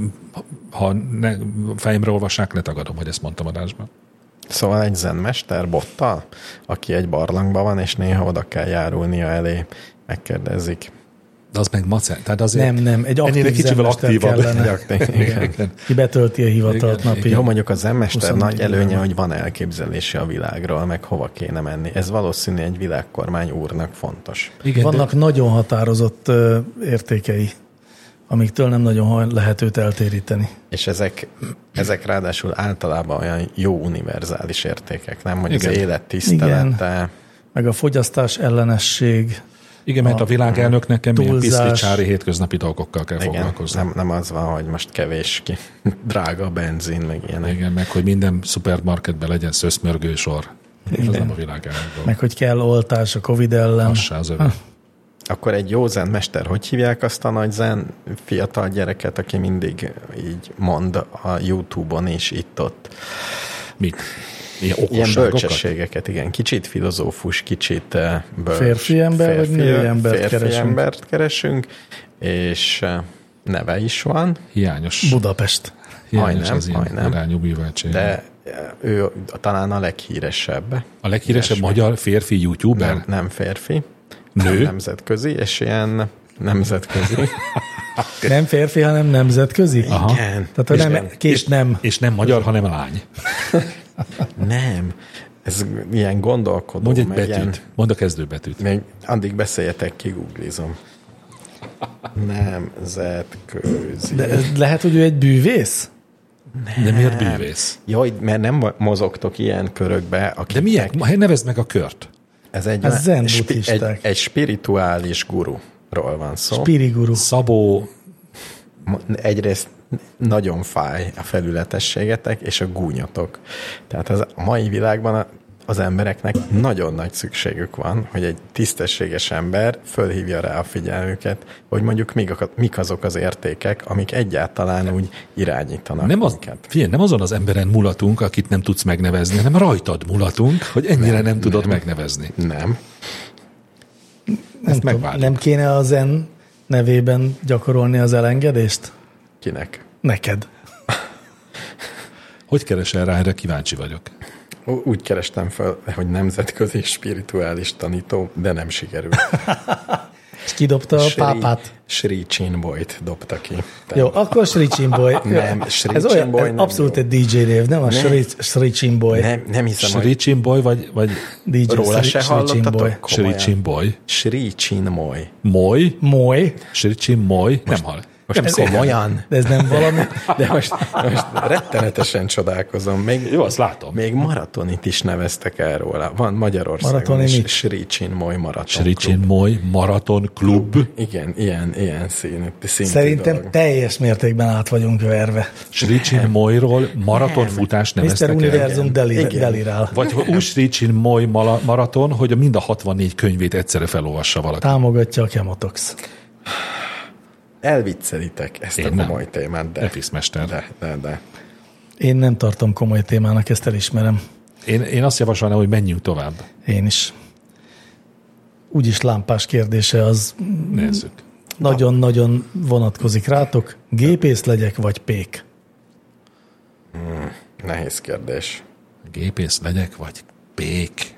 Speaker 3: ha ne, fejemre olvassák, letagadom, hogy ezt mondtam adásban.
Speaker 1: Szóval egy zenmester bottal, aki egy barlangban van, és néha oda kell járulnia elé, megkérdezik.
Speaker 3: De az meg macen. Tehát azért
Speaker 2: Nem, nem, egy aktív
Speaker 3: ennél kicsivel
Speaker 2: zenmester
Speaker 3: aktívabb.
Speaker 2: kellene.
Speaker 1: Igen.
Speaker 3: Igen.
Speaker 2: Ki betölti a hivatalt
Speaker 3: Igen,
Speaker 2: napi.
Speaker 1: Jó, mondjuk a zenmester
Speaker 2: 24
Speaker 1: nagy előnye,
Speaker 2: éve.
Speaker 1: hogy van elképzelése a világról, meg hova kéne menni. Ez valószínű egy világkormány úrnak fontos.
Speaker 3: Igen,
Speaker 2: Vannak nagyon határozott ö, értékei, amiktől nem nagyon haj- lehet őt eltéríteni.
Speaker 1: És ezek, ezek ráadásul általában olyan jó univerzális értékek, nem? Mondjuk
Speaker 3: Igen.
Speaker 1: az élet tisztelete,
Speaker 2: Meg a fogyasztás ellenesség.
Speaker 3: Igen, mert a, világelnök nekem ilyen
Speaker 2: túlzás.
Speaker 3: piszlicsári hétköznapi dolgokkal kell
Speaker 1: igen,
Speaker 3: foglalkozni.
Speaker 1: nem, nem az van, hogy most kevés ki, drága benzin, meg ilyenek.
Speaker 3: Igen, meg hogy minden szupermarketben legyen szőszmörgő sor. Igen. Ez nem a világelnök dolog.
Speaker 2: Meg hogy kell oltás a Covid ellen.
Speaker 3: Az se az övé.
Speaker 1: Akkor egy jó zenmester, hogy hívják azt a nagy zen fiatal gyereket, aki mindig így mond a Youtube-on és itt-ott.
Speaker 3: Mit? Ilyen
Speaker 1: Ilyen
Speaker 3: okosságokat?
Speaker 1: bölcsességeket, igen. Kicsit filozófus, kicsit eh, bölcs.
Speaker 2: Férfi ember, vagy női embert
Speaker 1: férfi
Speaker 2: keresünk?
Speaker 1: embert keresünk, és eh, neve is van,
Speaker 3: Hiányos.
Speaker 2: Budapest.
Speaker 3: hiányos
Speaker 1: Majdnem,
Speaker 3: az ilyen
Speaker 1: majdnem.
Speaker 3: irányú műveltség.
Speaker 1: de eh, ő talán a leghíresebb.
Speaker 3: A leghíresebb magyar férfi youtuber?
Speaker 1: Nem, nem férfi.
Speaker 3: Nő?
Speaker 1: Nemzetközi, és ilyen nemzetközi.
Speaker 2: Nem férfi, hanem nemzetközi? Aha.
Speaker 1: Igen.
Speaker 2: Tehát a nem, két nem.
Speaker 3: És nem magyar, hanem lány.
Speaker 1: Nem. Ez ilyen gondolkodó.
Speaker 3: Mondj egy
Speaker 1: meg ilyen-
Speaker 3: betűt. Mondd a kezdőbetűt.
Speaker 1: Még addig beszéljetek, kiguglizom. Nemzetközi.
Speaker 2: De
Speaker 1: De...
Speaker 2: ez lehet, hogy ő egy bűvész?
Speaker 3: De miért bűvész?
Speaker 1: Jaj, mert nem mozogtok ilyen körökbe, akik
Speaker 3: De milyen? Nevezd meg a kört.
Speaker 1: ez egy,
Speaker 2: Ez zen
Speaker 1: egy,
Speaker 2: buddhisták.
Speaker 1: egy spirituális gururól van szó.
Speaker 2: Piriguru.
Speaker 3: Szabó,
Speaker 1: Egyrészt nagyon fáj a felületességetek és a gúnyotok. Tehát az, a mai világban a, az embereknek nagyon nagy szükségük van, hogy egy tisztességes ember fölhívja rá a figyelmüket, hogy mondjuk mik, ak- mik azok az értékek, amik egyáltalán úgy irányítanak
Speaker 3: nem, az,
Speaker 1: minket.
Speaker 3: figyelj, nem azon az emberen mulatunk, akit nem tudsz megnevezni, hanem rajtad mulatunk, hogy ennyire nem, nem tudod megnevezni.
Speaker 1: Nem.
Speaker 2: Nem, tudom,
Speaker 3: megvárjuk.
Speaker 2: nem kéne a zen nevében gyakorolni az elengedést?
Speaker 1: Kinek?
Speaker 2: Neked.
Speaker 3: Hogy keresel rá, erre kíváncsi vagyok.
Speaker 1: Ú- Úgy kerestem fel, hogy nemzetközi spirituális tanító, de nem sikerült.
Speaker 2: És kidobta a pápát.
Speaker 1: Sri Chinboyt dobta ki.
Speaker 2: Jó, akkor Sri Csimboy.
Speaker 1: Nem, Sri
Speaker 2: ez olyan,
Speaker 1: Csimboy
Speaker 2: ez
Speaker 1: nem
Speaker 2: abszolút
Speaker 1: jó.
Speaker 2: egy DJ név, nem a
Speaker 1: Nem.
Speaker 2: Sri, Sri Csimboy.
Speaker 1: Nem, nem hiszem, hogy
Speaker 3: Sri Csimboy, vagy, vagy
Speaker 2: DJ
Speaker 1: Róla
Speaker 2: Sri,
Speaker 1: se
Speaker 2: Sri Csimboy.
Speaker 1: hallottatok?
Speaker 3: Sri
Speaker 1: Komolyan.
Speaker 3: Csimboy?
Speaker 1: Sri Chinmoy.
Speaker 3: Moly?
Speaker 2: Moly.
Speaker 3: Sri Csimboy? Nem hal.
Speaker 1: Most
Speaker 3: nem
Speaker 1: ez
Speaker 3: szégyen.
Speaker 1: komolyan.
Speaker 2: De ez nem valami...
Speaker 1: De most, most rettenetesen csodálkozom. Még,
Speaker 3: Jó, azt látom.
Speaker 1: Még maratonit is neveztek el róla. Van Magyarországon
Speaker 2: Maratoni
Speaker 1: is
Speaker 2: mit?
Speaker 1: Sri Chinmoy maraton.
Speaker 3: Sri
Speaker 1: klub.
Speaker 3: Csimboy Maraton Klub.
Speaker 1: Igen, ilyen, ilyen színű, szintű
Speaker 2: Szerintem
Speaker 1: dolog.
Speaker 2: teljes mértékben át vagyunk verve.
Speaker 3: Sri Csimboyról maratonfutás
Speaker 2: Mr.
Speaker 3: neveztek el.
Speaker 2: Univerzum deli,
Speaker 1: Igen.
Speaker 2: delirál.
Speaker 3: Vagy hogy úgy Sri Chinmoy mala- maraton, hogy mind a 64 könyvét egyszerre felolvassa valaki.
Speaker 2: Támogatja a Chemotox.
Speaker 1: Elviccelitek ezt
Speaker 3: Én
Speaker 1: a
Speaker 3: nem.
Speaker 1: komoly témát, de,
Speaker 3: Episzmester.
Speaker 1: de, de, de.
Speaker 2: Én nem tartom komoly témának, ezt elismerem.
Speaker 3: Én, én azt javasolnám, hogy menjünk tovább.
Speaker 2: Én is. Úgyis lámpás kérdése az
Speaker 3: Nézzük.
Speaker 2: nagyon-nagyon vonatkozik rátok. Gépész legyek, vagy pék?
Speaker 1: Nehéz kérdés.
Speaker 3: Gépész legyek, vagy pék?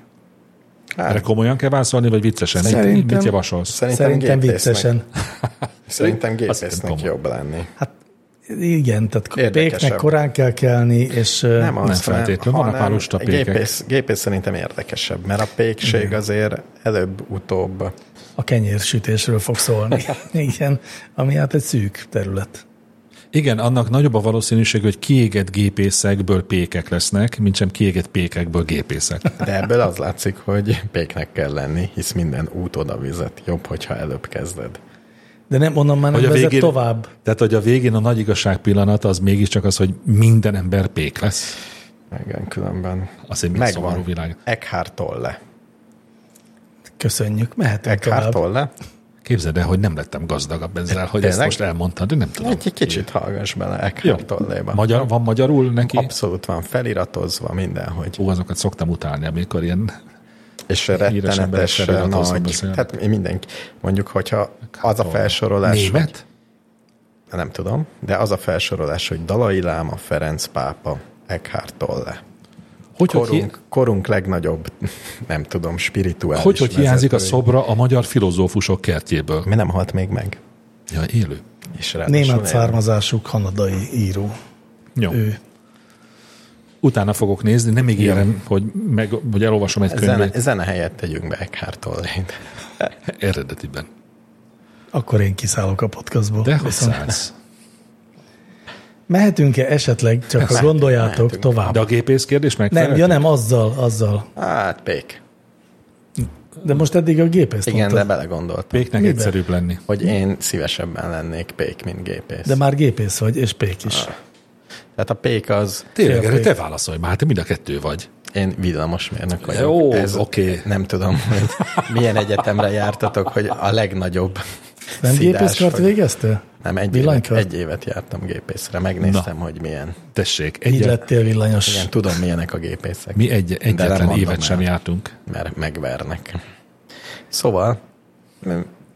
Speaker 1: Hát,
Speaker 3: Erre komolyan kell válaszolni, vagy viccesen? Szerintem,
Speaker 1: Szerintem-
Speaker 3: mit javasolsz?
Speaker 1: szerintem,
Speaker 2: Szerintem
Speaker 1: gépésznek-
Speaker 2: viccesen.
Speaker 1: Szerintem
Speaker 3: Szerintem
Speaker 1: gépésznek
Speaker 3: komoly.
Speaker 1: jobb lenni.
Speaker 2: Hát igen, tehát
Speaker 1: Érdekesebb.
Speaker 2: péknek korán kell kelni, és ö,
Speaker 1: Nem, azt,
Speaker 3: feltétlenül. Vannak már lusta pékek.
Speaker 1: gépész, gépész szerintem érdekesebb, mert a pékség azért előbb-utóbb
Speaker 2: a kenyérsütésről fog szólni. igen, ami hát egy szűk terület.
Speaker 3: Igen, annak nagyobb a valószínűség, hogy kiégett gépészekből pékek lesznek, mint sem kiégett pékekből gépészek.
Speaker 1: De ebből az látszik, hogy péknek kell lenni, hisz minden út oda vezet. Jobb, hogyha előbb kezded.
Speaker 2: De nem, onnan már nem
Speaker 3: a
Speaker 2: vezet végén... tovább.
Speaker 3: Tehát, hogy a végén a nagy igazság pillanata az mégiscsak az, hogy minden ember pék lesz.
Speaker 1: Igen, különben
Speaker 3: Az egy még szomorú
Speaker 1: megvan.
Speaker 3: világ.
Speaker 1: Eckhart Tolle.
Speaker 2: Köszönjük, mehetünk
Speaker 1: Eckhart
Speaker 2: tovább.
Speaker 1: Tolle?
Speaker 3: Képzeld el, hogy nem lettem gazdagabb ezzel, hogy ezt
Speaker 1: Tényleg?
Speaker 3: most elmondtad, de nem tudom.
Speaker 1: Egy kicsit hallgass bele Eckhart Tolléba.
Speaker 3: Magyar, van magyarul neki?
Speaker 1: Abszolút van feliratozva mindenhogy.
Speaker 3: Ó, azokat szoktam utálni, amikor ilyen...
Speaker 1: És
Speaker 3: emberek
Speaker 1: rettenetes
Speaker 3: feliratozva
Speaker 1: nagy.
Speaker 3: beszélnek.
Speaker 1: Tehát mindenki. Mondjuk, hogyha az a felsorolás... hogy-
Speaker 3: Német?
Speaker 1: Nem tudom, de az a felsorolás, hogy Dalai Láma, Ferenc pápa, Eckhart Tolle.
Speaker 3: Hogy, hogy, hi-
Speaker 1: Korunk, korunk legnagyobb, nem tudom, spirituális
Speaker 3: hogy, hogy hiányzik a
Speaker 1: vezetői.
Speaker 3: szobra a magyar filozófusok kertjéből?
Speaker 1: Mi nem halt még meg.
Speaker 3: Ja, élő.
Speaker 1: És ráadásul
Speaker 2: Német
Speaker 1: élő.
Speaker 2: származású kanadai író.
Speaker 3: Jó.
Speaker 2: Ő.
Speaker 3: Utána fogok nézni, nem ígérem, hogy, meg, hogy elolvasom egy könyvet
Speaker 1: Zene, zene helyett tegyünk be Eckhart Tollét.
Speaker 3: eredetiben.
Speaker 2: Akkor én kiszállok a podcastból.
Speaker 3: De hogy
Speaker 2: Viszont-
Speaker 3: szállsz?
Speaker 2: Mehetünk-e esetleg, csak ha gondoljátok
Speaker 1: mehetünk.
Speaker 2: tovább?
Speaker 3: De a gépész kérdés
Speaker 2: Nem,
Speaker 3: megfelelő?
Speaker 2: ja nem, azzal, azzal.
Speaker 1: Hát, pék.
Speaker 2: De most eddig a gépész
Speaker 1: Igen, de
Speaker 2: mondtad.
Speaker 1: belegondoltam.
Speaker 3: Péknek
Speaker 2: Miben?
Speaker 3: egyszerűbb lenni.
Speaker 1: Hogy én szívesebben lennék pék, mint gépész.
Speaker 2: de már gépész vagy, és pék is.
Speaker 1: Ah, Tehát a pék az,
Speaker 3: Tényleg, erre
Speaker 2: Félpék.
Speaker 3: te válaszolj már, te mind a kettő vagy.
Speaker 1: én villamosmérnök vagyok.
Speaker 3: Jó,
Speaker 1: Ez-
Speaker 3: oké.
Speaker 1: Nem tudom, hogy milyen egyetemre jártatok, hogy a legnagyobb
Speaker 2: Nem
Speaker 1: szidás,
Speaker 2: gépészkart
Speaker 1: hogy-
Speaker 2: végeztél?
Speaker 1: Nem, egy évet,
Speaker 2: Villanykart?
Speaker 1: egy évet jártam gépészre, megnéztem, hogy milyen.
Speaker 3: Tessék,
Speaker 2: Így
Speaker 3: egyet,
Speaker 2: lettél villanyos.
Speaker 1: Igen, tudom, milyenek a gépészek.
Speaker 3: mi egy,
Speaker 1: De nem
Speaker 3: egyetlen
Speaker 1: mondom
Speaker 3: évet
Speaker 1: el.
Speaker 3: sem jártunk.
Speaker 1: Mert megvernek. Szóval,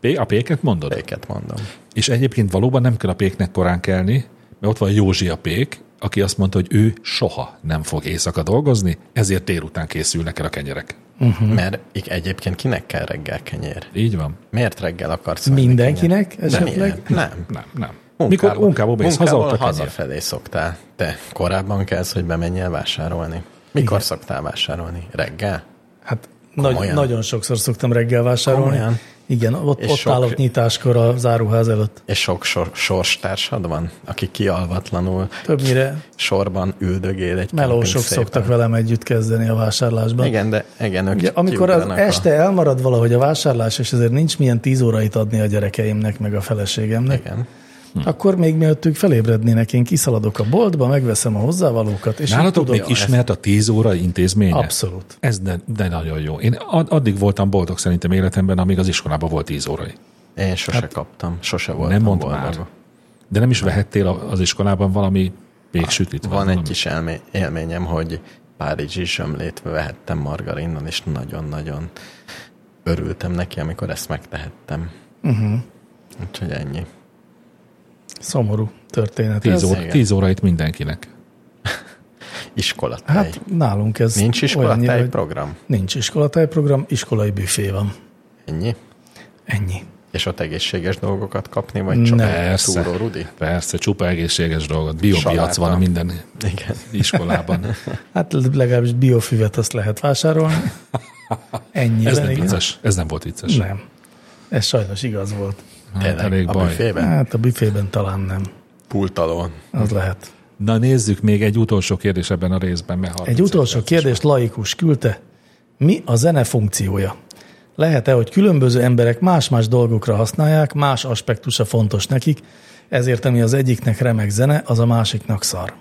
Speaker 3: Pé- A péket mondod?
Speaker 1: péket mondom.
Speaker 3: És egyébként valóban nem kell a péknek korán kelni, mert ott van Józsi a pék, aki azt mondta, hogy ő soha nem fog éjszaka dolgozni, ezért délután készülnek el a kenyerek.
Speaker 1: Mert ik- egyébként kinek kell reggel kenyér?
Speaker 3: Így van?
Speaker 1: Miért reggel akarsz venni
Speaker 2: Mindenkinek
Speaker 1: kenyeret? Nem,
Speaker 2: esetleg?
Speaker 1: ilyen. nem.
Speaker 3: Nem, nem. Mikor munkából mész haza,
Speaker 1: munkából
Speaker 3: ott a kenyér.
Speaker 1: hazafelé szoktál. Te korábban kellsz, hogy bemenjél vásárolni. Mikor
Speaker 2: Igen.
Speaker 1: szoktál vásárolni? Reggel?
Speaker 2: Hát nagy,
Speaker 1: Komolyan?
Speaker 2: nagyon sokszor szoktam reggel vásárolni.
Speaker 1: Komolyan?
Speaker 2: Igen, ott,
Speaker 1: És
Speaker 2: ott
Speaker 1: sok-
Speaker 2: állok nyitáskor a záruház előtt.
Speaker 1: És sok sor, sorstársad van, aki kialvatlanul
Speaker 2: Többnyire
Speaker 1: sorban üldögél egy
Speaker 2: melósok
Speaker 1: kemping szépen.
Speaker 2: szoktak velem együtt kezdeni a vásárlásban.
Speaker 1: Igen, de igen, ők
Speaker 2: Ugye, amikor az
Speaker 1: kiugranak a-
Speaker 2: este elmarad valahogy a vásárlás, és ezért nincs milyen tíz órait adni a gyerekeimnek, meg a feleségemnek,
Speaker 1: Igen.
Speaker 2: hm. akkor még mielőtt ők felébrednének, én kiszaladok a boltba, megveszem a hozzávalókat, és így
Speaker 3: Nálatok
Speaker 2: tudom,
Speaker 3: még ismert a 10 óra intézménye?
Speaker 2: Abszolút.
Speaker 3: Ez de, de nagyon jó. Én ad- addig voltam boldog szerintem életemben, amíg az iskolában volt 10 órai.
Speaker 1: Én sose hát, kaptam, sose voltam
Speaker 3: nem mondd
Speaker 1: boldog.
Speaker 3: már. De nem is vehettél a- az iskolában valami péksütit? vagy
Speaker 1: Van egy
Speaker 3: valami?
Speaker 1: kis elmé- élményem, hogy Párizsi zsömlét vehettem margarinnon, és nagyon-nagyon örültem neki, amikor ezt megtehettem.
Speaker 2: Mhm.
Speaker 1: Uh-huh. Úgyhogy ennyi.
Speaker 2: szomorú történet.
Speaker 3: Tíz,
Speaker 2: Ez,
Speaker 3: óra,
Speaker 1: igen.
Speaker 3: tíz órait mindenkinek.
Speaker 1: Iskolatáj.
Speaker 2: hát nálunk ez
Speaker 1: Nincs iskolatáj
Speaker 2: olyannyira, hogy
Speaker 1: program?
Speaker 2: Nincs iskolatájprogram, iskolai büfé van.
Speaker 1: Ennyi?
Speaker 2: Ennyi.
Speaker 1: És ott egészséges dolgokat kapni, vagy csak
Speaker 3: Persze.
Speaker 1: túró Rudi?
Speaker 3: Persze, csupa egészséges dolgot. Biopiac
Speaker 1: Saláta.
Speaker 3: van minden
Speaker 1: Igen.
Speaker 3: iskolában.
Speaker 2: Hát legalábbis biofüvet azt lehet vásárolni. Ennyi.
Speaker 3: Ez nem vicces. Ez nem volt vicces.
Speaker 2: Nem. Ez sajnos igaz volt.
Speaker 3: Hát, elég
Speaker 1: a
Speaker 3: baj.
Speaker 1: büfében?
Speaker 2: Hát a büfében talán nem.
Speaker 1: Pultalon.
Speaker 2: Az lehet.
Speaker 3: Na nézzük még egy utolsó kérdés ebben a részben. Mert 30
Speaker 2: Egy utolsó
Speaker 3: perc.
Speaker 2: kérdést laikus küldte. Mi a zene funkciója? Lehet-e, hogy különböző emberek más-más dolgokra használják, más aspektusa fontos nekik, ezért ami az egyiknek remek zene, az a másiknak szar?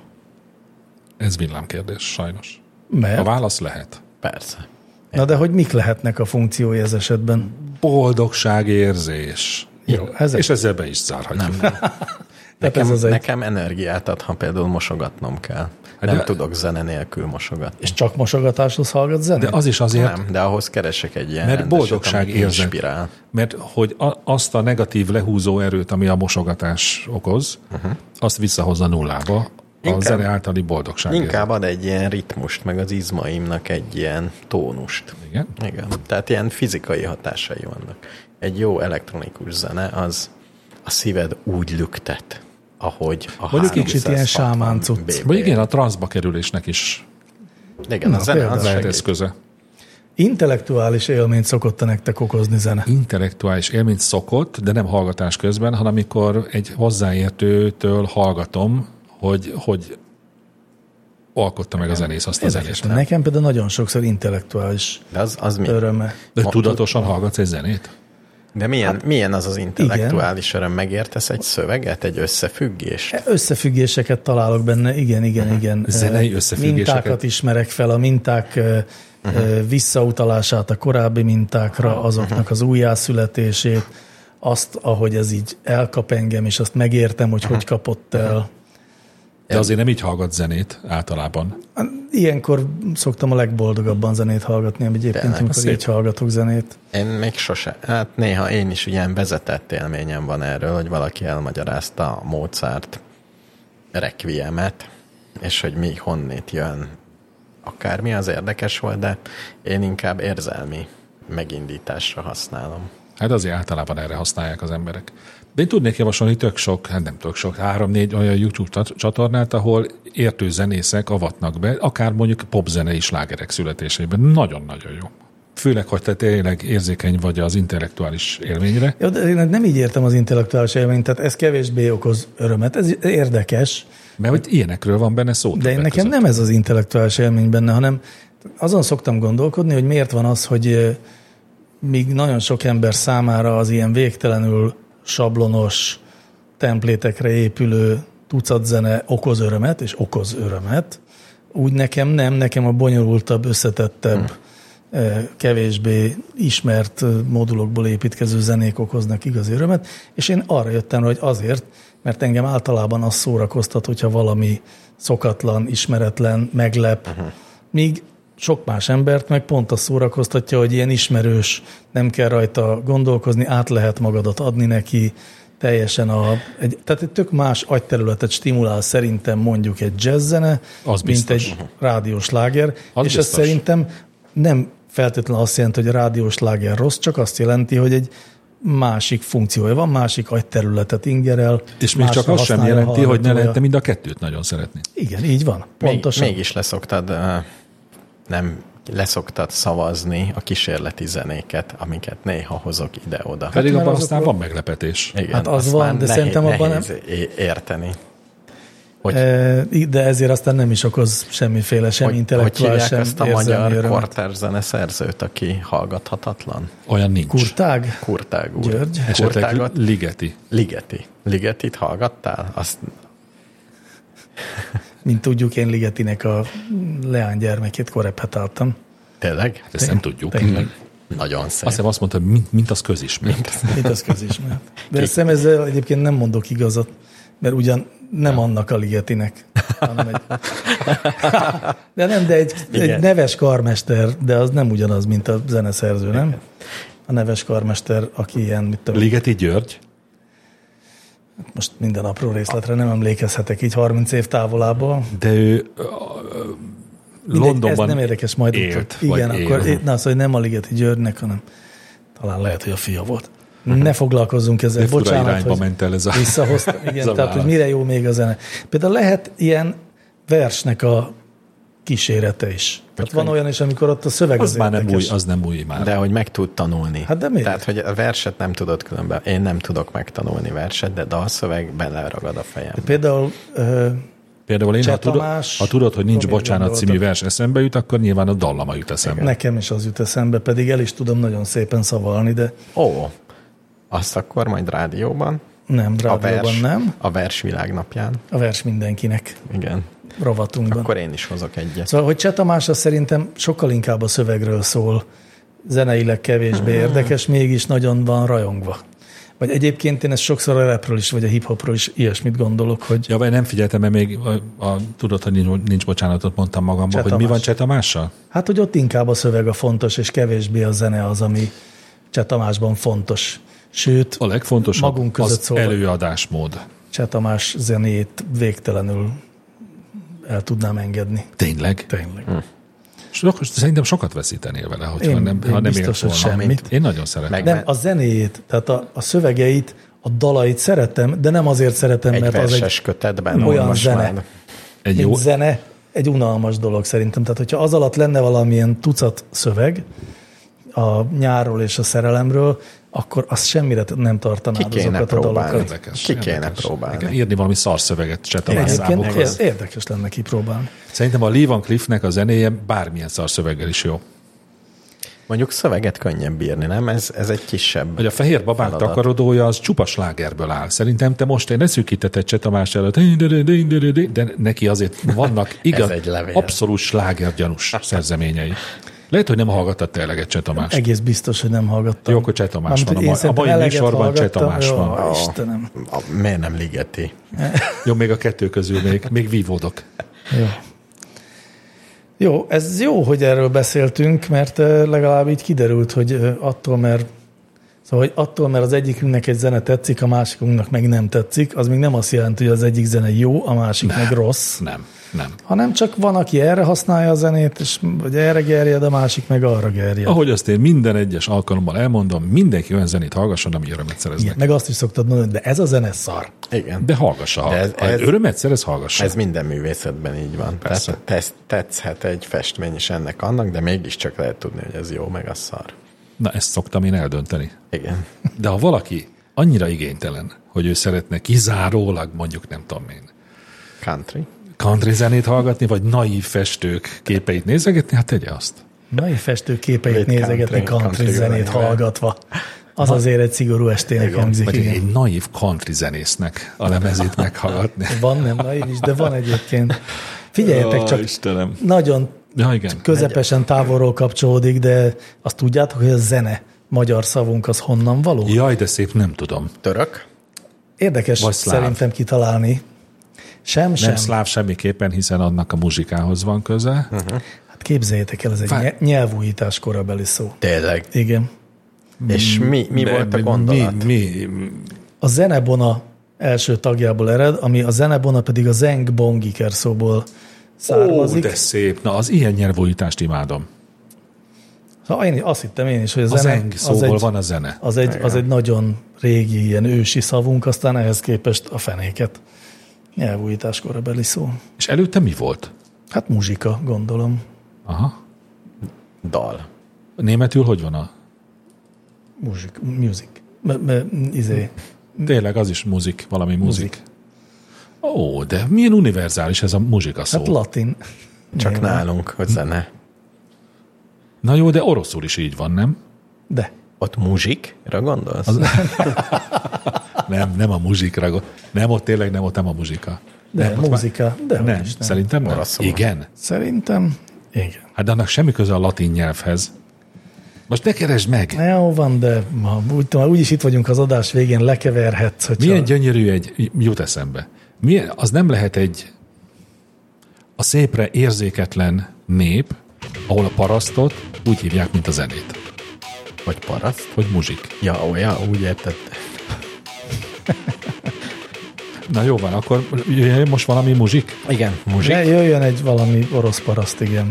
Speaker 3: Ez villámkérdés, sajnos. A
Speaker 2: Mert,
Speaker 3: válasz lehet.
Speaker 1: Persze.
Speaker 2: na de hogy mik lehetnek a funkciói ez esetben?
Speaker 3: Boldogságérzés.
Speaker 2: Jó, ez
Speaker 3: és
Speaker 2: és
Speaker 3: ezzel be is zárhatjuk. Nem.
Speaker 1: Nekem,
Speaker 2: ez
Speaker 1: ez
Speaker 2: az egy- Hát
Speaker 1: nekem energiát ad, ha például mosogatnom kell. Nem tudok zene nélkül mosogatni.
Speaker 2: És csak mosogatáshoz hallgat zenét?
Speaker 3: De az is azért,
Speaker 1: Nem, de ahhoz keresek egy ilyen
Speaker 3: mert
Speaker 1: rendeset,
Speaker 3: boldogság
Speaker 1: ami
Speaker 3: érzet.
Speaker 1: inspirál.
Speaker 3: Mert hogy a, azt a negatív lehúzó erőt, ami a mosogatás okoz, uh-huh. azt visszahozza nullába a
Speaker 1: Inkább-
Speaker 3: zene általi boldogság
Speaker 1: Inkább ad egy ilyen ritmust, meg az izmaimnak egy ilyen tónust.
Speaker 3: Igen?
Speaker 1: Igen. Tehát ilyen fizikai hatásai vannak. Egy jó elektronikus zene az a szíved úgy lüktet, ahogy a
Speaker 2: Mondjuk kicsit ilyen
Speaker 1: 360
Speaker 2: sámán cucc.
Speaker 1: BB.
Speaker 3: Vagy igen, a transzba kerülésnek is
Speaker 1: Igen, a
Speaker 2: Na,
Speaker 1: zene
Speaker 2: például.
Speaker 1: az
Speaker 3: lehet
Speaker 1: segít.
Speaker 3: eszköze.
Speaker 2: Intellektuális élményt szokott nektek okozni zene.
Speaker 3: Intellektuális élményt szokott, de nem hallgatás közben, hanem amikor egy hozzáértőtől hallgatom, hogy, hogy alkotta meg a zenész azt a zenést.
Speaker 2: Nekem például nagyon sokszor intellektuális
Speaker 1: De az, az mi?
Speaker 2: öröme.
Speaker 3: De tudatosan hallgatsz egy zenét?
Speaker 1: De milyen, hát, milyen az az intellektuális igen. öröm? Megértesz egy szöveget, egy összefüggést?
Speaker 2: Összefüggéseket találok benne, igen, igen, igen.
Speaker 3: Zenei
Speaker 2: Ö,
Speaker 3: összefüggéseket.
Speaker 2: Mintákat ismerek fel, a minták ö, ö, visszautalását a korábbi mintákra, azoknak az újjászületését, azt, ahogy ez így elkap engem, és azt megértem, hogy hogy kapott el.
Speaker 3: De azért nem így hallgat zenét általában.
Speaker 2: Ilyenkor szoktam a legboldogabban zenét hallgatni, amit egyébként,
Speaker 1: Tényleg,
Speaker 2: amikor
Speaker 3: szép.
Speaker 2: így hallgatok zenét.
Speaker 1: Én még sose, hát néha én is ilyen vezetett élményem van erről, hogy valaki elmagyarázta a Mozart requiemet, és hogy mi honnét jön. Akármi az érdekes volt, de én inkább érzelmi megindításra használom.
Speaker 3: Hát azért általában erre használják az emberek. De én tudnék javasolni tök sok, hát nem tök sok, három-négy olyan YouTube tat- csatornát, ahol értő zenészek avatnak be, akár mondjuk popzenei slágerek születésében. Nagyon-nagyon jó. Főleg, hogy te tényleg érzékeny vagy az intellektuális élményre.
Speaker 2: Jó, de én nem így értem az intellektuális élményt, tehát ez kevésbé okoz örömet. Ez érdekes,
Speaker 3: Mert hogy ilyenekről van benne szó.
Speaker 2: de
Speaker 3: többek
Speaker 2: én nekem
Speaker 3: között.
Speaker 2: nem ez az intellektuális élmény benne, hanem azon szoktam gondolkodni, hogy miért van az, hogy ö, míg nagyon sok ember számára az ilyen végtelenül sablonos, templétekre épülő tucat zene okoz örömet, és okoz örömet, úgy nekem nem, nekem a bonyolultabb, összetettebb, ö, kevésbé ismert ö, modulokból építkező zenék okoznak igazi örömet, és én arra jöttem, rá, hogy azért, mert engem általában az szórakoztat, hogyha valami szokatlan, ismeretlen, meglep, míg sok más embert meg pont azt szórakoztatja, hogy ilyen ismerős, nem kell rajta gondolkozni, át lehet magadat adni neki, teljesen a, egy, tehát egy tök más agyterületet stimulál szerintem mondjuk egy jazzzene,
Speaker 3: Az
Speaker 2: mint
Speaker 3: biztos.
Speaker 2: egy rádiós láger,
Speaker 3: Az
Speaker 2: és ez
Speaker 3: biztos.
Speaker 2: szerintem nem feltétlenül azt jelenti, hogy a rádiós láger rossz, csak azt jelenti, hogy egy másik funkciója van, másik agyterületet ingerel.
Speaker 3: És még csak
Speaker 2: másra
Speaker 3: azt sem
Speaker 2: használja,
Speaker 3: jelenti, hogy ne
Speaker 2: hallgatója.
Speaker 3: lehetne mind a kettőt nagyon szeretni.
Speaker 2: Igen, így van.
Speaker 1: Még,
Speaker 2: Pontosan.
Speaker 1: mégis leszoktad, ö, nem leszoktad szavazni a kísérleti zenéket, amiket néha hozok ide-oda.
Speaker 3: Pedig
Speaker 2: mert
Speaker 3: abban
Speaker 2: azok
Speaker 3: aztán
Speaker 2: volt-
Speaker 3: van meglepetés.
Speaker 1: Igen,
Speaker 2: Hát az
Speaker 1: azt
Speaker 2: van,
Speaker 1: már
Speaker 2: de szerintem abban
Speaker 1: nehéz é- érteni. Hogy,
Speaker 2: E, De ezért aztán nem is okoz semmiféle, sem
Speaker 1: hogy, hogy
Speaker 2: intellektuális,
Speaker 1: hívják
Speaker 2: sem
Speaker 1: ezt a
Speaker 2: érzelmi
Speaker 1: magyar
Speaker 2: örömet.
Speaker 1: kortárzene szerzőt, aki hallgathatatlan?
Speaker 3: Olyan nincs.
Speaker 2: Kurtág?
Speaker 1: Kurtág úr.
Speaker 2: György?
Speaker 3: Esetleg
Speaker 1: Kurtágot?
Speaker 3: ligeti.
Speaker 1: Ligeti. Ligetit hallgattál? Azt,
Speaker 2: Mint tudjuk, én Ligetinek a leánygyermekét korepetáltam.
Speaker 1: tényleg?
Speaker 3: Ezt nem tudjuk.
Speaker 2: Tényleg.
Speaker 1: Hát Nagyon
Speaker 3: Azt
Speaker 1: szép.
Speaker 3: hiszem azt mondta, mint, mint az közismert.
Speaker 2: Mit az közismert? De azt hiszem ezzel egyébként nem mondok igazat, mert ugyan nem annak a Ligetinek, hanem egy... De nem, de egy, egy
Speaker 1: Igen.
Speaker 2: neves karmester, de az nem ugyanaz, mint a zeneszerző, nem? A neves karmester, aki ilyen, mit tudom,
Speaker 3: Ligeti György?
Speaker 2: most minden apró részletre nem emlékezhetek így 30 év távolából.
Speaker 3: De ő ö, ö,
Speaker 2: Mindegy,
Speaker 3: Londonban
Speaker 2: ez nem érdekes, majd
Speaker 3: élt,
Speaker 2: utóbb.
Speaker 3: vagy
Speaker 2: Igen,
Speaker 3: él.
Speaker 2: akkor él. na, szóval nem a Ligeti Györgynek, hanem talán lehet, hogy a fia volt. Ne foglalkozzunk ezzel,
Speaker 3: De Mhm. fura
Speaker 2: bocsánat,
Speaker 3: irányba
Speaker 2: hogy
Speaker 3: ment el ez a-
Speaker 2: visszahoztam.
Speaker 3: ez
Speaker 2: Igen,
Speaker 3: a
Speaker 2: tehát, hogy
Speaker 3: válasz.
Speaker 2: mire jó még a zene. Például lehet ilyen versnek a kísérete is. Tehát van olyan is, amikor ott a szöveg
Speaker 3: az már nem új,
Speaker 2: érdekes.
Speaker 3: az nem új már.
Speaker 1: De hogy meg tud tanulni.
Speaker 2: Hát de miért?
Speaker 1: Tehát, hogy a verset nem tudod különben. Én nem tudok megtanulni verset, de dalszöveg beleragad a fejembe.
Speaker 2: Például ö,
Speaker 3: Például én,
Speaker 2: Cseh
Speaker 3: ha tudod,
Speaker 2: Tamás,
Speaker 3: ha tudod, hogy nincs
Speaker 2: Tomi
Speaker 3: Bocsánat című
Speaker 2: gondoltak.
Speaker 3: vers eszembe jut, akkor nyilván a dallama jut eszembe.
Speaker 2: nekem is az jut eszembe, pedig el is tudom nagyon szépen szavalni, de
Speaker 1: Ó, azt akkor majd rádióban.
Speaker 2: nem,
Speaker 1: A
Speaker 2: rádióban
Speaker 1: vers,
Speaker 2: nem.
Speaker 1: a vers világnapján.
Speaker 2: A vers mindenkinek
Speaker 1: Igen.
Speaker 2: rovatunkban.
Speaker 1: Akkor én is hozok egyet.
Speaker 2: Szóval, hogy Cseh Tamás az szerintem sokkal inkább a szövegről szól, zeneileg kevésbé érdekes, mégis nagyon van rajongva. Vagy egyébként én ezt sokszor a rapről is, vagy a hiphopról is ilyesmit gondolok, hogy
Speaker 3: Ja, vagy nem figyeltem, mert még a, a, tudod, hogy nincs, nincs bocsánatot, mondtam magamban,
Speaker 2: Cseh
Speaker 3: hogy mi van
Speaker 2: Tamás.
Speaker 3: Cseh Tamással?
Speaker 2: hát, hogy ott inkább a szöveg a fontos, és kevésbé a zene az, ami Cseh Tamásban fontos. Sőt,
Speaker 3: A legfontosabb
Speaker 2: Magunk között
Speaker 3: az
Speaker 2: szóval.
Speaker 3: előadásmód.
Speaker 2: Cseh Tamás zenét végtelenül el tudnám engedni.
Speaker 3: Tényleg?
Speaker 2: Tényleg.
Speaker 1: Mhm.
Speaker 3: Sok, szerintem sokat veszítenél vele, hogyha
Speaker 2: Én-
Speaker 3: nem,
Speaker 2: én
Speaker 3: ha nem
Speaker 2: biztos,
Speaker 3: ért
Speaker 2: hogy
Speaker 3: volna.
Speaker 2: semmit.
Speaker 3: Én nagyon szeretem.
Speaker 1: Meg-
Speaker 2: Nem, a zenéjét, tehát a, a szövegeit, a dalait szeretem, de nem azért szeretem,
Speaker 1: Egy
Speaker 2: mert az
Speaker 1: verses
Speaker 2: egy
Speaker 1: kötetben
Speaker 2: olyan
Speaker 1: olvasnád.
Speaker 2: zene.
Speaker 3: Egy
Speaker 2: mint
Speaker 3: jó,
Speaker 2: zene egy unalmas dolog szerintem. Tehát, hogyha az alatt lenne valamilyen tucat szöveg a nyárról és a szerelemről, akkor azt semmire nem tartanád
Speaker 1: Ki kéne
Speaker 2: azokat a
Speaker 1: próbálni.
Speaker 2: dalokat.
Speaker 1: Ki kéne
Speaker 3: igen,
Speaker 1: próbálni.
Speaker 3: írni valami szarszöveget Cseh Tamás
Speaker 2: Egyébként
Speaker 3: számokhoz.
Speaker 2: ér- érdekes lenne kipróbálni.
Speaker 3: Szerintem a Lee Van Cliffnek a zenéje bármilyen szarszöveggel is jó.
Speaker 1: Mondjuk szöveget könnyebb írni, nem? Ez, ez egy kisebb.
Speaker 3: Hogy a fehér babák
Speaker 1: Feladat.
Speaker 3: takarodója az csupa slágerből áll. Szerintem te most ne szűkítetted Cseh Tamás előtt, de neki azért vannak igaz,
Speaker 1: egy levél.
Speaker 3: abszolút slágergyanús szerzeményei. Lehet, hogy nem hallgattad te eleget Cseh Tamást.
Speaker 2: Egész biztos, hogy nem hallgattam.
Speaker 3: Jó, akkor Cseh Tamás
Speaker 2: Mármint,
Speaker 3: van
Speaker 2: hogy
Speaker 3: a
Speaker 2: én
Speaker 3: mai- a
Speaker 2: szerintem
Speaker 3: mai
Speaker 2: eleget
Speaker 3: műsorban Cseh
Speaker 2: hallgattam.
Speaker 3: Tamás
Speaker 2: Jó,
Speaker 3: van.
Speaker 1: Ó,
Speaker 2: Istenem.
Speaker 1: a- Miért nem ligeti?
Speaker 3: Jó, még a kettő közül még, még vívódok.
Speaker 2: Jó. Jó, ez jó, hogy erről beszéltünk, mert ö, legalább így kiderült, hogy ö, attól, mert Szóval, hogy attól, mert az egyikünknek egy zene tetszik, a másikunknak meg nem tetszik, az még nem azt jelenti, hogy az egyik zene jó, a másik meg rossz,
Speaker 3: Nem, nem.
Speaker 2: hanem csak van, aki erre használja a zenét, és vagy erre gerjed, a másik meg arra gerjed.
Speaker 1: Oh.
Speaker 3: Ahogy azt én minden egyes alkalommal elmondom, mindenki olyan zenét hallgasson, ami örömet szerez
Speaker 2: Igen,
Speaker 3: neki.
Speaker 2: meg azt is szoktad mondani, de ez a zene szar.
Speaker 1: Igen.
Speaker 3: De hallgassa, ha
Speaker 1: De ez-
Speaker 3: ez,
Speaker 1: ez-
Speaker 3: örömet szerez, hallgassa.
Speaker 1: Ez minden művészetben így van.
Speaker 3: Persze.
Speaker 1: Tehát tesz, tetszhet egy festmény is ennek annak, de mégiscsak lehet tudni, hogy ez jó, meg a szar.
Speaker 3: Na, ezt szoktam én eldönteni.
Speaker 1: Igen.
Speaker 3: De ha valaki annyira igénytelen, hogy ő szeretne kizárólag, mondjuk nem tudom én,
Speaker 1: Country.
Speaker 3: country zenét hallgatni, vagy naív festők képeit nézegetni, hát tegye azt.
Speaker 2: Mai festő képeit
Speaker 1: Late
Speaker 2: nézegetni
Speaker 1: country,
Speaker 2: country
Speaker 1: country
Speaker 2: zenét
Speaker 1: zenével.
Speaker 2: hallgatva. Az azért egy szigorú estének hangzik.
Speaker 3: Vagy
Speaker 2: igen.
Speaker 3: egy naív country zenésznek a lemezét meghallgatni.
Speaker 2: Van, nem naiv is, de van egyébként. Figyeljetek csak,
Speaker 3: Istenem.
Speaker 2: nagyon
Speaker 3: Ja, igen.
Speaker 2: közepesen távolról kapcsolódik, de azt tudjátok, hogy a zene magyar szavunk az honnan való?
Speaker 3: Jaj, de szép, nem tudom.
Speaker 1: Török.
Speaker 2: Érdekes
Speaker 3: Vagy szláv.
Speaker 2: szerintem kitalálni. Sem,
Speaker 3: Nem
Speaker 2: sem.
Speaker 3: szláv semmiképpen, hiszen annak a muzsikához van köze.
Speaker 1: Uh-huh.
Speaker 2: Hát képzeljétek el, ez egy
Speaker 3: Vá-
Speaker 2: nye- nyelvújítás korabeli szó.
Speaker 1: Tényleg.
Speaker 2: Igen.
Speaker 1: És mi, mi
Speaker 3: De
Speaker 1: volt a
Speaker 3: mi-
Speaker 1: gondolat? Mi, mi?
Speaker 3: Mi,
Speaker 2: A zenebona első tagjából ered, ami a zenebona pedig a zeng bongiker szóból
Speaker 3: Ó,
Speaker 2: származik.
Speaker 3: de szép. Na, az ilyen nyelvújítást imádom.
Speaker 2: Szóval én azt hittem én is, hogy a
Speaker 3: A
Speaker 2: zene
Speaker 3: zeng szóból van a zene.
Speaker 2: Az egy, az egy nagyon régi, ilyen ősi szavunk, aztán ehhez képest a fenéket. Nyelvújítás korabeli szó.
Speaker 3: És előtte mi volt?
Speaker 2: Hát muzsika, gondolom.
Speaker 3: Aha.
Speaker 1: Dal.
Speaker 3: Németül hogy van a...
Speaker 2: Muzsik, music. M- m- izé.
Speaker 3: Tényleg az is muzik, valami muzik. Ó, de milyen univerzális ez a muzsika szó.
Speaker 2: Hát latin.
Speaker 1: Csak
Speaker 2: Nyilván.
Speaker 1: nálunk, hogy zene.
Speaker 3: Na jó, de oroszul is így van, nem?
Speaker 2: De.
Speaker 1: Ott muzsikra gondolsz?
Speaker 3: Nem, nem a muzsikra. gond- Nem, ott tényleg nem, ott nem a muzsika.
Speaker 2: De,
Speaker 3: nem, ott már-
Speaker 2: muzika. De
Speaker 3: Nem,
Speaker 2: nem. nem.
Speaker 3: szerintem nem.
Speaker 1: Oroszul.
Speaker 3: Igen.
Speaker 2: Szerintem igen.
Speaker 3: Hát de annak semmi köze a latin nyelvhez. Most ne keresd meg!
Speaker 2: Jó van, de ma, úgy, ma úgyis itt vagyunk az adás végén, lekeverhetsz. Hogyha...
Speaker 3: Milyen gyönyörű egy, jut eszembe. Milyen, az nem lehet egy a szépre érzéketlen nép, ahol a parasztot úgy hívják, mint a zenét.
Speaker 1: Vagy paraszt?
Speaker 3: Hogy muzsik.
Speaker 1: Ja, ó, ja, úgy érted.
Speaker 3: Na jó van, akkor jöjjön most valami muzsik?
Speaker 1: Igen, muzsik.
Speaker 2: ne, jöjjön egy valami orosz paraszt, igen.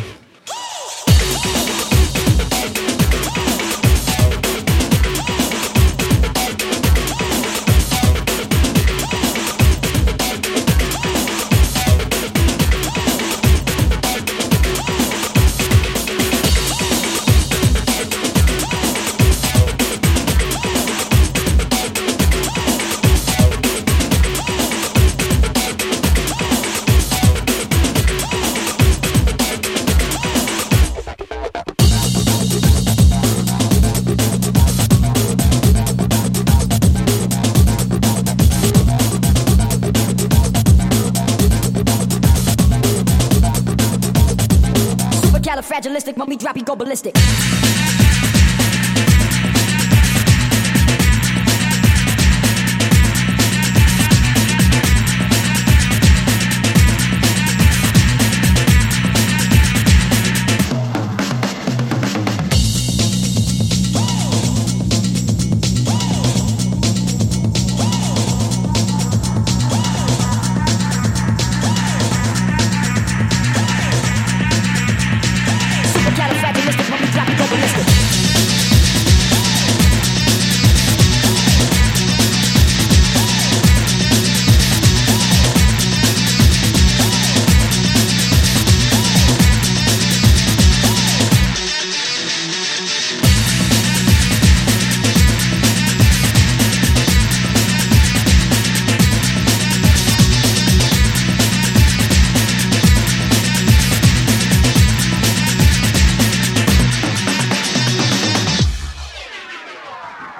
Speaker 7: Supercalifragilistic, mommy drop, you go ballistic.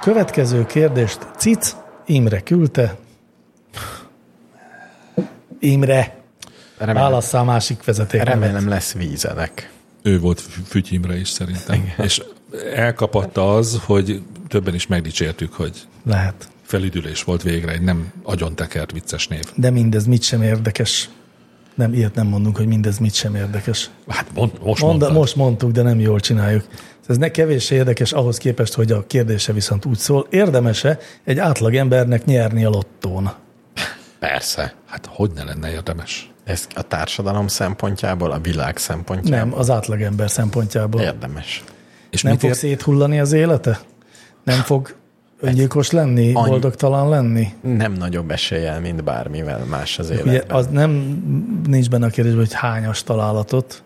Speaker 2: Következő kérdést Cic Imre küldte. Imre,
Speaker 1: Remélem,
Speaker 2: válasszál másik vezeték.
Speaker 1: remélem lesz vízelek.
Speaker 3: Ő volt Fü- Füty Imre is szerintem. Igen. És elkapatta az, hogy többen is megdicsértük, hogy
Speaker 2: Lehet.
Speaker 3: felüdülés volt végre, egy nem agyontekert vicces név.
Speaker 2: De mindez mit sem érdekes. Nem, ilyet nem mondunk, hogy mindez mit sem érdekes.
Speaker 3: Hát mond, most
Speaker 2: Mond,
Speaker 3: mondtad.
Speaker 2: most mondtuk, de nem jól csináljuk. Ez ne kevés érdekes ahhoz képest, hogy a kérdése viszont úgy szól, érdemese egy átlagembernek nyerni a lottón?
Speaker 1: Persze.
Speaker 3: Hát hogy ne lenne érdemes?
Speaker 1: Ez a társadalom szempontjából, a világ szempontjából
Speaker 2: Nem, az átlagember szempontjából.
Speaker 1: érdemes.
Speaker 3: És
Speaker 2: Nem
Speaker 3: mit
Speaker 2: fog
Speaker 3: ér...
Speaker 2: széthullani az élete? Nem fog öngyilkos lenni,
Speaker 1: Annyi-
Speaker 2: boldogtalan lenni?
Speaker 1: Nem nagyobb eséllyel, mint bármivel más az
Speaker 2: Ugye
Speaker 1: életben.
Speaker 2: az nem nincs benne a kérdésben, hogy hányas találatot.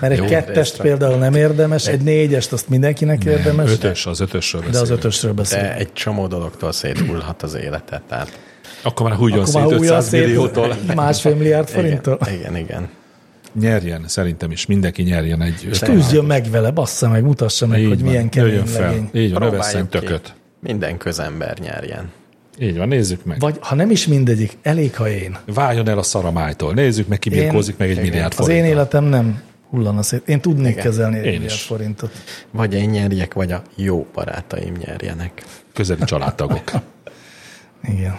Speaker 2: Mert egy
Speaker 1: Jó, de ezt
Speaker 2: kettest
Speaker 1: csak-
Speaker 2: például nem érdemes, egy négyest azt mindenkinek érdemes,
Speaker 3: Ötös, az ötösről
Speaker 2: de az
Speaker 3: beszélünk.
Speaker 2: ötösről beszélünk.
Speaker 1: De egy csomó dologtól széthullhat az életet. Tehát
Speaker 3: Akkor már húgyon
Speaker 2: Akkor már
Speaker 3: szét
Speaker 2: újra
Speaker 3: 500
Speaker 2: szét-
Speaker 3: milliótól.
Speaker 2: Másfél milliárd forinttal.
Speaker 1: igen, igen, igen.
Speaker 3: Nyerjen, szerintem is. Mindenki nyerjen egy ötös.
Speaker 2: Hát Küzdjön meg vele, bassza meg, mutassa meg,
Speaker 3: Így
Speaker 2: hogy
Speaker 3: van,
Speaker 2: milyen
Speaker 3: nőjön
Speaker 2: kemény
Speaker 3: fel.
Speaker 2: legény.
Speaker 3: Így van,
Speaker 1: Próbáljuk
Speaker 3: övesszen
Speaker 1: ki.
Speaker 3: tököt.
Speaker 1: Minden közember nyerjen.
Speaker 3: Így van, nézzük meg.
Speaker 2: Vagy ha nem is mindegyik, elég, ha én.
Speaker 3: Váljon el a szaramájtól. Nézzük meg, ki birkózik meg egy milliárd
Speaker 2: Az én
Speaker 3: forint.
Speaker 2: életem nem hullana szét. Én tudnék igen. kezelni egy
Speaker 3: Én
Speaker 2: milliárd
Speaker 3: is.
Speaker 2: forintot.
Speaker 1: Vagy én nyerjek, vagy a jó barátaim nyerjenek.
Speaker 3: Közeli családtagok.
Speaker 2: Igen.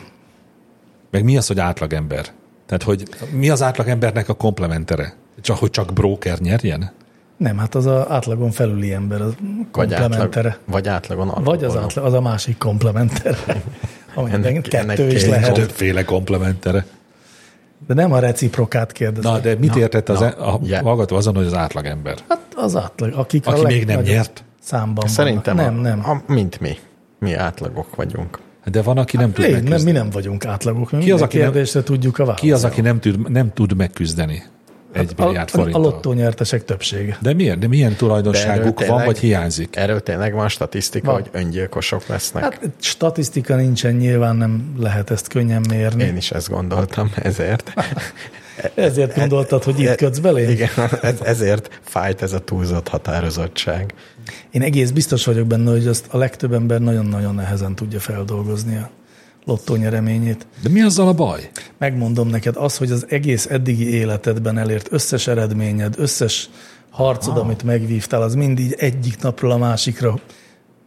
Speaker 3: Meg mi az, hogy átlagember? Tehát, hogy mi az átlagembernek a komplementere? Csak, hogy csak broker nyerjen?
Speaker 2: Nem, hát az a átlagon felüli ember, az
Speaker 1: Vagy,
Speaker 2: komplementere.
Speaker 1: átlag, vagy átlagon alapuló.
Speaker 2: Vagy az, átla, az a másik komplementere. Aminek
Speaker 1: Ennek-
Speaker 2: kettő
Speaker 1: ennek
Speaker 2: is
Speaker 1: két
Speaker 2: lehet.
Speaker 3: Többféle komplementere.
Speaker 2: De nem a reciprokát kérdezem.
Speaker 3: Na, de mit értett az e- a,
Speaker 1: yeah.
Speaker 3: hallgató azon, hogy az átlagember?
Speaker 2: Hát az átlag, akik
Speaker 3: Aki
Speaker 2: a
Speaker 3: még nem
Speaker 2: legnagyobb
Speaker 3: nyert.
Speaker 2: Számban
Speaker 3: Hát
Speaker 1: Szerintem
Speaker 2: vannak. Nem,
Speaker 1: a,
Speaker 2: nem.
Speaker 1: A, mint mi. Mi átlagok vagyunk.
Speaker 3: De van, aki nem tud
Speaker 2: Én, nem, mi
Speaker 3: megküzdeni.
Speaker 2: nem vagyunk átlagok. Mi
Speaker 3: Ki az,
Speaker 2: minden
Speaker 3: aki nem-
Speaker 2: kérdésre tudjuk a választ.
Speaker 3: Ki az, aki nem tud, nem tud megküzdeni egy
Speaker 2: a,
Speaker 3: milliárd
Speaker 2: a, a
Speaker 3: forinttal?
Speaker 2: lottó nyertesek többsége.
Speaker 3: De miért? De milyen
Speaker 1: De erről
Speaker 3: tulajdonságuk van,
Speaker 1: tényleg-
Speaker 3: vagy hiányzik?
Speaker 1: Erről tényleg van statisztika,
Speaker 2: Van.
Speaker 1: hogy öngyilkosok lesznek. Hát,
Speaker 2: Hát statisztika nincsen, nyilván nem lehet ezt könnyen mérni.
Speaker 1: Én is ezt gondoltam, ezért.
Speaker 2: Ezért gondoltad, hogy
Speaker 3: E-
Speaker 2: itt kötsz belé?
Speaker 1: E, Igen, ez, ezért fájt ez a túlzott határozottság.
Speaker 2: Én egész biztos vagyok benne, hogy azt a legtöbb ember nagyon-nagyon nehezen tudja feldolgozni a lottó nyereményét.
Speaker 3: De mi azzal a baj?
Speaker 2: Megmondom neked, az, hogy az egész eddigi életedben elért összes eredményed, összes harcod, amit megvívtál, az mind így egyik napról a másikra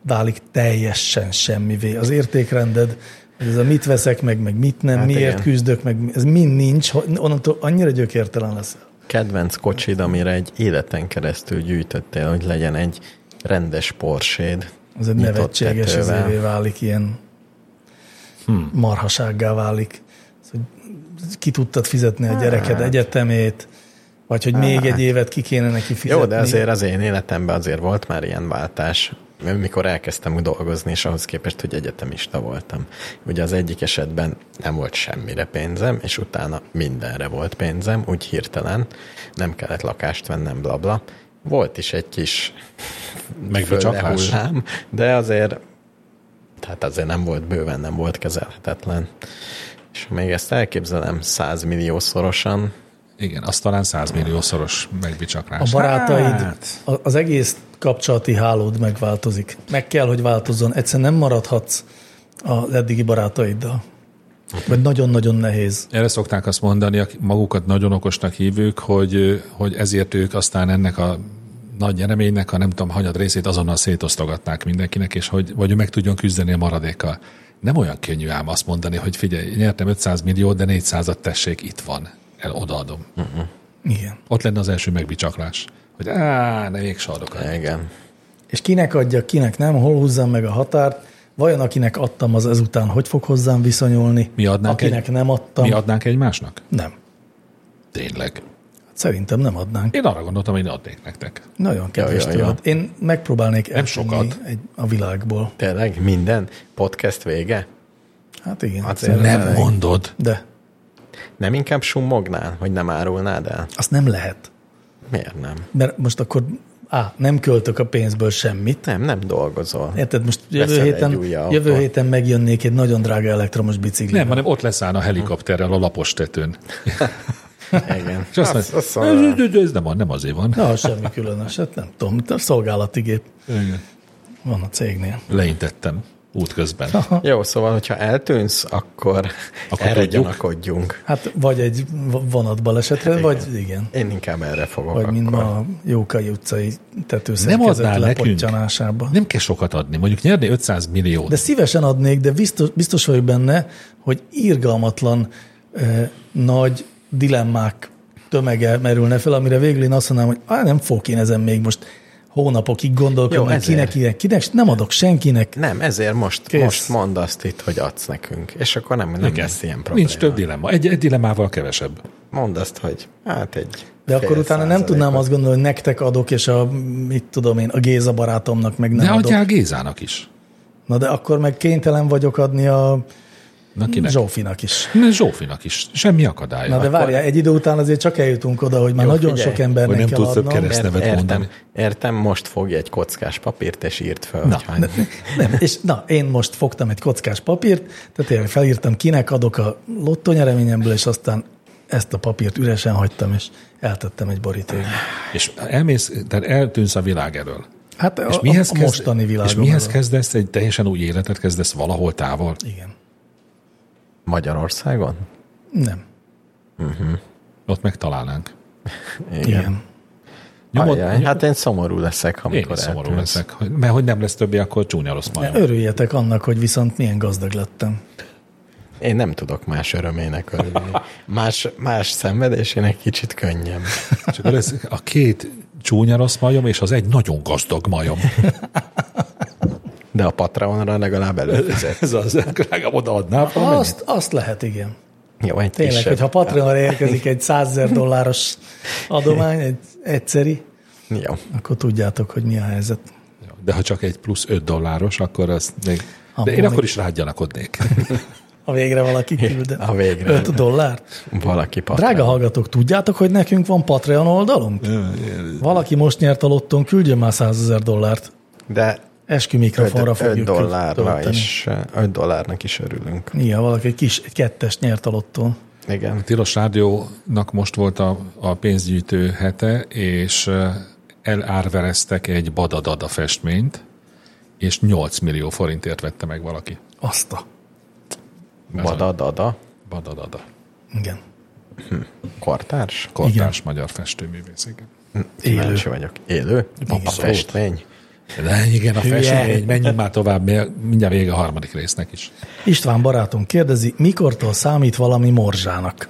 Speaker 2: válik teljesen semmivé. Az értékrended, hogy ez a mit veszek meg, meg mit nem, hát
Speaker 1: Hát
Speaker 2: miért igen.
Speaker 1: igen.
Speaker 2: küzdök meg, ez mind nincs, hogy onnantól annyira gyökértelen lesz.
Speaker 1: Kedvenc kocsid, amire egy életen keresztül gyűjtöttél, hogy legyen egy rendes porséd.
Speaker 2: Ez egy
Speaker 1: nyitott
Speaker 2: nevetséges
Speaker 1: tetővel.
Speaker 2: izévé válik, ilyen
Speaker 1: Hm.
Speaker 2: hmm. marhasággá válik. Az, hogy ki tudtad fizetni
Speaker 1: Hát.
Speaker 2: a gyereked egyetemét, vagy hogy még egy évet ki kéne neki fizetni.
Speaker 1: Jó, de azért az én életemben azért volt már ilyen váltás, mikor elkezdtem dolgozni, és ahhoz képest, hogy egyetemista voltam. Ugye az egyik esetben nem volt semmire pénzem, és utána mindenre volt pénzem, úgy hirtelen, nem kellett lakást vennem, blabla. Volt is egy kis
Speaker 3: Megbicsaklás?
Speaker 1: hullám, de azért tehát azért nem volt bőven, nem volt kezelhetetlen. És ha még ezt elképzelem százmilliószorosan,
Speaker 3: Igen, az talán százmilliószoros
Speaker 2: A
Speaker 3: megbicsaklás. Hát.
Speaker 2: barátaid, a- az egész kapcsolati hálód megváltozik. Meg kell, hogy változzon. Egyszerűen nem maradhatsz az eddigi barátaiddal. Vagy nagyon-nagyon nehéz.
Speaker 3: Erre szokták azt mondani, akik magukat nagyon okosnak hívők, hogy, hogy ezért ők aztán ennek a nagy nyereménynek, a nem tudom, hanyad részét azonnal szétosztogatnák mindenkinek, és hogy, vagy ő meg tudjon küzdeni a maradékkal. Nem olyan könnyű ám azt mondani, hogy figyelj, nyertem 500 milliót, de 400-at tessék, itt van, el odaadom.
Speaker 2: Igen.
Speaker 3: Ott lenne az első megbicsaklás. Hogy á, ne még sardokat.
Speaker 1: igen.
Speaker 2: És kinek adja, kinek nem, hol húzzam meg a határt, vajon akinek adtam, az ezután hogy fog hozzám viszonyulni,
Speaker 3: Mi adnánk
Speaker 2: akinek
Speaker 3: egy-
Speaker 2: nem adtam,
Speaker 3: Mi adnánk egymásnak?
Speaker 2: nem. Hát
Speaker 3: Tényleg.
Speaker 2: Szerintem nem adnánk.
Speaker 3: Én arra gondoltam, hogy én adnék nektek.
Speaker 2: Nagyon kedves
Speaker 1: ja,
Speaker 2: tőled. Én megpróbálnék nem
Speaker 3: sokat.
Speaker 2: Egy, a világból.
Speaker 1: Tényleg minden podcast vége?
Speaker 2: Hát igen.
Speaker 1: Azért
Speaker 2: szerintem.
Speaker 1: nem.
Speaker 3: mondod.
Speaker 2: De
Speaker 1: Nem inkább summognál, hogy nem árulnád el?
Speaker 2: azt nem lehet.
Speaker 1: Miért nem?
Speaker 2: Mert most akkor á, nem költök a pénzből semmit.
Speaker 1: Nem, nem dolgozol.
Speaker 2: Érted, most jövő
Speaker 1: Veszel egy
Speaker 2: héten,
Speaker 1: új autót.
Speaker 2: jövő héten megjönnék egy nagyon drága elektromos biciklivel.
Speaker 3: Nem, hanem ott leszállna a helikopterrel a lapos tetőn.
Speaker 1: Igen.
Speaker 3: És
Speaker 2: Hát,
Speaker 3: azt mondja,
Speaker 1: azt mondanám.
Speaker 3: ez, ez, ez nem, van, nem azért van.
Speaker 2: Na, semmi különös, hát nem tudom, a szolgálati gép van a cégnél.
Speaker 3: Leintettem. útközben.
Speaker 1: Jó, szóval, hogyha eltűnsz, akkor,
Speaker 3: "Hm." Akkor
Speaker 1: akkor erre
Speaker 3: tudjuk.
Speaker 1: gyanakodjunk.
Speaker 2: Hát vagy egy v- vonatbalesetre, igen. vagy igen.
Speaker 1: Én inkább erre fogok
Speaker 2: Vagy
Speaker 1: akkor.
Speaker 2: mint ma a Jókai utcai
Speaker 3: Nem
Speaker 2: tetőszerkezet
Speaker 3: adnál nekünk?
Speaker 2: lepottyanásába.
Speaker 3: Nem kell sokat adni, mondjuk nyerni 500 milliót.
Speaker 2: De szívesen adnék, de biztos, biztos vagyok benne, hogy irgalmatlan eh, nagy dilemmák tömege merülne fel, amire végül én azt mondanám, hogy á, nem fogok én ezen még most hónapokig
Speaker 1: Jó,
Speaker 2: gondolkodni,
Speaker 1: ezért.
Speaker 2: kinek, ilyen, kinek, és nem adok senkinek.
Speaker 1: Nem, ezért most,
Speaker 2: Kész.
Speaker 1: most mondd azt itt, hogy adsz nekünk, és akkor nem, nem lesz ilyen probléma.
Speaker 3: Nincs több dilemma. Egy, egy dilemmával kevesebb.
Speaker 1: Mondd azt, hogy hát egy
Speaker 2: De akkor
Speaker 1: fél
Speaker 2: utána nem tudnám azt gondolni, hogy nektek adok, és a, mit tudom én, a Géza barátomnak meg nem
Speaker 3: De
Speaker 2: adok.
Speaker 3: adjál Gézának is.
Speaker 2: Na de akkor meg kénytelen vagyok adni a
Speaker 3: Na kinek?
Speaker 2: Zsófinak is.
Speaker 3: Ne, Zsófinak is. Semmi akadály.
Speaker 2: Na de várjál, egy idő után azért csak eljutunk oda, hogy már
Speaker 1: Jó,
Speaker 2: nagyon
Speaker 1: figyelj,
Speaker 2: sok embernek
Speaker 3: hogy nem
Speaker 2: kell
Speaker 3: tudsz több
Speaker 2: adnom.
Speaker 3: keresni. ezt
Speaker 1: Ért,
Speaker 3: nevet
Speaker 1: értem,
Speaker 3: mondani.
Speaker 1: értem, most fogj egy kockás papírt, és írd fel,
Speaker 3: Na.
Speaker 1: hogy hány.
Speaker 2: Nem, és na, én most fogtam egy kockás papírt, tehát én felírtam, kinek adok a lottonyereményemből, és aztán ezt a papírt üresen hagytam, és eltettem egy borítékba.
Speaker 3: És elmész, tehát eltűnsz a világ elől.
Speaker 2: Hát
Speaker 3: És
Speaker 2: a,
Speaker 3: mihez,
Speaker 2: a mostani világom.
Speaker 3: és mihez
Speaker 2: az-
Speaker 3: kezdesz? Egy teljesen új életet kezdesz valahol távol?
Speaker 2: Igen.
Speaker 1: Magyarországon?
Speaker 2: Nem.
Speaker 3: Ott megtalálnánk.
Speaker 1: Igen.
Speaker 2: Igen.
Speaker 1: Igen.
Speaker 2: Igen.
Speaker 3: Nyomod,
Speaker 1: Ajaj, hát én szomorú leszek,
Speaker 3: én
Speaker 1: amikor
Speaker 3: is szomorú
Speaker 1: eltűnsz.
Speaker 3: leszek, hogy- mert hogy nem lesz többé, akkor csúnya rossz majom.
Speaker 2: Örüljetek annak, hogy viszont milyen gazdag lettem.
Speaker 1: Én nem tudok más örömének örülni. Más, más szenvedésének kicsit könnyebb.
Speaker 3: És akkor lesz a két csúnya rossz majom, és az egy nagyon gazdag majom.
Speaker 1: De a Patreonra legalább előfizet.
Speaker 3: Ez az, drágám, odaadnál valamit?
Speaker 2: Azt, azt lehet, igen.
Speaker 1: Jó, egy
Speaker 2: Tényleg,
Speaker 1: kisebb.
Speaker 2: hogyha Patreonra érkezik egy 100 000 dolláros adomány, egy egyszeri,
Speaker 1: Jó.
Speaker 2: akkor tudjátok, hogy mi a helyzet.
Speaker 3: De ha csak egy plusz 5 dolláros, akkor az még...
Speaker 2: Akkor
Speaker 3: De én
Speaker 2: még-
Speaker 3: akkor is rágyanakodnék.
Speaker 2: Ha végre valaki küld
Speaker 1: Ha végre.
Speaker 2: 5 dollárt.
Speaker 1: Valaki Patreon.
Speaker 2: Drága hallgatók, tudjátok, hogy nekünk van Patreon oldalunk? Valaki most nyert a lotton, küldjön már 100 ezer dollárt.
Speaker 1: De
Speaker 2: Eskü mikrofonra
Speaker 1: 5,
Speaker 2: fogjuk kü-
Speaker 1: dollárra
Speaker 2: tölteni.
Speaker 1: is, 5 dollárnak is örülünk.
Speaker 2: Igen, valaki egy kis, egy kettest nyert a lottón.
Speaker 1: Igen.
Speaker 3: Tilos Rádiónak most volt a, a pénzgyűjtő hete, és eh, elárvereztek egy badadada festményt, és 8 millió forintért vette meg valaki.
Speaker 2: Azt a...
Speaker 1: Badadada.
Speaker 3: Badadada.
Speaker 2: Igen.
Speaker 1: Kortárs?
Speaker 3: Kortárs magyar festőművész, igen.
Speaker 1: Kíváncsi vagyok. Élő? A festmény?
Speaker 3: De igen, a festmény, menjünk már tovább, mert mindjárt vége a harmadik résznek is.
Speaker 2: István barátom kérdezi, mikortól számít valami morzsának?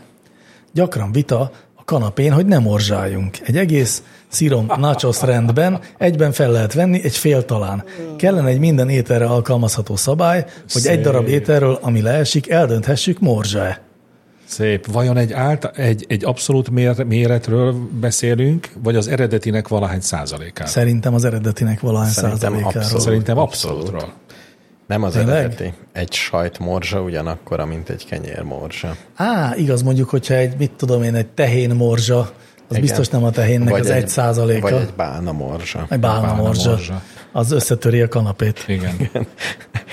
Speaker 2: Gyakran vita a kanapén, hogy nem morzsáljunk. Egy egész szírom nachos rendben, egyben fel lehet venni, egy fél talán. Kellene egy minden ételre alkalmazható szabály, hogy egy darab ételről, ami leesik, eldönthessük morzsa-e.
Speaker 3: Szép. Vajon egy, állt, egy, egy abszolút mér, méretről beszélünk, vagy az eredetinek valahány százalékáról?
Speaker 2: Szerintem az eredetinek valahány
Speaker 1: Szerintem
Speaker 2: százalékáról.
Speaker 1: abszolút.
Speaker 3: Szerintem abszolútról.
Speaker 1: Nem az
Speaker 2: Tényleg?
Speaker 1: eredeti. Egy sajtmorzsa ugyanakkora, mint egy kenyérmorzsa.
Speaker 2: Á, igaz mondjuk, hogyha egy, mit tudom én, egy tehén morzsa, az Igen. biztos nem a tehénnek vagy az egy százaléka.
Speaker 1: Vagy egy bálna morzsa.
Speaker 2: Egy bálna
Speaker 3: Bálna
Speaker 2: morzsa.
Speaker 3: morzsa.
Speaker 2: Az összetöri a kanapét.
Speaker 3: Igen.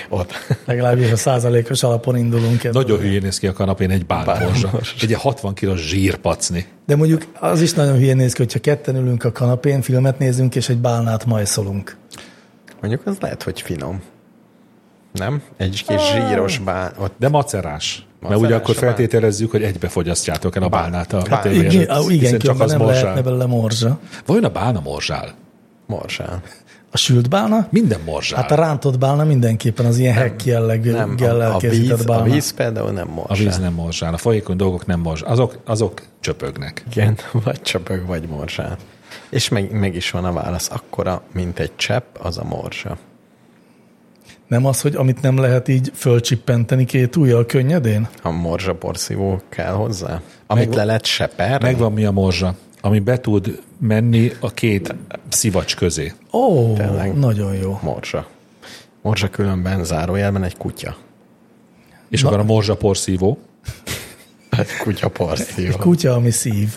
Speaker 1: Ott.
Speaker 2: Legalábbis a százalékos alapon indulunk el.
Speaker 3: Hát Nagyon hülyén néz ki a kanapén egy bálmorzsa. Egy ilyen 60 kilós zsírpacni.
Speaker 2: De mondjuk az is nagyon hülyén néz ki, hogyha ketten ülünk a kanapén, filmet nézünk, és egy bálnát majszolunk.
Speaker 1: Mondjuk az lehet, hogy finom. Nem? Egy kis zsíros bál... Ott
Speaker 3: De macerás. Mert
Speaker 1: Macerás
Speaker 3: ugye akkor
Speaker 1: a bál.
Speaker 3: feltételezzük, hogy egybefogyasztjátok el a bálnát a
Speaker 1: Bál.
Speaker 3: tévé
Speaker 1: Igen,
Speaker 2: Igen,
Speaker 3: előtt,
Speaker 2: á, igen
Speaker 3: hiszen
Speaker 2: különben nem
Speaker 3: morzsál.
Speaker 2: lehetne belőle morzsa.
Speaker 3: Vajon a bálna morzsál?
Speaker 1: morzsán.
Speaker 2: A sült bálna?
Speaker 3: Minden morzsál.
Speaker 2: Hát a rántott bálna mindenképpen az ilyen hekk jellegű
Speaker 1: Nem, a,
Speaker 2: gellel
Speaker 1: a,
Speaker 2: készített
Speaker 1: víz, a
Speaker 2: bálna.
Speaker 1: víz például nem morzsá.
Speaker 3: a víz nem morzsál, a folyékony dolgok nem morzsál. Azok, azok csöpögnek.
Speaker 1: Igen, vagy csöpög, vagy morzsá. És meg, meg is van a válasz. Akkora, mint egy csepp, az a morzsa.
Speaker 2: Nem az, hogy amit nem lehet így fölcsippenteni két ujjal könnyedén?
Speaker 1: A morzsa porszívó kell hozzá? Amit
Speaker 3: Megvan-
Speaker 1: le lehet seperni?
Speaker 3: Megvan mi a morzsa, ami be tud menni a két szivacs közé.
Speaker 2: Ó,
Speaker 1: Tényleg.
Speaker 2: nagyon jó.
Speaker 1: Morzsa. Morzsa különben zárójelben egy kutya.
Speaker 3: És akkor a morzsa porszívó.
Speaker 1: Egy kutya porszívó.
Speaker 2: Kutya, ami szív.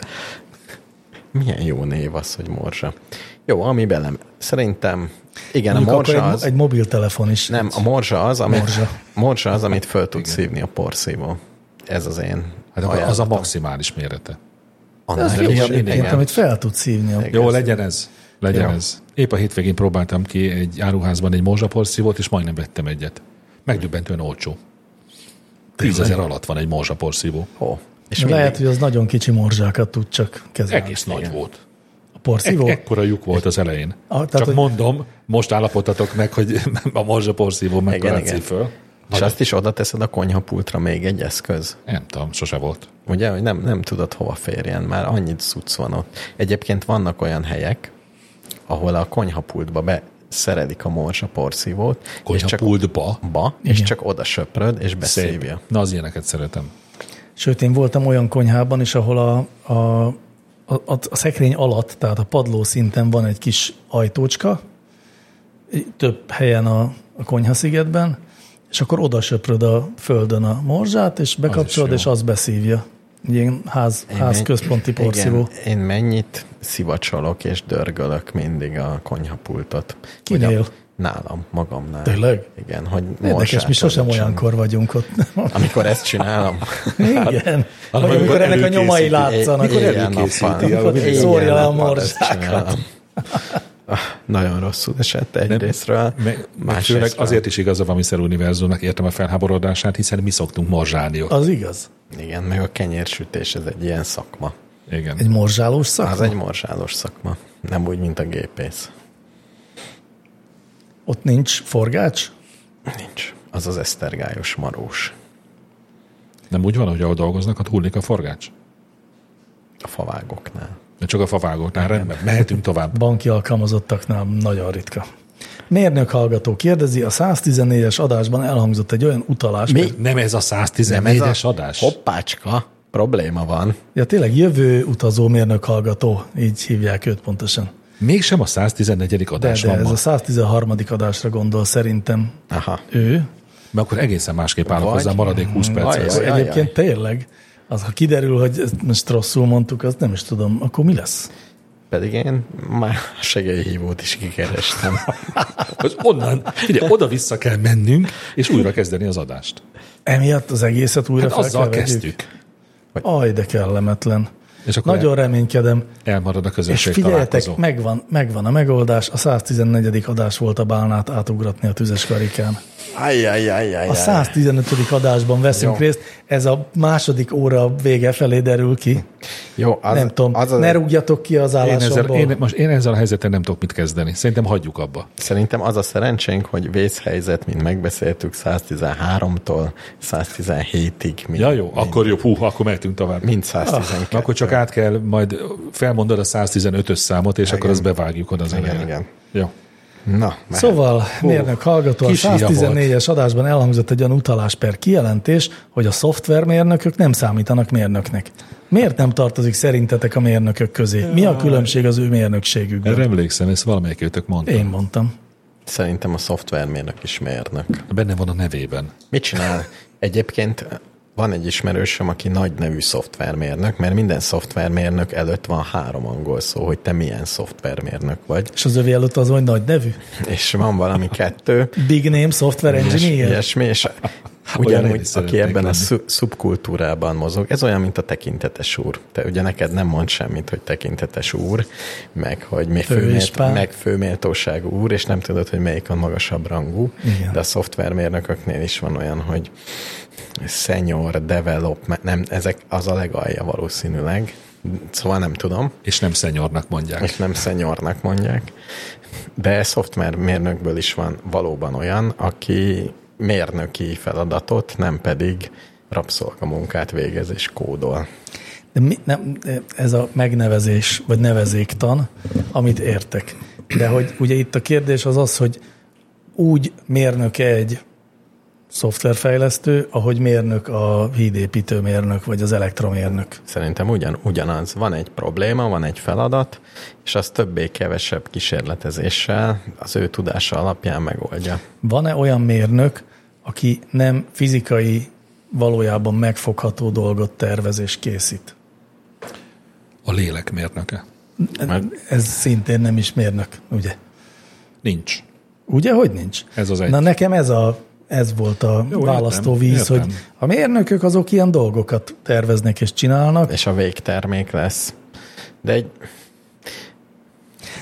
Speaker 1: Milyen jó név az, hogy morzsa. Jó, ami belem. Szerintem, igen, a
Speaker 2: Mondjuk akkor
Speaker 1: morzsa
Speaker 2: egy,
Speaker 1: az...
Speaker 2: egy mobiltelefon is.
Speaker 1: Nem, a morzsa az, amit,
Speaker 2: Morzsa.
Speaker 1: morzsa. morzsa az, amit föl tud szívni a porszívó. Ez az én
Speaker 3: Hát akkor az a maximális mérete.
Speaker 1: Annál
Speaker 2: Ez
Speaker 1: is.
Speaker 2: jó,
Speaker 3: igen,
Speaker 2: egyébként,
Speaker 3: igen.
Speaker 2: amit fel tudsz hívni.
Speaker 3: Jó, legyen ez. Legyen
Speaker 1: Jó.
Speaker 3: ez. Épp a hétvégén próbáltam ki egy áruházban egy morzsaporszívót, és majdnem vettem egyet. Megdöbbentően olcsó. Tízezer alatt van egy morzsaporszívó.
Speaker 1: Ó, és
Speaker 2: És Lehet, hogy az nagyon kicsi morzsákat tud csak kezelni.
Speaker 3: Egész nagy volt.
Speaker 2: A
Speaker 3: Egy,
Speaker 2: porszívó?
Speaker 3: ekkora lyuk volt az elején.
Speaker 1: Ah,
Speaker 2: tehát,
Speaker 3: Csak
Speaker 2: hogy-
Speaker 3: mondom, most állapotatok meg, hogy a morzsaporszívó mekkora
Speaker 1: igen.
Speaker 3: föl.
Speaker 1: És azt is oda teszed a konyhapultra még egy eszköz.
Speaker 3: Nem tudom, sose volt.
Speaker 1: Ugye, hogy nem, nem tudod hova férjen, már annyit cucc van ott. Egyébként vannak olyan helyek, ahol a konyhapultba be szeredik a morzsa porszívót, és csak
Speaker 3: Konyhapultba.
Speaker 1: ba, és
Speaker 2: Igen.
Speaker 1: csak oda söpröd, és beszívja.
Speaker 3: Szép. Na, az ilyeneket szeretem.
Speaker 2: Sőt, én voltam olyan konyhában is, ahol a, a, a, a szekrény alatt, tehát a padló szinten van egy kis ajtócska, több helyen a, a konyhaszigetben, és akkor oda söpröd a földön a morzsát, és bekapcsolod,
Speaker 3: jó.
Speaker 2: és az beszívja. Ilyen ház,
Speaker 1: Én
Speaker 2: ház
Speaker 1: men-
Speaker 2: központi porszívó.
Speaker 1: Igen, én mennyit szivacsolok és dörgölök mindig a konyhapultot.
Speaker 2: Kinél?
Speaker 1: Hogy a- Nálam, magamnál.
Speaker 2: Tényleg?
Speaker 1: Igen, hogy
Speaker 2: Érdekes,
Speaker 1: morsát
Speaker 2: mi sosem
Speaker 1: öltsem.
Speaker 2: olyankor vagyunk ott.
Speaker 1: Amikor ezt csinálom.
Speaker 2: Igen.
Speaker 1: hát,
Speaker 2: Vagy amikor
Speaker 3: amikor
Speaker 2: ennek a nyomai
Speaker 3: előkészíti.
Speaker 2: látszanak.
Speaker 1: Éjjel
Speaker 2: Igen.
Speaker 1: nappal.
Speaker 2: amikor
Speaker 1: Éjjel
Speaker 2: szórja le a
Speaker 1: nappal ezt
Speaker 2: morzsákat.
Speaker 1: csinálom. Ah, Nagyon rosszul esett egyrésztről.
Speaker 3: Meg, meg
Speaker 1: más
Speaker 3: főleg
Speaker 1: részről.
Speaker 3: azért is igaz a Vamiszer Univerzumnak értem a felháborodását, hiszen mi szoktunk morzsálni ott.
Speaker 2: Az igaz.
Speaker 1: Igen, meg a kenyérsütés, ez egy ilyen szakma.
Speaker 3: Igen.
Speaker 2: Egy morzsálós
Speaker 1: Hát, Az
Speaker 2: szak?
Speaker 1: egy morzsálós szakma. Nem úgy, mint a gépész.
Speaker 2: Ott nincs forgács?
Speaker 1: Nincs. Az az esztergályos marós.
Speaker 3: Nem úgy van, hogy ahol dolgoznak, ott hullik a forgács?
Speaker 1: A favágoknál.
Speaker 3: De csak a favágóknál, rendben, mehetünk tovább.
Speaker 2: banki alkalmazottaknál nagyon ritka. Mérnök hallgató kérdezi, a 114-es adásban elhangzott egy olyan utalás,
Speaker 1: Mi?
Speaker 2: hogy-
Speaker 3: Nem ez a 114-es adás?
Speaker 1: Hoppácska, probléma van.
Speaker 2: ja tényleg jövő utazó mérnök hallgató, így hívják őt pontosan.
Speaker 3: Mégsem a 114.
Speaker 2: De,
Speaker 3: adás
Speaker 2: de
Speaker 3: van
Speaker 2: ez
Speaker 3: ma,
Speaker 2: a 113. adásra gondol szerintem
Speaker 1: Aha.
Speaker 2: ő.
Speaker 3: mert akkor egészen másképp állok
Speaker 1: Vagy-
Speaker 3: hozzá a maradék 20
Speaker 2: Mm,
Speaker 3: perchez.
Speaker 1: Ajaj.
Speaker 2: Jaj, Egyébként jaj. tényleg, az ha kiderül, hogy ezt most rosszul mondtuk, azt nem is tudom, akkor mi lesz?
Speaker 1: Pedig én már a segélyhívót is kikerestem.
Speaker 3: Az onnan, figyelj, oda-vissza kell mennünk, és újra kezdeni az adást.
Speaker 2: Emiatt az egészet újra
Speaker 3: Hát
Speaker 2: fel
Speaker 3: azzal
Speaker 2: kell vegyük?
Speaker 3: kezdtük.
Speaker 2: Aj, de kellemetlen.
Speaker 3: És akkor
Speaker 2: Nagyon reménykedem.
Speaker 3: elmarad a
Speaker 2: És
Speaker 3: közönség találkozó.
Speaker 2: figyeljetek, megvan, megvan a megoldás, a 114. adás volt a bálnát átugratni a tüzes karikán.
Speaker 1: Ajjajjajjaj.
Speaker 2: A 115. adásban veszünk
Speaker 1: Jó.
Speaker 2: részt, ez a második óra vége felé derül
Speaker 3: Hm.
Speaker 2: ki.
Speaker 1: Jó, az,
Speaker 2: nem tudom,
Speaker 1: Az
Speaker 2: az
Speaker 1: az,
Speaker 2: ne rúgjatok ki az
Speaker 3: Én ezzel,
Speaker 2: állásomból.
Speaker 3: én, most én ezzel a helyzeten nem tudok mit kezdeni. Szerintem hagyjuk abba.
Speaker 1: szerintem az a szerencsénk, hogy vészhelyzet, mint megbeszéltük, 113-tól 117-ig. Mind,
Speaker 3: Ja jó, akkor jobb, hú, akkor mehetünk tovább.
Speaker 1: Mind 112.
Speaker 3: Akkor csak át kell, majd felmondod a 115-ös számot, és akkor azt bevágjuk oda az
Speaker 1: Igen,
Speaker 3: elejére.
Speaker 1: igen.
Speaker 3: Jó.
Speaker 1: Na, mehet.
Speaker 2: Szóval, mérnök hallgató, a
Speaker 3: kis híja
Speaker 2: 114-es adásban elhangzott egy olyan utalás per kijelentés, hogy a szoftvermérnökök nem számítanak mérnöknek. Miért nem tartozik szerintetek a mérnökök közé? Mi a különbség az ő mérnökségükben?
Speaker 3: Erre emlékszem, ezt valamelyik őtök mondta.
Speaker 2: Én mondtam.
Speaker 1: Szerintem a szoftvermérnök is mérnök.
Speaker 3: Benne van a nevében.
Speaker 1: Mit csinál? Egyébként van egy ismerősöm, aki nagy nevű szoftvermérnök, mert minden szoftvermérnök előtt van három angol szó, hogy te milyen szoftvermérnök vagy,
Speaker 2: És az övé előtt az, hogy nagy nevű?
Speaker 1: és van valami kettő,
Speaker 2: Big name software
Speaker 1: ilyes-
Speaker 2: engineer?
Speaker 1: ilyesmi, és hát
Speaker 3: Olyan én is
Speaker 1: ugyanúgy, aki
Speaker 3: Hát, szeretnék
Speaker 1: ebben a
Speaker 3: lenni.
Speaker 1: szu- szubkultúrában mozog, ez olyan, mint a tekintetes úr. Te ugye neked nem mond semmit, hogy tekintetes úr, meg hogy mi
Speaker 2: Fő és
Speaker 1: főmélt,
Speaker 2: pál.
Speaker 1: meg főméltóságú úr, és nem tudod, hogy melyik a magasabb rangú,
Speaker 2: Igen.
Speaker 1: de a szoftvermérnököknél is van olyan, hogy senior, development, nem, ezek az a legalja valószínűleg, szóval nem tudom,
Speaker 3: És nem szenyornak mondják.
Speaker 1: és nem szenyornak mondják. De szoftvermérnökből is van valóban olyan, aki mérnöki feladatot, nem pedig rabszolgamunkát végez és kódol.
Speaker 2: De mi, nem, de ez a megnevezés, vagy nevezéktan, amit értek. De hogy ugye itt a kérdés az az, hogy úgy mérnök egy szoftverfejlesztő, ahogy mérnök a hídépítő mérnök, vagy az elektromérnök.
Speaker 1: Szerintem ugyan, ugyanaz. Van egy probléma, van egy feladat, és az többé-kevesebb kísérletezéssel az ő tudása alapján megoldja.
Speaker 2: Van-e olyan mérnök, aki nem fizikai, valójában megfogható dolgot tervez és készít?
Speaker 3: A lélek mérnöke.
Speaker 1: Mert
Speaker 2: Ez szintén nem is mérnök, ugye?
Speaker 3: Nincs.
Speaker 2: Ugye, hogy nincs?
Speaker 3: Ez az egy.
Speaker 2: Na nekem ez a ez volt a
Speaker 3: Jó,
Speaker 2: Jó,
Speaker 3: értem,
Speaker 2: választóvíz,
Speaker 3: értem.
Speaker 2: értem, hogy a mérnökök azok ilyen dolgokat terveznek és csinálnak.
Speaker 1: és a végtermék lesz. De egy,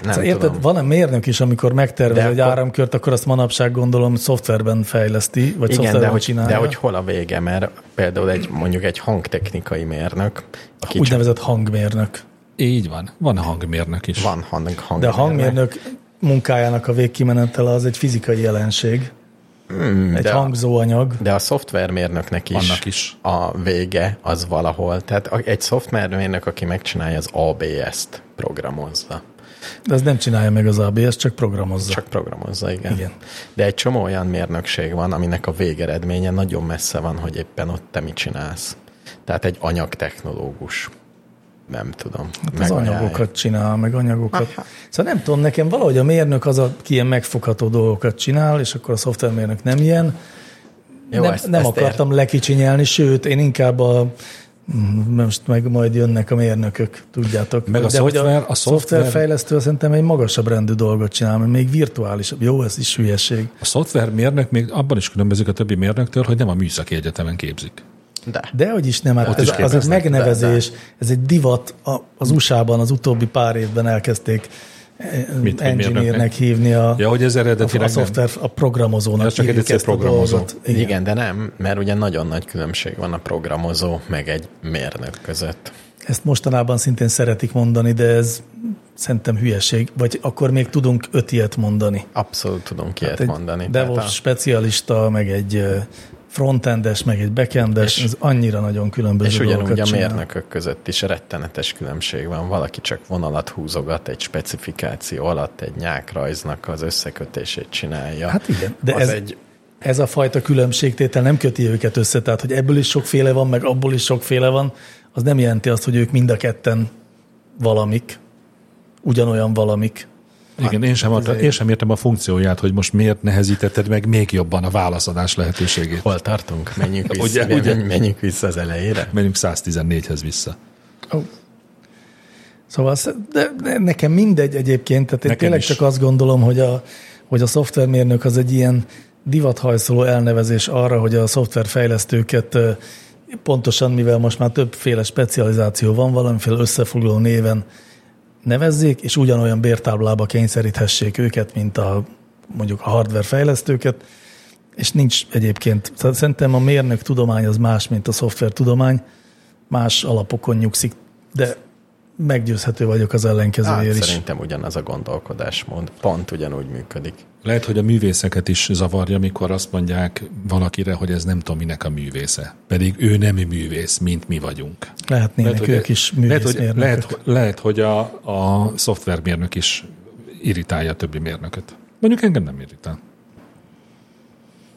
Speaker 1: Nem
Speaker 2: Szóval
Speaker 1: tudom.
Speaker 2: Érted, van-e mérnök is, amikor megtervez
Speaker 1: De
Speaker 2: egy
Speaker 1: akkor-
Speaker 2: áramkört, akkor azt manapság gondolom szoftverben fejleszti, vagy
Speaker 1: Igen, de
Speaker 2: szoftverben
Speaker 1: hogy,
Speaker 2: csinálja.
Speaker 1: de hogy hol a vége, mert például egy, mondjuk egy hangtechnikai mérnök, aki csak
Speaker 2: Úgynevezett hangmérnök.
Speaker 3: Így van. Van hangmérnök is.
Speaker 1: van hang, hang
Speaker 2: De a hangmérnök munkájának a végkimenetele az egy fizikai jelenség, egy
Speaker 1: Hmm, de,
Speaker 2: hangzóanyag.
Speaker 1: de a szoftvermérnöknek is,
Speaker 3: Annak is.
Speaker 1: a vége az valahol. Tehát a- egy szoftvermérnök, aki megcsinálja az ABS-t, programozza.
Speaker 2: De ez nem csinálja meg az ABS, csak programozza.
Speaker 1: Csak programozza, igen.
Speaker 2: Igen.
Speaker 1: igen. De egy csomó olyan mérnökség van, aminek a végeredménye nagyon messze van, hogy éppen ott te mit csinálsz. Tehát egy anyagtechnológus. Nem tudom.
Speaker 2: Hát az anyagokat csinál, meg anyagokat. Szóval nem tudom, nekem valahogy a mérnök az, aki ilyen megfogható dolgokat csinál, és akkor a szoftvermérnök nem ilyen.
Speaker 1: Jó,
Speaker 2: nem
Speaker 1: ezt-
Speaker 2: nem
Speaker 1: ezt
Speaker 2: akartam lekicsinyelni, sőt, én inkább a Mm, most meg majd jönnek a mérnökök, tudjátok.
Speaker 3: Meg a
Speaker 2: hogy
Speaker 3: szoftver- a szoftver-
Speaker 2: szoftverfejlesztő szerintem egy magasabb rendű dolgot csinál, mert még virtuális. Jó, ez is hülyeség.
Speaker 3: A szoftvermérnök még abban is különbözik a többi mérnöktől, hogy nem a műszaki egyetemen képzik.
Speaker 1: De.
Speaker 2: De hogy is nem, hát ez, az
Speaker 3: is
Speaker 2: egy
Speaker 3: képeznek.
Speaker 2: megnevezés, ez egy divat. A- Az USA-ban az utóbbi pár évben elkezdték eh,
Speaker 3: Mit, hogy
Speaker 2: engineernek
Speaker 3: mérnöknek?
Speaker 2: hívni a,
Speaker 3: Ja, hogy ez
Speaker 2: a,
Speaker 3: eredetileg
Speaker 2: a
Speaker 3: nem.
Speaker 2: szoftver, a programozónak.
Speaker 3: Ez csak
Speaker 2: hívjuk
Speaker 3: egyszer
Speaker 2: ezt a
Speaker 3: programozó.
Speaker 2: dolgot.
Speaker 1: Igen.
Speaker 2: Igen.
Speaker 1: Igen, de nem, mert ugye nagyon nagy különbség van a programozó meg egy mérnök között.
Speaker 2: Ezt mostanában szintén szeretik mondani, de ez szerintem hülyeség. Vagy akkor még tudunk öt ilyet mondani.
Speaker 1: Abszolút tudunk ilyet
Speaker 2: Hát egy
Speaker 1: mondani.
Speaker 2: DevOps
Speaker 1: Tehát a-
Speaker 2: specialista, meg egy eh, frontendes, meg egy backendes,
Speaker 1: És-
Speaker 2: ez annyira nagyon különböző
Speaker 1: És ugyanúgy
Speaker 2: dolgokat
Speaker 1: a
Speaker 2: csinál.
Speaker 1: mérnökök között is rettenetes különbség van. Valaki csak vonalat húzogat egy specifikáció alatt, egy nyákrajznak az összekötését csinálja.
Speaker 2: Hát igen, de
Speaker 1: az
Speaker 2: ez,
Speaker 1: egy,
Speaker 2: ez a fajta különbségtétel nem köti őket össze, tehát hogy ebből is sokféle van, meg abból is sokféle van, az nem jelenti azt, hogy ők mind a ketten valamik, ugyanolyan valamik.
Speaker 3: Igen, én
Speaker 1: Hát,
Speaker 3: sem, adta, én sem értem a funkcióját, hogy most miért nehezítetted meg még jobban a válaszadás lehetőségét.
Speaker 1: hol tartunk? Menjünk vissza,
Speaker 3: Ugye, ugye?
Speaker 1: Menjünk, menjünk vissza az elejére.
Speaker 3: Menjünk 114-hez vissza.
Speaker 2: Szóval sz- de de nekem mindegy egyébként, tehát én
Speaker 3: Nekem
Speaker 2: tényleg
Speaker 3: is.
Speaker 2: csak azt gondolom, hogy a, hogy a szoftvermérnök az egy ilyen divathajszoló elnevezés arra, hogy a szoftverfejlesztőket ö, pontosan, mivel most már többféle specializáció van, valamiféle összefoglaló néven nevezzék, és ugyanolyan bértáblába kényszeríthessék őket, mint a mondjuk a hardware fejlesztőket, és nincs egyébként. Tehát szerintem a mérnök tudomány az más, mint a szoftver tudomány, más alapokon nyugszik, de meggyőzhető vagyok az
Speaker 1: Hát,
Speaker 2: ellenkezőjér is.
Speaker 1: szerintem ugyanaz a gondolkodásmód. Pont ugyanúgy működik.
Speaker 3: Lehet, hogy a művészeket is zavarja, mikor azt mondják valakire, hogy ez nem tudom minek a művésze. Pedig ő nem művész, mint mi vagyunk.
Speaker 2: Lehetnének lehet, ők is
Speaker 3: lehet, hogy,
Speaker 2: művészmérnökök.
Speaker 3: lehet, hogy- lehet, hogy a, a szoftvermérnök is irritálja a többi mérnököt. Mondjuk engem nem irritál.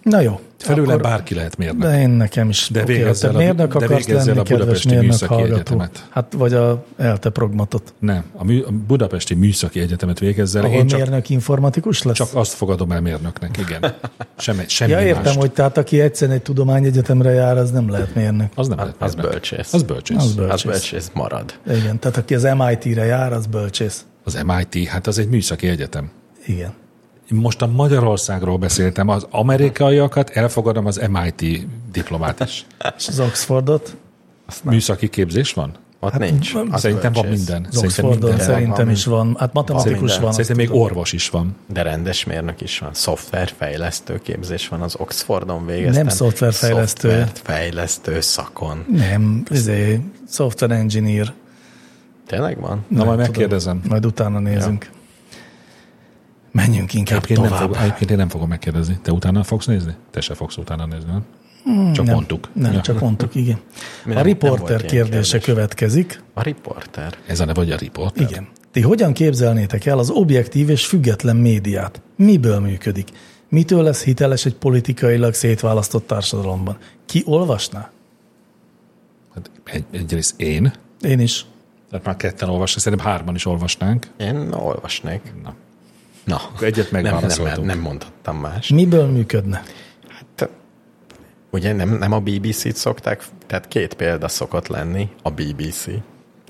Speaker 2: Na jó.
Speaker 3: Felőlem
Speaker 2: akkor-
Speaker 3: bárki lehet mérnök.
Speaker 2: De én nekem is.
Speaker 3: De
Speaker 2: oké,
Speaker 3: végezzel
Speaker 2: te
Speaker 3: a-
Speaker 2: mérnök
Speaker 3: de
Speaker 2: akarsz
Speaker 3: végezzel
Speaker 2: lenni,
Speaker 3: a
Speaker 2: kedves
Speaker 3: Budapesti
Speaker 2: mérnök
Speaker 3: Műszaki
Speaker 2: hallgató.
Speaker 3: Egyetemet.
Speaker 2: Hát vagy a ELTE progmatot.
Speaker 3: Nem, a, mű, a Budapesti Műszaki Egyetemet végezzel,
Speaker 2: Ahol
Speaker 3: én csak,
Speaker 2: mérnök informatikus lesz?
Speaker 3: csak azt fogadom el mérnöknek, igen. Semmi, semmi
Speaker 2: ja, értem,
Speaker 3: mást.
Speaker 2: hogy tehát aki egyszerűen egy tudományegyetemre jár, az nem lehet mérnök.
Speaker 3: Az nem lehet
Speaker 1: Hát, Az
Speaker 3: mérnök.
Speaker 1: bölcsész.
Speaker 3: Az bölcsész.
Speaker 2: Az
Speaker 3: Az,
Speaker 1: Az
Speaker 2: Bölcsész.
Speaker 1: Hát bölcsész marad.
Speaker 2: Igen, tehát aki az MIT-re jár, az bölcsész.
Speaker 3: az MIT, hát az egy műszaki egyetem.
Speaker 2: Igen.
Speaker 3: Most a Magyarországról beszéltem, az amerikaiakat elfogadom az MIT diplomát is.
Speaker 2: És az Oxfordot,
Speaker 3: Műszaki képzés van?
Speaker 1: Ott hát, nincs. Az
Speaker 3: Szerintem van
Speaker 1: bölcsész.
Speaker 3: minden.
Speaker 2: az
Speaker 3: Szerintem
Speaker 2: Oxfordon
Speaker 3: minden van.
Speaker 2: szerintem
Speaker 1: van.
Speaker 2: is van. Hát matematikus
Speaker 1: Van
Speaker 2: van. azt
Speaker 3: Szerintem még
Speaker 2: tudom.
Speaker 3: orvos is van.
Speaker 1: De rendes mérnök is van, szoftverfejlesztő képzés van, az Oxfordon végeztem.
Speaker 2: Nem szoftverfejlesztő.
Speaker 1: Szoftverfejlesztő szakon.
Speaker 2: Nem, izé, software engineer.
Speaker 1: Tényleg van?
Speaker 3: Na, majd
Speaker 2: tudom.
Speaker 3: megkérdezem.
Speaker 2: Majd utána nézünk. Ja. Menjünk inkább
Speaker 3: Egyébként nem,
Speaker 2: tovább.
Speaker 3: fog, egyébként én nem fogom megkérdezni. Te utána fogsz nézni? Te se fogsz utána nézni, nem? Csak
Speaker 2: Hmm, nem,
Speaker 3: mondtuk.
Speaker 2: Nem,
Speaker 3: Ja.
Speaker 2: csak mondtuk, igen.
Speaker 1: nem
Speaker 2: a
Speaker 1: volt
Speaker 2: riporter
Speaker 1: ilyen
Speaker 2: kérdése
Speaker 1: kérdés.
Speaker 2: következik.
Speaker 1: A riporter.
Speaker 3: Ez a neve, vagy a riport.
Speaker 2: Igen. Ti hogyan képzelnétek el az objektív és független médiát? Miből működik? Mitől lesz hiteles egy politikailag szétválasztott társadalomban? Ki olvasná?
Speaker 3: Hát egy, egyrészt én,
Speaker 2: Én is.
Speaker 3: tehát már ketten olvasnánk, szerintem hárman is olvasnánk.
Speaker 1: Én olvasnék.
Speaker 3: Na.
Speaker 1: Na.
Speaker 3: Egyet
Speaker 1: Nem, nem,
Speaker 3: megválaszoltunk.
Speaker 1: nem mondhattam más.
Speaker 2: Miből működne?
Speaker 1: Hát, ugye nem, nem a BBC-t szokták, tehát két példa szokott lenni a BBC,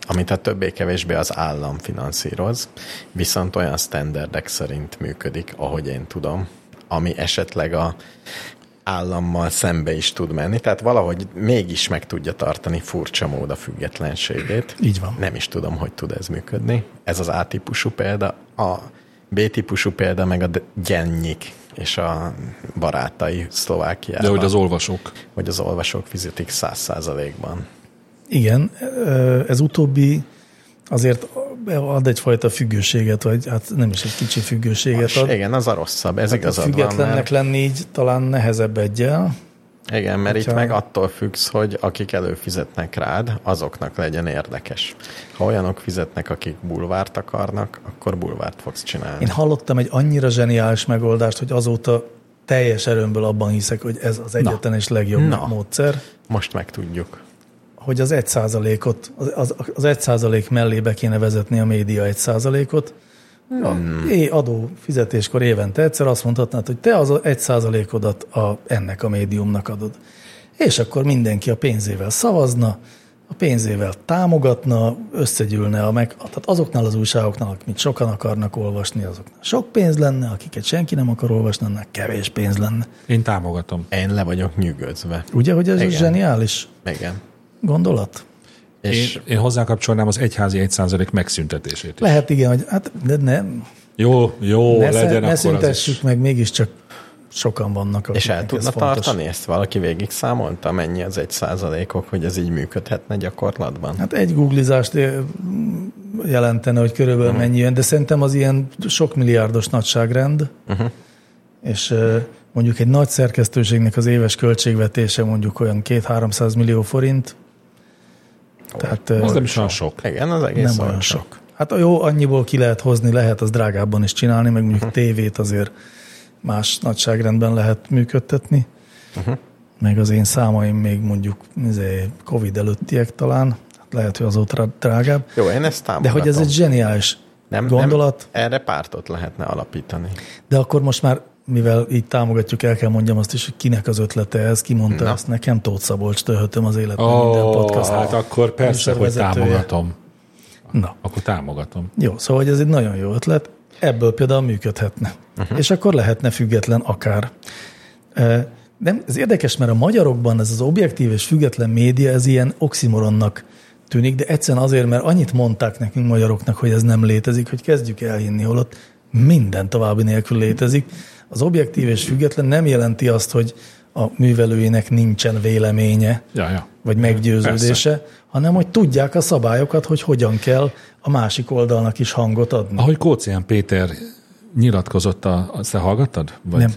Speaker 1: amit a többé-kevésbé az állam finanszíroz, viszont olyan standardek szerint működik, ahogy én tudom, ami esetleg a állammal szembe is tud menni, tehát valahogy mégis meg tudja tartani furcsa mód a függetlenségét.
Speaker 2: Így van.
Speaker 1: Nem is tudom, hogy tud ez működni. Ez az A-típusú példa, a B-típusú példa, meg a D- Gyennyik és a barátai Szlovákiában.
Speaker 3: De hogy az olvasók.
Speaker 1: hogy az olvasók fizetik száz százalékban.
Speaker 2: Igen, ö, ez utóbbi azért ad egyfajta függőséget, vagy hát nem is egy kicsi függőséget ad.
Speaker 1: Igen, az a rosszabb, ez
Speaker 2: Hát
Speaker 1: hát
Speaker 2: a
Speaker 1: igazad van.
Speaker 2: függetlennek
Speaker 1: Mert,
Speaker 2: lenni így talán nehezebb egyel.
Speaker 1: igen, mert itt
Speaker 2: hogyha-
Speaker 1: meg attól függsz, hogy akik előfizetnek rád, azoknak legyen érdekes. Ha olyanok fizetnek, akik bulvárt akarnak, akkor bulvárt fogsz csinálni.
Speaker 2: Én hallottam egy annyira zseniális megoldást, hogy azóta teljes erőmből abban hiszek, hogy ez az egyetlen és legjobb
Speaker 1: Na.
Speaker 2: módszer,
Speaker 1: Most megtudjuk.
Speaker 2: hogy az egy százalékot, az, az, az egy százalék mellé be kéne vezetni a média egy százalékot. Hmm. É, adó fizetéskor évente egyszer azt mondhatnád, hogy te az egy százalékodat a, ennek a médiumnak adod. És akkor mindenki a pénzével szavazna, a pénzével támogatna, összegyűlne a meg, tehát azoknál az újságoknál, akik sokan akarnak olvasni, azoknál sok pénz lenne, akiket senki nem akar olvasni, annak kevés pénz lenne.
Speaker 3: Én támogatom.
Speaker 1: Én le vagyok nyűgözve.
Speaker 2: Ugye, hogy ez
Speaker 1: Igen.
Speaker 2: Igen. zseniális
Speaker 1: Igen.
Speaker 2: gondolat?
Speaker 1: És
Speaker 3: Én, én hozzákapcsolnám az egyházi 1% megszüntetését. is.
Speaker 2: Lehet igen, hogy hát de nem,
Speaker 3: Jó, jó,
Speaker 2: ne,
Speaker 3: legyen
Speaker 2: legyen ne
Speaker 3: akkor az is.
Speaker 2: szüntessük meg, mégiscsak sokan vannak,
Speaker 1: és el
Speaker 2: akiknek ez
Speaker 1: tudna
Speaker 2: fontos.
Speaker 1: tartani ezt? Valaki végig számolta, mennyi az egy százalékok, hogy ez így működhetne gyakorlatban?
Speaker 2: Hát egy googlizást ö, jelentene, hogy körülbelül
Speaker 3: Mhm.
Speaker 2: uh-huh. mennyi jön, de szerintem az ilyen sok milliárdos nagyságrend, uh-huh.
Speaker 3: Mhm.
Speaker 2: és ö, mondjuk egy nagy szerkesztőségnek az éves költségvetése mondjuk olyan 2-300 millió forint, tehát eh, ö,
Speaker 3: Az nem is olyan sok.
Speaker 1: Igen, az egész
Speaker 2: nem olyan
Speaker 1: olcsó.
Speaker 2: sok. Hát jó, annyiból ki lehet hozni, lehet az drágábban is csinálni, meg mondjuk tévét azért más nagyságrendben lehet működtetni. Mhm. Meg az én számaim még mondjuk izé, Covid előttiek talán, hát lehet, hogy azóta drágább.
Speaker 1: Jó, én ezt
Speaker 2: De
Speaker 1: támogatom.
Speaker 2: hogy ez egy zseniális nem, gondolat, nem.
Speaker 1: Nem, erre pártot lehetne alapítani.
Speaker 2: de akkor most már, mivel így támogatjuk, el kell mondjam azt is, hogy kinek az ötlete ez, ki mondta Na. ezt nekem, Tóth Szabolcs, töhötöm az életben oh, minden
Speaker 3: Ó,
Speaker 2: podcast.
Speaker 3: hát akkor persze, hogy
Speaker 2: műsorvezetője.
Speaker 3: támogatom.
Speaker 2: Na.
Speaker 3: Akkor támogatom.
Speaker 2: Jó, szóval hogy ez egy nagyon jó ötlet, ebből például működhetne. Uh-huh. És akkor lehetne független akár. Ö, Nem, ez érdekes, mert a magyarokban ez az objektív és független média, ez ilyen oximoronnak tűnik, de egyszerűen azért, mert annyit mondták nekünk magyaroknak, hogy ez nem létezik, hogy kezdjük elhinni, holott minden további nélkül létezik. Az objektív és független nem jelenti azt, hogy a művelőinek nincsen véleménye,
Speaker 3: Ja, ja.
Speaker 2: vagy meggyőződése, Persze. hanem hogy tudják a szabályokat, hogy hogyan kell a másik oldalnak is hangot adni.
Speaker 3: Ahogy Kócián Péter nyilatkozott, a, azt te hallgattad? Vagy?
Speaker 2: Nem.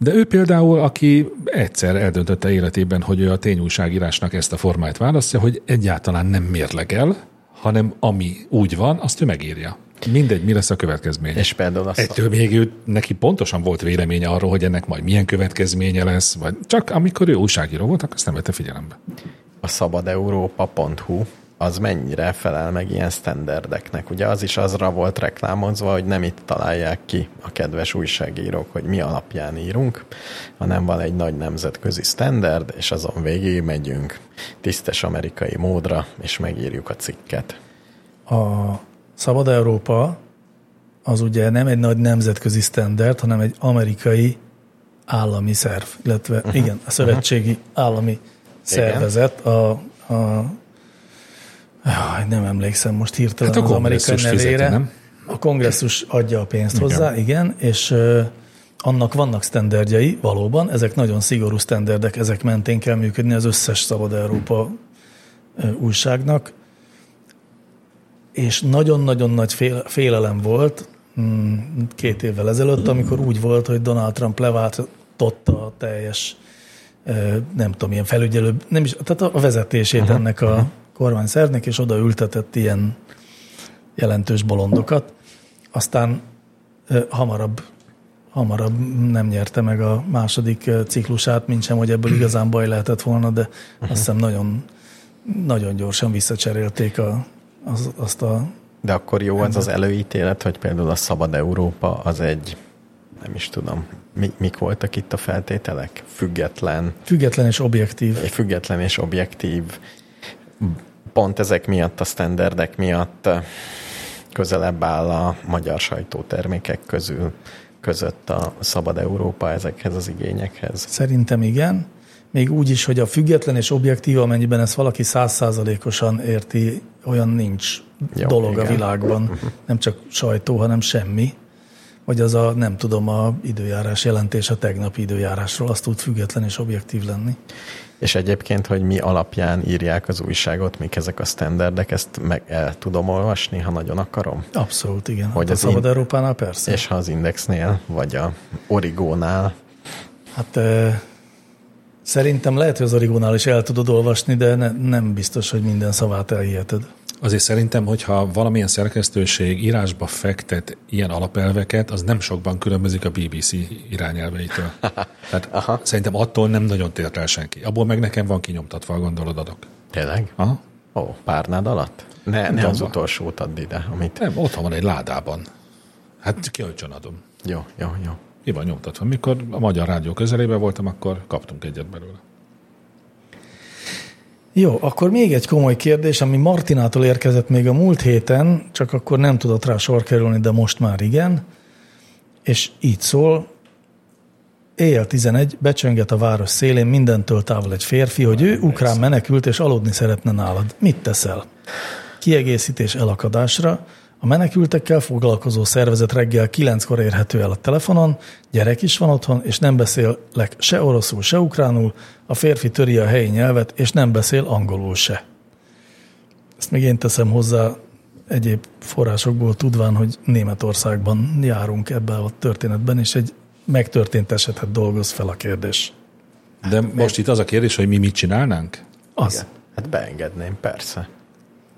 Speaker 3: De ő például, aki egyszer eldöntötte életében, hogy ő a tényújságírásnak ezt a formáját választja, hogy egyáltalán nem mérlegel, hanem ami úgy van, azt ő megírja. Mindegy, mi lesz a következmény.
Speaker 1: És például azt
Speaker 3: Ettől még ő, neki pontosan volt véleménye arról, hogy ennek majd milyen következménye lesz, vagy csak amikor ő újságíró volt, akkor ezt nem vette figyelembe.
Speaker 1: a szabadeurópa.hu az mennyire felel meg ilyen standardeknek. Ugye az is azra volt reklámozva, hogy nem itt találják ki a kedves újságírók, hogy mi alapján írunk, hanem van egy nagy nemzetközi standard, és azon végig megyünk tisztes amerikai módra, és megírjuk a cikket.
Speaker 2: A Szabad Európa az ugye nem egy nagy nemzetközi standard, hanem egy amerikai állami szerv, illetve uh-huh. igen, a szövetségi uh-huh. állami szervezet, a, a Jaj, nem emlékszem most hirtelen
Speaker 3: Hát a
Speaker 2: az amerikai
Speaker 3: kongresszus
Speaker 2: nevére.
Speaker 3: fizeti, nem?
Speaker 2: A kongresszus adja a pénzt hozzá, igen, és ö, annak vannak sztenderdjei valóban, ezek nagyon szigorú sztenderdek, ezek mentén kell működni az összes Szabad Európa ö, újságnak, és nagyon-nagyon nagy fél, félelem volt mm, két évvel ezelőtt, amikor úgy volt, hogy Donald Trump leváltotta a teljes, ö, nem tudom, ilyen felügyelő, nem is, tehát a vezetését ennek a kormányszervnek, és oda ültetett ilyen jelentős bolondokat. Aztán ö, hamarabb, hamarabb nem nyerte meg a második ö, ciklusát, mint sem, hogy ebből igazán baj lehetett volna, de azt hiszem nagyon, nagyon gyorsan visszacserélték a, az, azt a...
Speaker 1: De akkor jó az az előítélet, hogy például a Szabad Európa az egy, nem is tudom, mi, mik voltak itt a feltételek? Független,
Speaker 2: Független és objektív.
Speaker 1: egy független és objektív, pont ezek miatt, a eh, standardek miatt közelebb áll a magyar sajtótermékek közül között a szabad Európa ezekhez az igényekhez.
Speaker 2: Szerintem igen. Még úgy is, hogy a független és objektív, amennyiben ezt valaki százszázalékosan érti, olyan nincs
Speaker 1: Jó,
Speaker 2: dolog
Speaker 1: igen.
Speaker 2: a világban. Nem csak sajtó, hanem semmi. Vagy az a, nem tudom, a időjárás jelentés a tegnapi időjárásról, azt tud független és objektív lenni.
Speaker 1: És egyébként, hogy mi alapján írják az újságot, mik ezek a standardek, ezt meg el tudom olvasni, ha nagyon akarom.
Speaker 2: Abszolút, igen.
Speaker 1: Hogy
Speaker 2: Hogy a
Speaker 1: az
Speaker 2: Szabad
Speaker 1: in-
Speaker 2: Európánál persze.
Speaker 1: És ha az Indexnél, vagy a Origónál,
Speaker 2: Hát ö, szerintem lehet, hogy az origónál is el tudod olvasni, de ne, nem biztos, hogy minden szavát elhiheted.
Speaker 3: Azért szerintem, hogyha valamilyen szerkesztőség írásba fektet ilyen alapelveket, az nem sokban különbözik a BBC irányelveitől. Tehát Aha. szerintem attól nem nagyon tért el senki. Abból meg nekem van kinyomtatva a gondolodadok.
Speaker 1: tényleg?
Speaker 3: Aha.
Speaker 1: Ó, párnád alatt? Ne, ne
Speaker 3: Van
Speaker 1: az
Speaker 3: van.
Speaker 1: utolsót add ide, amit...
Speaker 3: Nem, otthon van egy ládában. Hát kiölcsön adom.
Speaker 1: Jó, jó, jó.
Speaker 3: Ki van nyomtatva. Mikor a Magyar Rádió közelébe voltam, akkor kaptunk egyet belőle.
Speaker 2: Jó, akkor még egy komoly kérdés, ami Martinától érkezett még a múlt héten, csak akkor nem tudott rá sor kerülni, de most már igen. És így szól, éjjel 11, becsönget a város szélén mindentől távol egy férfi, hogy ő ukrán menekült és aludni szeretne nálad. Mit teszel? Kiegészítés elakadásra. A menekültekkel foglalkozó szervezet reggel 9-kor érhető el a telefonon, gyerek is van otthon, és nem beszélek se oroszul, se ukránul, a férfi töri a helyi nyelvet, és nem beszél angolul se. Ezt még én teszem hozzá egyéb forrásokból tudván, hogy Németországban járunk ebben a történetben, és egy megtörtént esetet dolgoz fel a kérdés.
Speaker 3: De most itt az a kérdés, hogy mi mit csinálnánk?
Speaker 2: Az.
Speaker 1: Igen. Hát beengedném, persze.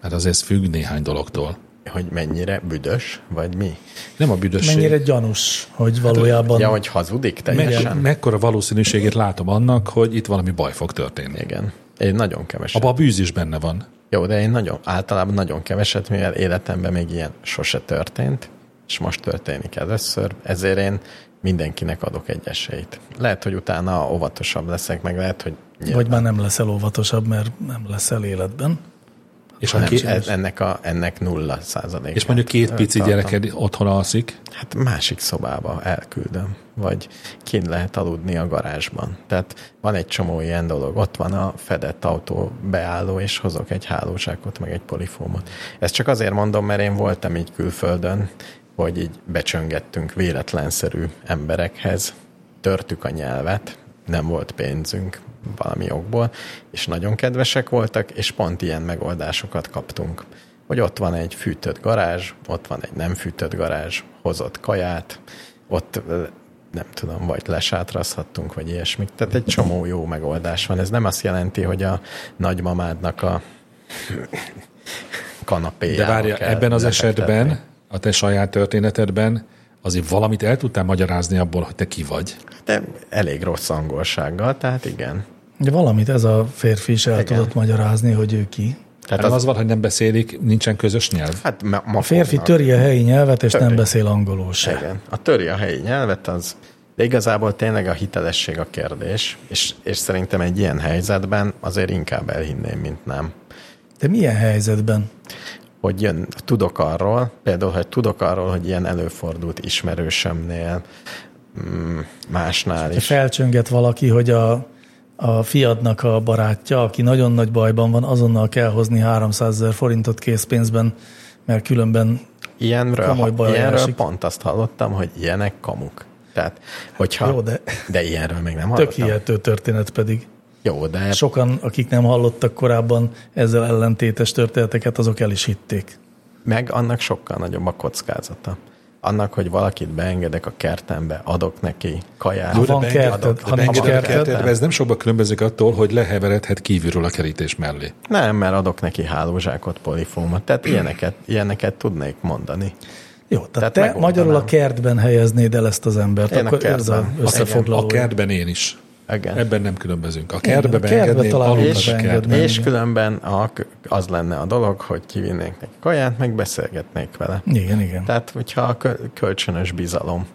Speaker 3: Hát azért ez függ néhány dologtól.
Speaker 1: Hogy mennyire büdös, vagy mi?
Speaker 3: Nem a büdösség.
Speaker 2: Mennyire gyanús, hogy valójában...
Speaker 1: Ja, hogy hazudik teljesen?
Speaker 3: Me- mekkora valószínűségét látom annak, hogy itt valami baj fog történni.
Speaker 1: Igen. Én nagyon keveset.
Speaker 3: Abba a bűz is benne van.
Speaker 1: Jó, de én nagyon, általában nagyon keveset, mivel életemben még ilyen sose történt, és most történik először, ezért én mindenkinek adok egy esélyt. Lehet, hogy utána óvatosabb leszek, meg lehet, hogy
Speaker 2: Vagy már nem leszel óvatosabb, mert nem leszel életben.
Speaker 3: És, a
Speaker 1: nem,
Speaker 3: két,
Speaker 1: ez- ennek, a, ennek nulla százalék.
Speaker 3: és mondjuk két pici gyereked otthon alszik,
Speaker 1: Hát másik szobába elküldöm, vagy kint lehet aludni a garázsban. Tehát van egy csomó ilyen dolog. Ott van a fedett autó beálló, és hozok egy hálózsákot, meg egy polifómot. Ezt csak azért mondom, mert én voltam így külföldön, hogy így becsöngettünk véletlenszerű emberekhez, törtük a nyelvet, nem volt pénzünk valami okból, és nagyon kedvesek voltak, és pont ilyen megoldásokat kaptunk. Hogy ott van egy fűtött garázs, ott van egy nem fűtött garázs, hozott kaját, ott ö, nem tudom, vagy lesátrazhattunk, vagy ilyesmit. Tehát egy csomó jó megoldás van. Ez nem azt jelenti, hogy a nagymamádnak a kanapéjára
Speaker 3: de várja,
Speaker 1: kell
Speaker 3: ebben az
Speaker 1: lefektetni.
Speaker 3: esetben, a te saját történetedben azért valamit el tudtál magyarázni abból, hogy te ki vagy.
Speaker 1: De elég rossz angolsággal, tehát igen.
Speaker 2: De valamit ez a férfi is el
Speaker 1: Igen.
Speaker 2: Igen. tudott magyarázni, hogy ő ki.
Speaker 3: Hát
Speaker 1: Tehát
Speaker 3: az, az van, hogy nem beszélik, nincsen közös nyelv.
Speaker 1: Hát ma, ma
Speaker 2: A férfi
Speaker 1: fognak.
Speaker 2: töri a helyi nyelvet, és
Speaker 1: Töri.
Speaker 2: nem beszél angolul se.
Speaker 1: Igen. A töri a helyi nyelvet, az de igazából tényleg a hitelesség a kérdés, és, és szerintem egy ilyen helyzetben azért inkább elhinném, mint nem.
Speaker 2: De milyen helyzetben?
Speaker 1: Hogy jön, tudok arról, például, hogy tudok arról, hogy ilyen előfordult ismerősömnél, mm, másnál
Speaker 2: Te
Speaker 1: is.
Speaker 2: felcsönget valaki, hogy a, a fiadnak a barátja, aki nagyon nagy bajban van, azonnal kell hozni 300 ezer forintot készpénzben, mert különben
Speaker 1: Ilyenről,
Speaker 2: komoly
Speaker 1: ha,
Speaker 2: bajra
Speaker 1: ilyenről
Speaker 2: esik.
Speaker 1: pont azt hallottam, hogy ilyenek kamuk. Tehát, hogyha...
Speaker 2: Jó, de-
Speaker 1: de ilyenről még nem
Speaker 2: tök
Speaker 1: hallottam.
Speaker 2: hihető történet pedig.
Speaker 1: Jó, de
Speaker 2: Sokan, akik nem hallottak korábban ezzel ellentétes történeteket, azok el is hitték.
Speaker 1: meg annak sokkal nagyobb a kockázata. Annak, hogy valakit beengedek a kertembe, adok neki kaját.
Speaker 2: Ha van
Speaker 1: beengedek-
Speaker 2: kerted, ha
Speaker 1: de
Speaker 2: nincs
Speaker 1: van
Speaker 2: kerted,
Speaker 3: De ez nem sokban különbözik attól, hogy leheveredhet kívülről a kerítés mellé.
Speaker 1: Nem, mert adok neki hálózsákot, polifómot. Tehát ilyeneket, ilyeneket tudnék mondani.
Speaker 2: Jó, tehát, tehát
Speaker 1: Tehát
Speaker 2: te
Speaker 1: megoldanám.
Speaker 2: magyarul a kertben helyeznéd el ezt az embert,
Speaker 1: Én a
Speaker 2: akkor ez az
Speaker 1: kertben.
Speaker 3: A
Speaker 2: összefoglaló.
Speaker 3: kertben én is.
Speaker 1: Igen.
Speaker 3: Ebben nem különbözünk. A
Speaker 2: a
Speaker 3: kertbe
Speaker 2: kertbe
Speaker 3: beengedném,
Speaker 2: talán
Speaker 3: aludnak
Speaker 1: és,
Speaker 3: a kertben.
Speaker 2: beengedném.
Speaker 1: és
Speaker 2: igen.
Speaker 1: különben a, az lenne a dolog, hogy kivinnék neki kaját, meg beszélgetnék vele.
Speaker 2: Igen, igen.
Speaker 1: Tehát, hogyha a kö- kölcsönös bizalom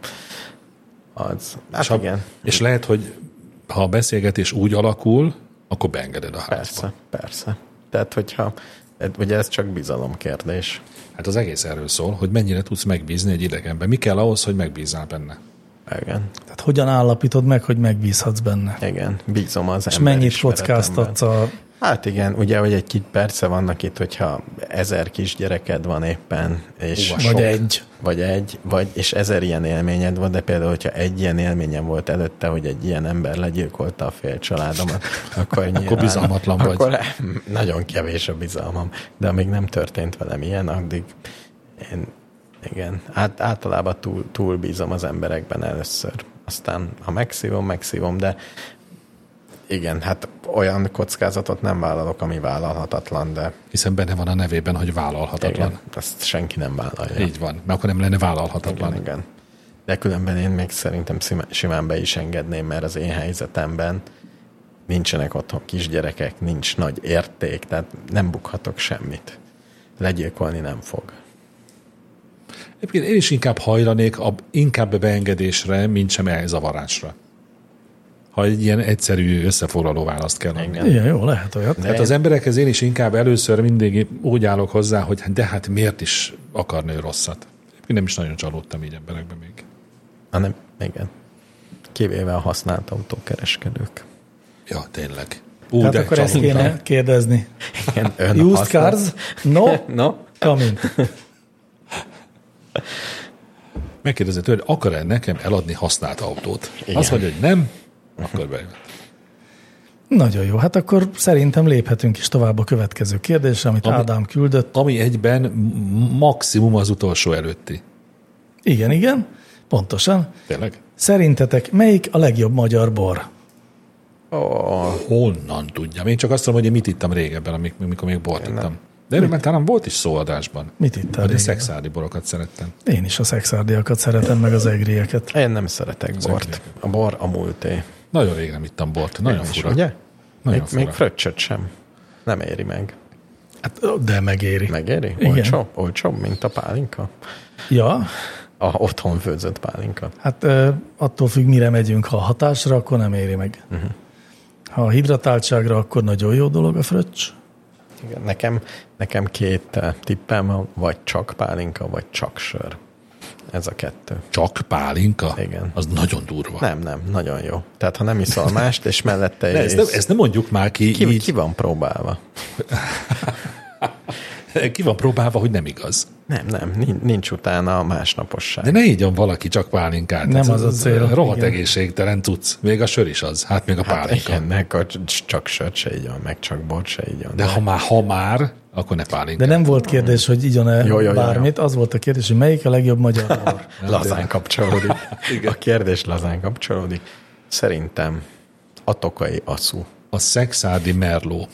Speaker 1: az, hát
Speaker 3: És, ha,
Speaker 1: igen,
Speaker 3: és lehet, hogy ha a beszélgetés úgy alakul, akkor beengeded a házba.
Speaker 1: persze, persze. Tehát, hogyha, ugye ez csak bizalom kérdés.
Speaker 3: Hát az egész erről szól, hogy mennyire tudsz megbízni egy idegenben. Mi kell ahhoz, hogy megbízzál benne?
Speaker 1: Igen,
Speaker 2: Tehát hogyan állapítod meg, hogy megbízhatsz benne?
Speaker 1: igen, bízom az
Speaker 2: És
Speaker 1: ember
Speaker 2: mennyit
Speaker 1: ismeretemben.
Speaker 2: kockáztatsz a...
Speaker 1: Hát igen, ugye, hogy egy kis perce vannak itt, hogyha ezer kisgyereked van éppen, és
Speaker 2: Vagy sok. egy.
Speaker 1: Vagy egy, vagy, és ezer ilyen élményed van, de például, hogyha egy ilyen élményem volt előtte, hogy egy ilyen ember legyilkolta a fél családomat, akkor nyilván,
Speaker 3: bizalmatlan vagy.
Speaker 1: Akkor nagyon kevés a bizalmam, de amíg nem történt velem ilyen, addig én, igen, át, általában túl, túl bízom az emberekben először. Aztán, ha megszívom, megszívom, de igen, hát olyan kockázatot nem vállalok, ami vállalhatatlan, de
Speaker 3: hiszen benne van a nevében, hogy vállalhatatlan.
Speaker 1: igen, ezt senki nem vállalja.
Speaker 3: Így van, mert akkor nem lenne vállalhatatlan.
Speaker 1: Igen, igen. De különben én még szerintem szima- simán be is engedném, mert az én helyzetemben nincsenek otthon kisgyerekek, nincs nagy érték, tehát nem bukhatok semmit. Legyilkolni nem fog.
Speaker 3: Egyébként én is inkább hajlanék a, inkább beengedésre, mint sem elzavarásra. Ha egy ilyen egyszerű összefoglaló választ kell adni.
Speaker 1: Igen.
Speaker 2: Igen, jó, lehet olyat.
Speaker 3: Hát az emberekhez én is inkább először mindig úgy állok hozzá, hogy de hát miért is akarna ő rosszat. Én nem is nagyon csalódtam így emberekben még.
Speaker 1: Hanem, igen. Kivéve a használt autókereskedők.
Speaker 3: Ja, tényleg. Ú,
Speaker 2: Tehát
Speaker 3: de
Speaker 2: akkor ezt
Speaker 3: csalódtam.
Speaker 2: kéne kérdezni.
Speaker 1: Igen, ön
Speaker 2: Used
Speaker 1: használt-
Speaker 2: cars? No,
Speaker 1: No,
Speaker 2: coming.
Speaker 3: Megkérdezi tőle, akar-e nekem eladni használt autót? Igen. Azt mondja, hogy nem, akkor be.
Speaker 2: Nagyon jó, hát akkor szerintem léphetünk is tovább a következő kérdésre, amit
Speaker 3: Ami-
Speaker 2: Ádám küldött.
Speaker 3: Ami egyben m- maximum az utolsó előtti.
Speaker 2: Igen, igen, pontosan.
Speaker 3: Tényleg?
Speaker 2: Szerintetek melyik a legjobb magyar bor?
Speaker 3: Honnan tudjam? Én csak azt tudom, hogy én mit ittam régebben, amik- amikor még bort ittam. De erről már talán volt is szó adásban.
Speaker 2: Mit ittál
Speaker 3: Hogy én
Speaker 2: régen?
Speaker 3: szexádi borokat szerettem.
Speaker 2: Én is a szexárdiakat szeretem, meg az egrieket.
Speaker 1: én nem szeretek bort. A bor a múlté.
Speaker 3: Nagyon rég nem ittam bort. Nagyon
Speaker 1: És
Speaker 3: fura.
Speaker 1: ugye?
Speaker 3: Nagyon
Speaker 1: Még,
Speaker 3: fura.
Speaker 1: még fröccsöt sem. Nem éri meg.
Speaker 2: Hát, de megéri.
Speaker 1: Megéri?
Speaker 2: Igen.
Speaker 1: Olcsóbb, olcsóbb, mint a pálinka.
Speaker 2: Ja,
Speaker 1: A otthon főzött pálinka.
Speaker 2: hát ö, attól függ, mire megyünk. Ha a hatásra, akkor nem éri meg. Uh-huh. Ha a hidratáltságra, akkor nagyon jó dolog a fröccs.
Speaker 1: Igen, nekem, nekem két eh, tippem, van, vagy csak pálinka, vagy csak sör. Ez a kettő.
Speaker 3: Csak pálinka?
Speaker 1: Igen.
Speaker 3: Az nagyon durva.
Speaker 1: Nem, nem, nagyon jó. Tehát, ha nem iszol mást, és mellette
Speaker 3: De
Speaker 1: ész,
Speaker 3: ezt, nem, ezt nem mondjuk már ki, ki,
Speaker 1: ki,
Speaker 3: így,
Speaker 1: ki van próbálva?
Speaker 3: ki. ki van próbálva, hogy nem igaz.
Speaker 1: Nem, nem, nin- nincs utána a másnaposság.
Speaker 3: De ne igyon valaki csak pálinkát.
Speaker 2: Nem
Speaker 3: Ez
Speaker 2: az a cél.
Speaker 3: Rohadt
Speaker 2: Igen.
Speaker 3: egészségtelen tudsz. Még a sör is az. Hát még a
Speaker 1: hát
Speaker 3: pálinka.
Speaker 1: igen, ne, akkor csak sört se igyon, meg csak bort se igyon.
Speaker 3: De ha már, ha már, akkor ne pálinka.
Speaker 2: De nem volt kérdés, hogy igyon-e
Speaker 1: Jó, jó, jó,
Speaker 2: bármit, az volt a kérdés, hogy melyik a legjobb magyar bor.
Speaker 1: lazán kapcsolódik. a kérdés lazán kapcsolódik. Szerintem a tokai aszú.
Speaker 3: A szexádi merló.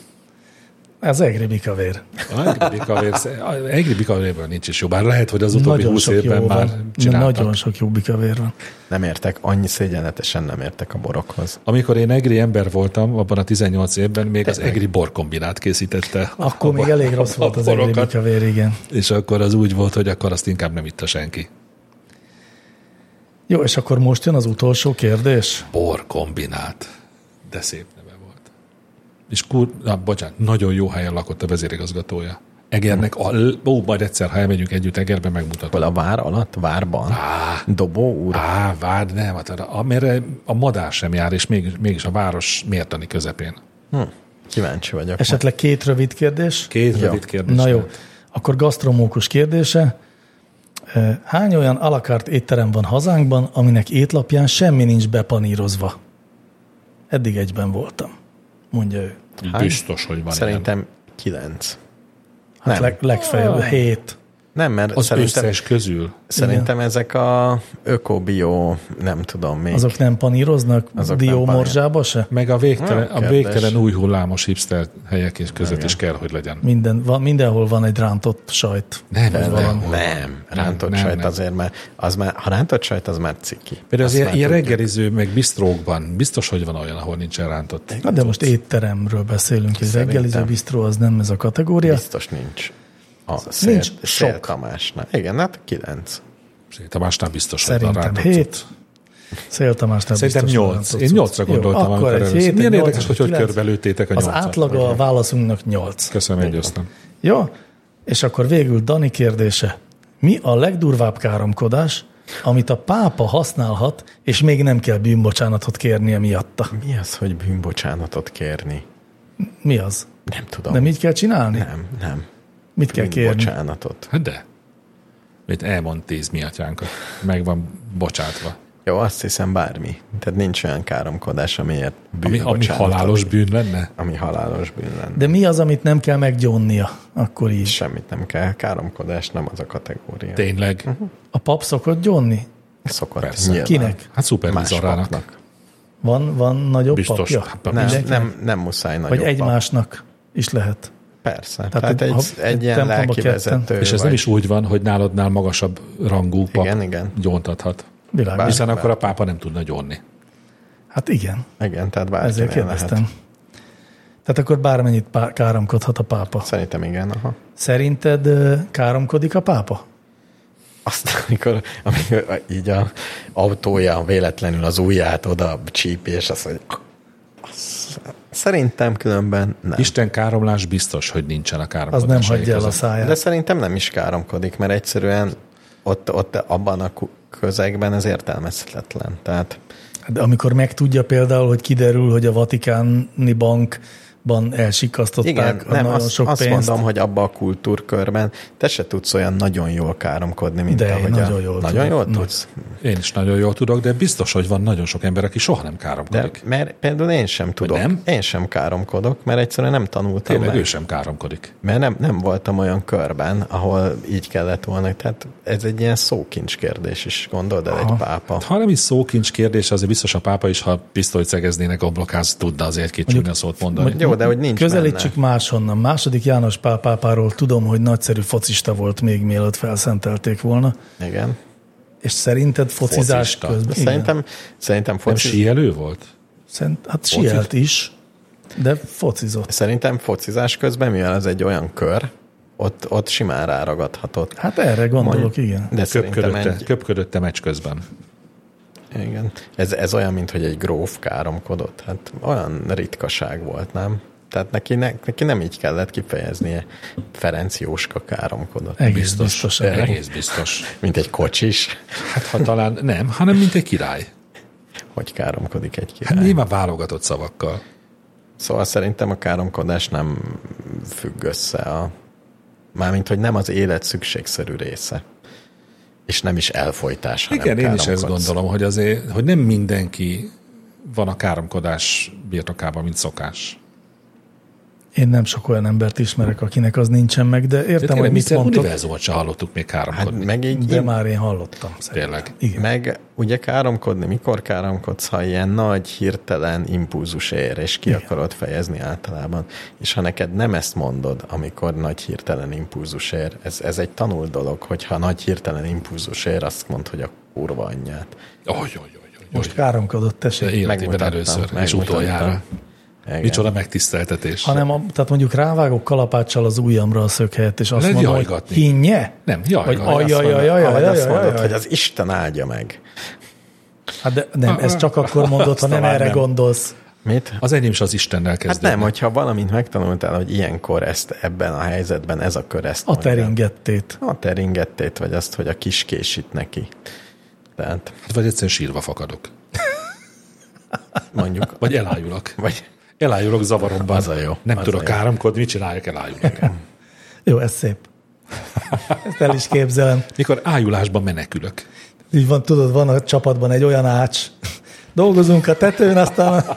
Speaker 2: Ez egri bikavér.
Speaker 3: A Egri Bikavér- a Egri Bikavérben nincs is jó, bár lehet, hogy az utóbbi
Speaker 2: Nagyon
Speaker 3: 20
Speaker 2: sok
Speaker 3: évben
Speaker 2: jó
Speaker 3: már
Speaker 2: van.
Speaker 3: csináltak.
Speaker 2: Nagyon sok jó bikavér van.
Speaker 1: Nem értek, annyi szégyenletesen nem értek a borokhoz.
Speaker 3: Amikor én egri ember voltam, abban a 18 évben még az egri borkombinát készítette.
Speaker 2: Akkor még elég rossz volt az egri
Speaker 3: borokat.
Speaker 2: bikavér, igen.
Speaker 3: És akkor az úgy volt, hogy akkor azt inkább nem itta senki.
Speaker 2: Jó, és akkor most jön az utolsó kérdés.
Speaker 3: Borkombinát. De szép neve volt. És kur... Na, bocsánat, nagyon jó helyen lakott a vezérigazgatója. Egernek a... Ó, majd egyszer, ha elmegyünk együtt Egerbe, megmutatom.
Speaker 1: Hol a vár alatt? Várban? Á, Dobó úr? Á,
Speaker 3: Á, várd, nem, hát arra- amire a madár sem jár, és mégis, mégis a város mértani közepén.
Speaker 1: Kíváncsi vagyok.
Speaker 2: Esetleg két rövid kérdés.
Speaker 3: Két
Speaker 1: Jó.
Speaker 3: rövid kérdés.
Speaker 2: Na jó,
Speaker 3: volt.
Speaker 2: akkor gasztromókus kérdése. Ö, Hány olyan alakárt étterem van hazánkban, aminek étlapján semmi nincs bepanírozva? Eddig egyben voltam, mondja ő.
Speaker 1: Hány?
Speaker 3: Biztos, hogy van ilyen.
Speaker 1: Szerintem kilenc.
Speaker 2: Hát
Speaker 1: Nem.
Speaker 2: leg, legfeljebb hét.
Speaker 1: Nem, mert
Speaker 3: Az
Speaker 1: szerintem,
Speaker 3: összes közül.
Speaker 1: szerintem ezek a öko-bio, nem tudom még.
Speaker 2: Azok nem paníroznak
Speaker 1: Azok
Speaker 2: Azok
Speaker 1: nem
Speaker 2: diómorzsába se?
Speaker 3: Meg a végtelen,
Speaker 1: Na,
Speaker 3: a
Speaker 1: kedves.
Speaker 3: végtelen új hullámos hipster helyek és között is kell, hogy legyen.
Speaker 2: Minden, van, mindenhol van egy rántott sajt.
Speaker 3: Nem,
Speaker 2: Vagy
Speaker 3: nem,
Speaker 2: valami.
Speaker 3: nem.
Speaker 1: Nem, rántott
Speaker 3: Nem,
Speaker 1: sajt
Speaker 3: nem.
Speaker 1: azért már, az már, ha rántott sajt, az már ciki.
Speaker 3: Például az
Speaker 1: Azt
Speaker 3: ilyen,
Speaker 1: már
Speaker 3: ilyen
Speaker 1: tudjuk.
Speaker 3: reggeliző, meg bistrókban biztos, hogy van olyan, ahol nincsen rántott.
Speaker 2: Na, Hát de most étteremről beszélünk, egy
Speaker 1: Szerintem.
Speaker 2: reggeliző bistró az nem ez a kategória.
Speaker 3: hát
Speaker 1: Biztos nincs. A szél,
Speaker 2: Nincs
Speaker 1: nincs
Speaker 2: sok.
Speaker 1: szélkamásnál. Igen, hát kilenc.
Speaker 3: Szerintem másnál biztos, hogy van
Speaker 2: Szerintem
Speaker 3: rántott.
Speaker 2: hét. Szél Tamás, nem
Speaker 3: Szerintem
Speaker 2: biztos
Speaker 3: nyolc.
Speaker 2: van
Speaker 3: Én
Speaker 2: cucc.
Speaker 3: nyolcra
Speaker 2: Jó,
Speaker 3: gondoltam,
Speaker 2: akkor
Speaker 3: amikor
Speaker 2: egy
Speaker 3: először.
Speaker 2: hét,
Speaker 3: Milyen
Speaker 2: egy
Speaker 3: érdekes,
Speaker 2: nyolc,
Speaker 3: hogy hogy
Speaker 2: kilenc.
Speaker 3: körbelőttétek a
Speaker 2: Az
Speaker 3: nyolcat.
Speaker 2: átlaga a válaszunknak nyolc.
Speaker 3: Köszönöm, hogy győztem.
Speaker 2: Jó? És akkor végül Dani kérdése. Mi a legdurvább káromkodás, amit a pápa használhat, és még nem kell bűnbocsánatot kérnie miatta.
Speaker 1: Mi az, hogy bűnbocsánatot kérni?
Speaker 2: Mi az?
Speaker 1: Nem tudom.
Speaker 2: Nem így kell csinálni? Nem.
Speaker 1: Nem, nem.
Speaker 2: Mit kell kérni?
Speaker 1: Bűnbocsánatot.
Speaker 3: Hát de. Mit elmond tíz miatyánkat. Meg van bocsátva.
Speaker 1: Jó, azt hiszem bármi. Tehát nincs olyan káromkodás, amiért
Speaker 3: Ami,
Speaker 1: bűnbocsánatot.
Speaker 3: ami halálos bűn lenne?
Speaker 1: Ami halálos bűn lenne.
Speaker 2: De mi az, amit nem kell meggyónnia? Akkor így.
Speaker 1: Semmit nem kell. Káromkodás nem az a kategória.
Speaker 3: Tényleg?
Speaker 2: A pap szokott gyónni?
Speaker 1: Szokott
Speaker 3: Persze.
Speaker 1: nyilván.
Speaker 2: Kinek?
Speaker 3: Hát szuper
Speaker 1: Más
Speaker 3: bizarának.
Speaker 1: papnak.
Speaker 2: Van, van nagyobb
Speaker 3: Biztos.
Speaker 2: papja?
Speaker 3: Hát,
Speaker 1: Nem,
Speaker 3: biztos.
Speaker 1: nem, nem muszáj nagyobb
Speaker 2: Vagy
Speaker 1: pap.
Speaker 2: egymásnak is lehet.
Speaker 1: Persze.
Speaker 2: Tehát
Speaker 1: Tehát,
Speaker 2: egy-
Speaker 1: egy,
Speaker 2: ha-
Speaker 1: egy,
Speaker 2: egy
Speaker 1: ilyen
Speaker 2: templomba
Speaker 1: lelki
Speaker 2: ketten.
Speaker 1: vezető
Speaker 3: És ez
Speaker 1: vagy.
Speaker 3: nem is úgy van, hogy náladnál magasabb rangú pap
Speaker 1: Igen, igen.
Speaker 3: gyóntathat.
Speaker 2: Világos.
Speaker 1: Bár-
Speaker 3: Hiszen akkor a pápa nem tudna gyónni.
Speaker 2: Hát igen,
Speaker 1: Igen, tehát
Speaker 2: ezért
Speaker 1: bárkinél
Speaker 2: kérdeztem.
Speaker 1: lehet.
Speaker 2: Tehát akkor bármennyit pá- káromkodhat a pápa.
Speaker 1: Szerintem igen, aha.
Speaker 2: Szerinted ö, káromkodik a pápa?
Speaker 1: Aztán, amikor, amikor így a autója véletlenül az ujját oda csípi, és azt mondja, "Azt- szerintem különben nem.
Speaker 3: Isten káromlás biztos, hogy nincsen a
Speaker 2: Az
Speaker 3: káromkodás.
Speaker 2: nem hagyja el a
Speaker 1: De
Speaker 2: száját.
Speaker 1: szerintem nem is káromkodik, mert egyszerűen ott, ott abban a ku- közegben ez értelmezhetetlen. Tehát
Speaker 2: De amikor megtudja például, hogy kiderül, hogy a Vatikáni bankban elsikasztották
Speaker 1: igen,
Speaker 2: a
Speaker 1: nem,
Speaker 2: nagyon
Speaker 1: azt,
Speaker 2: sok
Speaker 1: azt
Speaker 2: pénzt.
Speaker 1: mondom, hogy abban a kultúrkörben te se tudsz olyan nagyon jól káromkodni, mint
Speaker 2: De én
Speaker 1: ahogy
Speaker 2: nagyon
Speaker 1: a,
Speaker 2: jól
Speaker 1: Nagyon
Speaker 2: tudok.
Speaker 1: jól
Speaker 2: Na.
Speaker 1: tudsz?
Speaker 3: Én is nagyon jól tudok, de biztos, hogy van nagyon sok ember, aki soha nem
Speaker 1: De
Speaker 3: káromkodik.
Speaker 1: mert például én sem tudok.
Speaker 3: nem?
Speaker 1: Én sem káromkodok, mert egyszerűen nem tanultam
Speaker 3: Tényleg
Speaker 1: meg.
Speaker 3: ő sem káromkodik.
Speaker 1: Mert nem, nem voltam olyan körben, ahol így kellett volna. Tehát ez egy ilyen szókincs kérdés is, gondold el egy pápa.
Speaker 3: Ha nem is szókincs kérdés, azért biztos a pápa is, ha pisztolyt szegeznének ablakáz, tudna azért két csúnya szót mondani.
Speaker 1: Jó, de hogy nincs
Speaker 2: Közelítsük máshonnan. Második János Pál pápáról tudom, hogy nagyszerű focista volt még mielőtt felszentelték volna.
Speaker 1: Benne. Igen.
Speaker 2: És szerinted focizás
Speaker 3: Focista.
Speaker 2: közben? Igen.
Speaker 1: Szerintem, szerintem,
Speaker 3: Nem
Speaker 1: foci,
Speaker 3: síelő volt?
Speaker 2: Szerint, hát sielt is, de focizott.
Speaker 1: szerintem focizás közben, mivel ez egy olyan kör, ott, ott simán ráragadhatott.
Speaker 2: Hát erre gondolok, igen.
Speaker 1: De szerintem
Speaker 3: Köpködötte,
Speaker 1: egy,
Speaker 3: köpködötte meccs közben.
Speaker 1: igen. Ez, ez olyan, mint hogy egy gróf káromkodott. Hát olyan ritkaság volt, nem? Tehát neki, ne, neki nem így kellett kifejeznie. Ferenc Jóska káromkodott.
Speaker 2: Egész biztos. biztos erre.
Speaker 3: Egész biztos.
Speaker 1: Mint egy kocsis.
Speaker 3: Hát ha talán nem, hanem mint egy király.
Speaker 1: Hogy káromkodik egy király.
Speaker 3: Hát nyilván válogatott szavakkal.
Speaker 1: Szóval szerintem a káromkodás nem függ össze a... Mármint, hogy nem az élet szükségszerű része. És nem is elfolytás, hanem
Speaker 3: Igen, én is ezt
Speaker 1: káromkodsz.
Speaker 3: gondolom, hogy, azért, hogy nem mindenki van a káromkodás birtokában, mint szokás.
Speaker 2: Én nem sok olyan embert ismerek, akinek az nincsen meg, de
Speaker 3: De
Speaker 2: értem,
Speaker 3: tényleg,
Speaker 2: hogy mit
Speaker 3: mit
Speaker 2: mondtok,
Speaker 3: univerzumot se hallottuk még
Speaker 1: Hát
Speaker 3: káromkodni. Hát,
Speaker 1: meg így,
Speaker 2: de már én hallottam. szerintem.
Speaker 3: tényleg.
Speaker 2: Igen.
Speaker 1: meg ugye káromkodni, mikor káromkodsz, ha ilyen nagy, hirtelen impulzus ér, és ki Igen. akarod fejezni általában. És ha neked nem ezt mondod, amikor nagy, hirtelen impulzus ér, ez, ez egy tanul dolog, hogyha nagy, hirtelen impulzus ér, azt mondd, hogy a kurva anyját.
Speaker 3: Oj, oj, oj, oj,
Speaker 2: Most káromkodott,
Speaker 3: oj.
Speaker 2: tessék.
Speaker 3: Életében
Speaker 1: megmutattam,
Speaker 3: először, és
Speaker 1: megmutattam.
Speaker 3: utoljára.
Speaker 1: Igen.
Speaker 3: Micsoda megtiszteltetés.
Speaker 2: Hanem a, tehát mondjuk rávágok kalapáccsal az ujjamra a szöghelyet, és azt
Speaker 3: Lehet
Speaker 2: mondom, hogy
Speaker 3: jajgatni.
Speaker 2: hinnye?
Speaker 3: Nem, jajgatni.
Speaker 2: Vagy
Speaker 1: Azt mondod, ahogy azt mondod,
Speaker 2: ajajajajajajajajaj.
Speaker 1: hogy az Isten áldja meg.
Speaker 2: Hát de nem, ez csak akkor mondod, ha nem
Speaker 3: talán
Speaker 2: erre
Speaker 3: nem.
Speaker 2: gondolsz.
Speaker 1: Mit?
Speaker 3: Az enyém is az Istennel
Speaker 1: Hát
Speaker 3: kezdődik.
Speaker 1: nem, hogyha valamint megtanultál, hogy ilyenkor ezt ebben a helyzetben ez a kör ezt
Speaker 2: A
Speaker 1: mondja.
Speaker 2: teringettét.
Speaker 1: A teringettét, vagy azt, hogy a kis késít neki. Tehát
Speaker 3: Hát Vagy egyszerűen sírva fakadok.
Speaker 1: mondjuk,
Speaker 3: Vagy elájulok.
Speaker 1: vagy
Speaker 3: Elájulok zavaromban.
Speaker 1: Az a jó.
Speaker 3: Nem
Speaker 1: Az
Speaker 3: tudok
Speaker 1: a jó.
Speaker 3: káromkodni, mit csináljak, elájulok.
Speaker 2: Jó, ez szép. Ezt el is képzelem.
Speaker 3: Mikor ájulásban menekülök.
Speaker 2: Így van, tudod, van a csapatban egy olyan ács, dolgozunk a tetőn, aztán a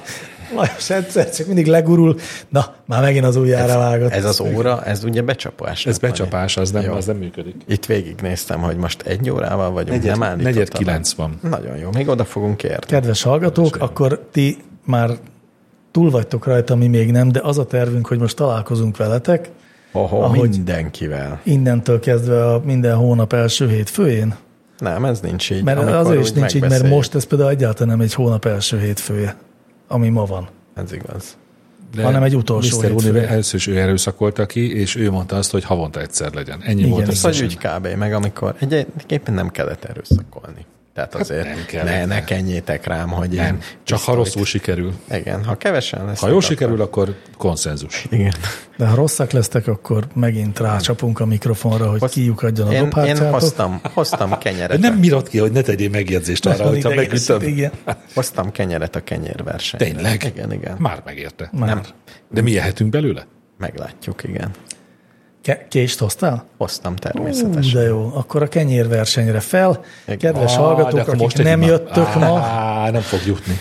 Speaker 2: Lajos egyszer csak mindig legurul, na, már megint az ujjára vágott.
Speaker 1: ez az óra, ez ugye becsapás.
Speaker 3: Ez
Speaker 1: nem,
Speaker 3: becsapás, az nem,
Speaker 1: Hát Jó.
Speaker 3: az nem működik.
Speaker 1: Vagy? Itt végignéztem, hogy most egy órával vagyunk, nem állítottam.
Speaker 3: negyed kilenc van.
Speaker 1: Nagyon jó, még oda fogunk érni.
Speaker 2: Kedves hallgatók, akkor ti már túl vagytok rajta, mi még nem, de az a tervünk, hogy most találkozunk veletek,
Speaker 1: Oho,
Speaker 2: Ahogy-
Speaker 1: mindenkivel.
Speaker 2: innentől kezdve a minden hónap első hétfőjén.
Speaker 1: Nem, ez nincs így.
Speaker 2: Mert
Speaker 1: Amikor
Speaker 2: azért is
Speaker 1: úgy
Speaker 2: nincs így, mert
Speaker 1: megbeszéljük.
Speaker 2: most ez például egyáltalán nem egy hónap első hétfője, ami ma van.
Speaker 1: Ez igaz.
Speaker 3: De
Speaker 2: hanem egy utolsó
Speaker 3: Mr.
Speaker 2: hétfő.
Speaker 3: Univer- először is ő erőszakolta ki, és ő mondta azt, hogy havonta egyszer legyen. Ennyi
Speaker 2: Igen.
Speaker 3: volt
Speaker 2: Ez
Speaker 1: Ez vagy
Speaker 3: összesen.
Speaker 1: úgy kb. meg amikor egyébként nem kellett erőszakolni. Tehát azért
Speaker 3: Nem
Speaker 1: nem
Speaker 3: kell.
Speaker 1: kell, ne, ne kenjétek rám, hogy
Speaker 3: Nem,
Speaker 1: én...
Speaker 3: csak ha rosszul sikerül.
Speaker 1: Igen, ha kevesen lesz.
Speaker 3: Ha jól sikerül, akkor konszenzus.
Speaker 1: Igen.
Speaker 2: De ha rosszak lesztek, akkor megint rácsapunk a mikrofonra, hogy kiukadjon a
Speaker 1: Én, én
Speaker 2: dobhártyátok.
Speaker 1: hoztam, hoztam kenyeret.
Speaker 3: Nem mirad ki, hogy ne tegyél megjegyzést arra, hogyha
Speaker 2: idegesít,
Speaker 3: megütöm.
Speaker 2: Igen.
Speaker 1: Hoztam kenyeret a kenyérversenyre.
Speaker 3: Tényleg?
Speaker 1: Igen, igen.
Speaker 3: Már megérte.
Speaker 2: Már.
Speaker 1: Nem,
Speaker 3: De mi ehetünk belőle?
Speaker 1: meglátjuk, igen.
Speaker 2: Ke- kést hoztál?
Speaker 1: Hoztam
Speaker 2: Ú,
Speaker 1: természetesen.
Speaker 2: De jó, akkor a kenyérversenyre fel.
Speaker 1: Igen.
Speaker 2: Kedves
Speaker 3: Á, de
Speaker 2: hallgatók,
Speaker 3: akkor
Speaker 2: akik
Speaker 3: most
Speaker 2: most
Speaker 3: egy
Speaker 2: nem
Speaker 3: ima-
Speaker 2: jöttök ma,
Speaker 3: Á, nem fog jutni.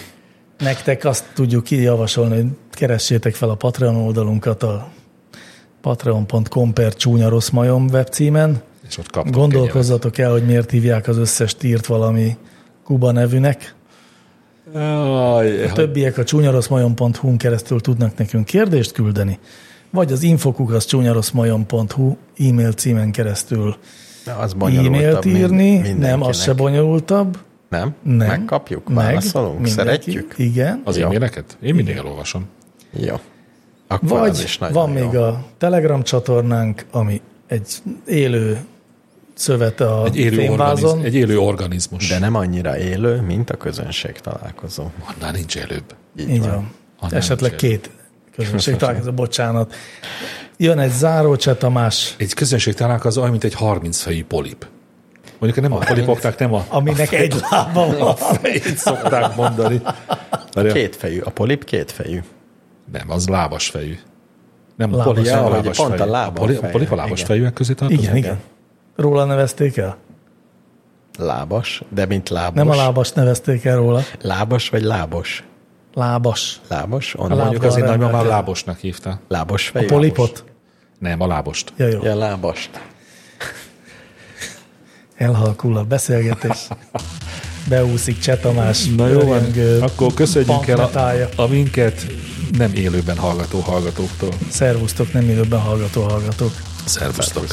Speaker 2: nektek azt tudjuk így javasolni, hogy keressétek fel a Patreon oldalunkat a patreon.com per csúnya rossz majom webcímen.
Speaker 3: És ott kaptunk
Speaker 2: Gondolkozzatok el, hogy miért hívják az összes tírt valami Kuba nevűnek.
Speaker 3: Több...
Speaker 2: Többiek a csúnyaroszmajon.hu-n keresztül tudnak nekünk kérdést küldeni, vagy az infokuk az csúnyaroszmajon.hu e-mail címen keresztül
Speaker 1: De az
Speaker 2: e-mailt
Speaker 1: bonyolultabb mind-
Speaker 2: írni. Nem,
Speaker 1: mindenkinek.
Speaker 2: az se bonyolultabb.
Speaker 1: Nem?
Speaker 2: Nem.
Speaker 1: Megkapjuk,
Speaker 2: Meg,
Speaker 1: válaszolunk,
Speaker 2: mindenki.
Speaker 1: szeretjük.
Speaker 2: Igen.
Speaker 3: Az
Speaker 1: Jó.
Speaker 3: e-maileket? Én mindig elolvasom.
Speaker 1: Jó. Akkor az
Speaker 2: Vagy
Speaker 1: is nagyon
Speaker 2: van
Speaker 1: jó.
Speaker 2: még a Telegram csatornánk, ami egy élő szövet a
Speaker 3: Egy élő,
Speaker 2: fémvázon.
Speaker 3: organiz, egy élő organizmus.
Speaker 1: De nem annyira élő, mint a közönség találkozó.
Speaker 3: Annál nincs előbb.
Speaker 2: Így van.
Speaker 3: Ha Ah, nem,
Speaker 2: Esetleg
Speaker 3: nincs
Speaker 2: két közönség találkozó, bocsánat. Jön egy záró Cseh Tamás,
Speaker 3: Egy közönség találkozó olyan, mint egy 30 fejű polip. Mondjuk nem a polipoknak nem a
Speaker 2: aminek egy lába van.
Speaker 3: fejét szokták mondani. Mert a-
Speaker 1: Kétfejű. A polip kétfejű.
Speaker 3: Nem, az lábas fejű. Nem, a
Speaker 2: Lábas
Speaker 3: polip
Speaker 1: fejű.
Speaker 3: a
Speaker 1: Ja, hogy
Speaker 3: lábas
Speaker 1: pont a
Speaker 3: fejű. A
Speaker 1: lábam
Speaker 3: poli- a
Speaker 1: feje.
Speaker 3: polip a lábas
Speaker 1: Igen.
Speaker 3: fejűek közé tartozik?
Speaker 2: Igen, igen. Róla nevezték el?
Speaker 1: Lábas, de mint lábos.
Speaker 2: Nem a lábas nevezték el róla.
Speaker 1: Lábas vagy lábos?
Speaker 2: Lábas.
Speaker 1: Lábas? On
Speaker 2: A láb-
Speaker 1: mondjuk
Speaker 3: Mondjuk az én
Speaker 2: Lábbal
Speaker 3: nagymamám
Speaker 2: rendelkező.
Speaker 3: lábosnak hívta.
Speaker 1: lábos
Speaker 2: A
Speaker 1: fejű.
Speaker 2: polipot?
Speaker 3: Nem, a lábost.
Speaker 2: Ja, jó.
Speaker 1: Ja, lábast.
Speaker 2: Elhalkul a beszélgetés. Beúszik Cseh Tamás.
Speaker 3: Na jó van,
Speaker 2: örjengő
Speaker 3: akkor köszönjünk el
Speaker 2: bankmetája.
Speaker 3: a, a minket nem élőben hallgató hallgatóktól.
Speaker 2: Szervusztok, nem időben hallgató hallgatók.
Speaker 3: Szervusztok!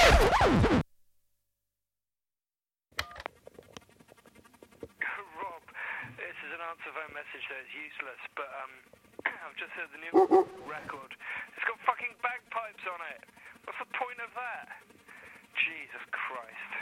Speaker 7: answer phone message there, it's useless, but um, I've just heard the new record. It's got fucking bagpipes on it. What's the point of that? Jesus Christ.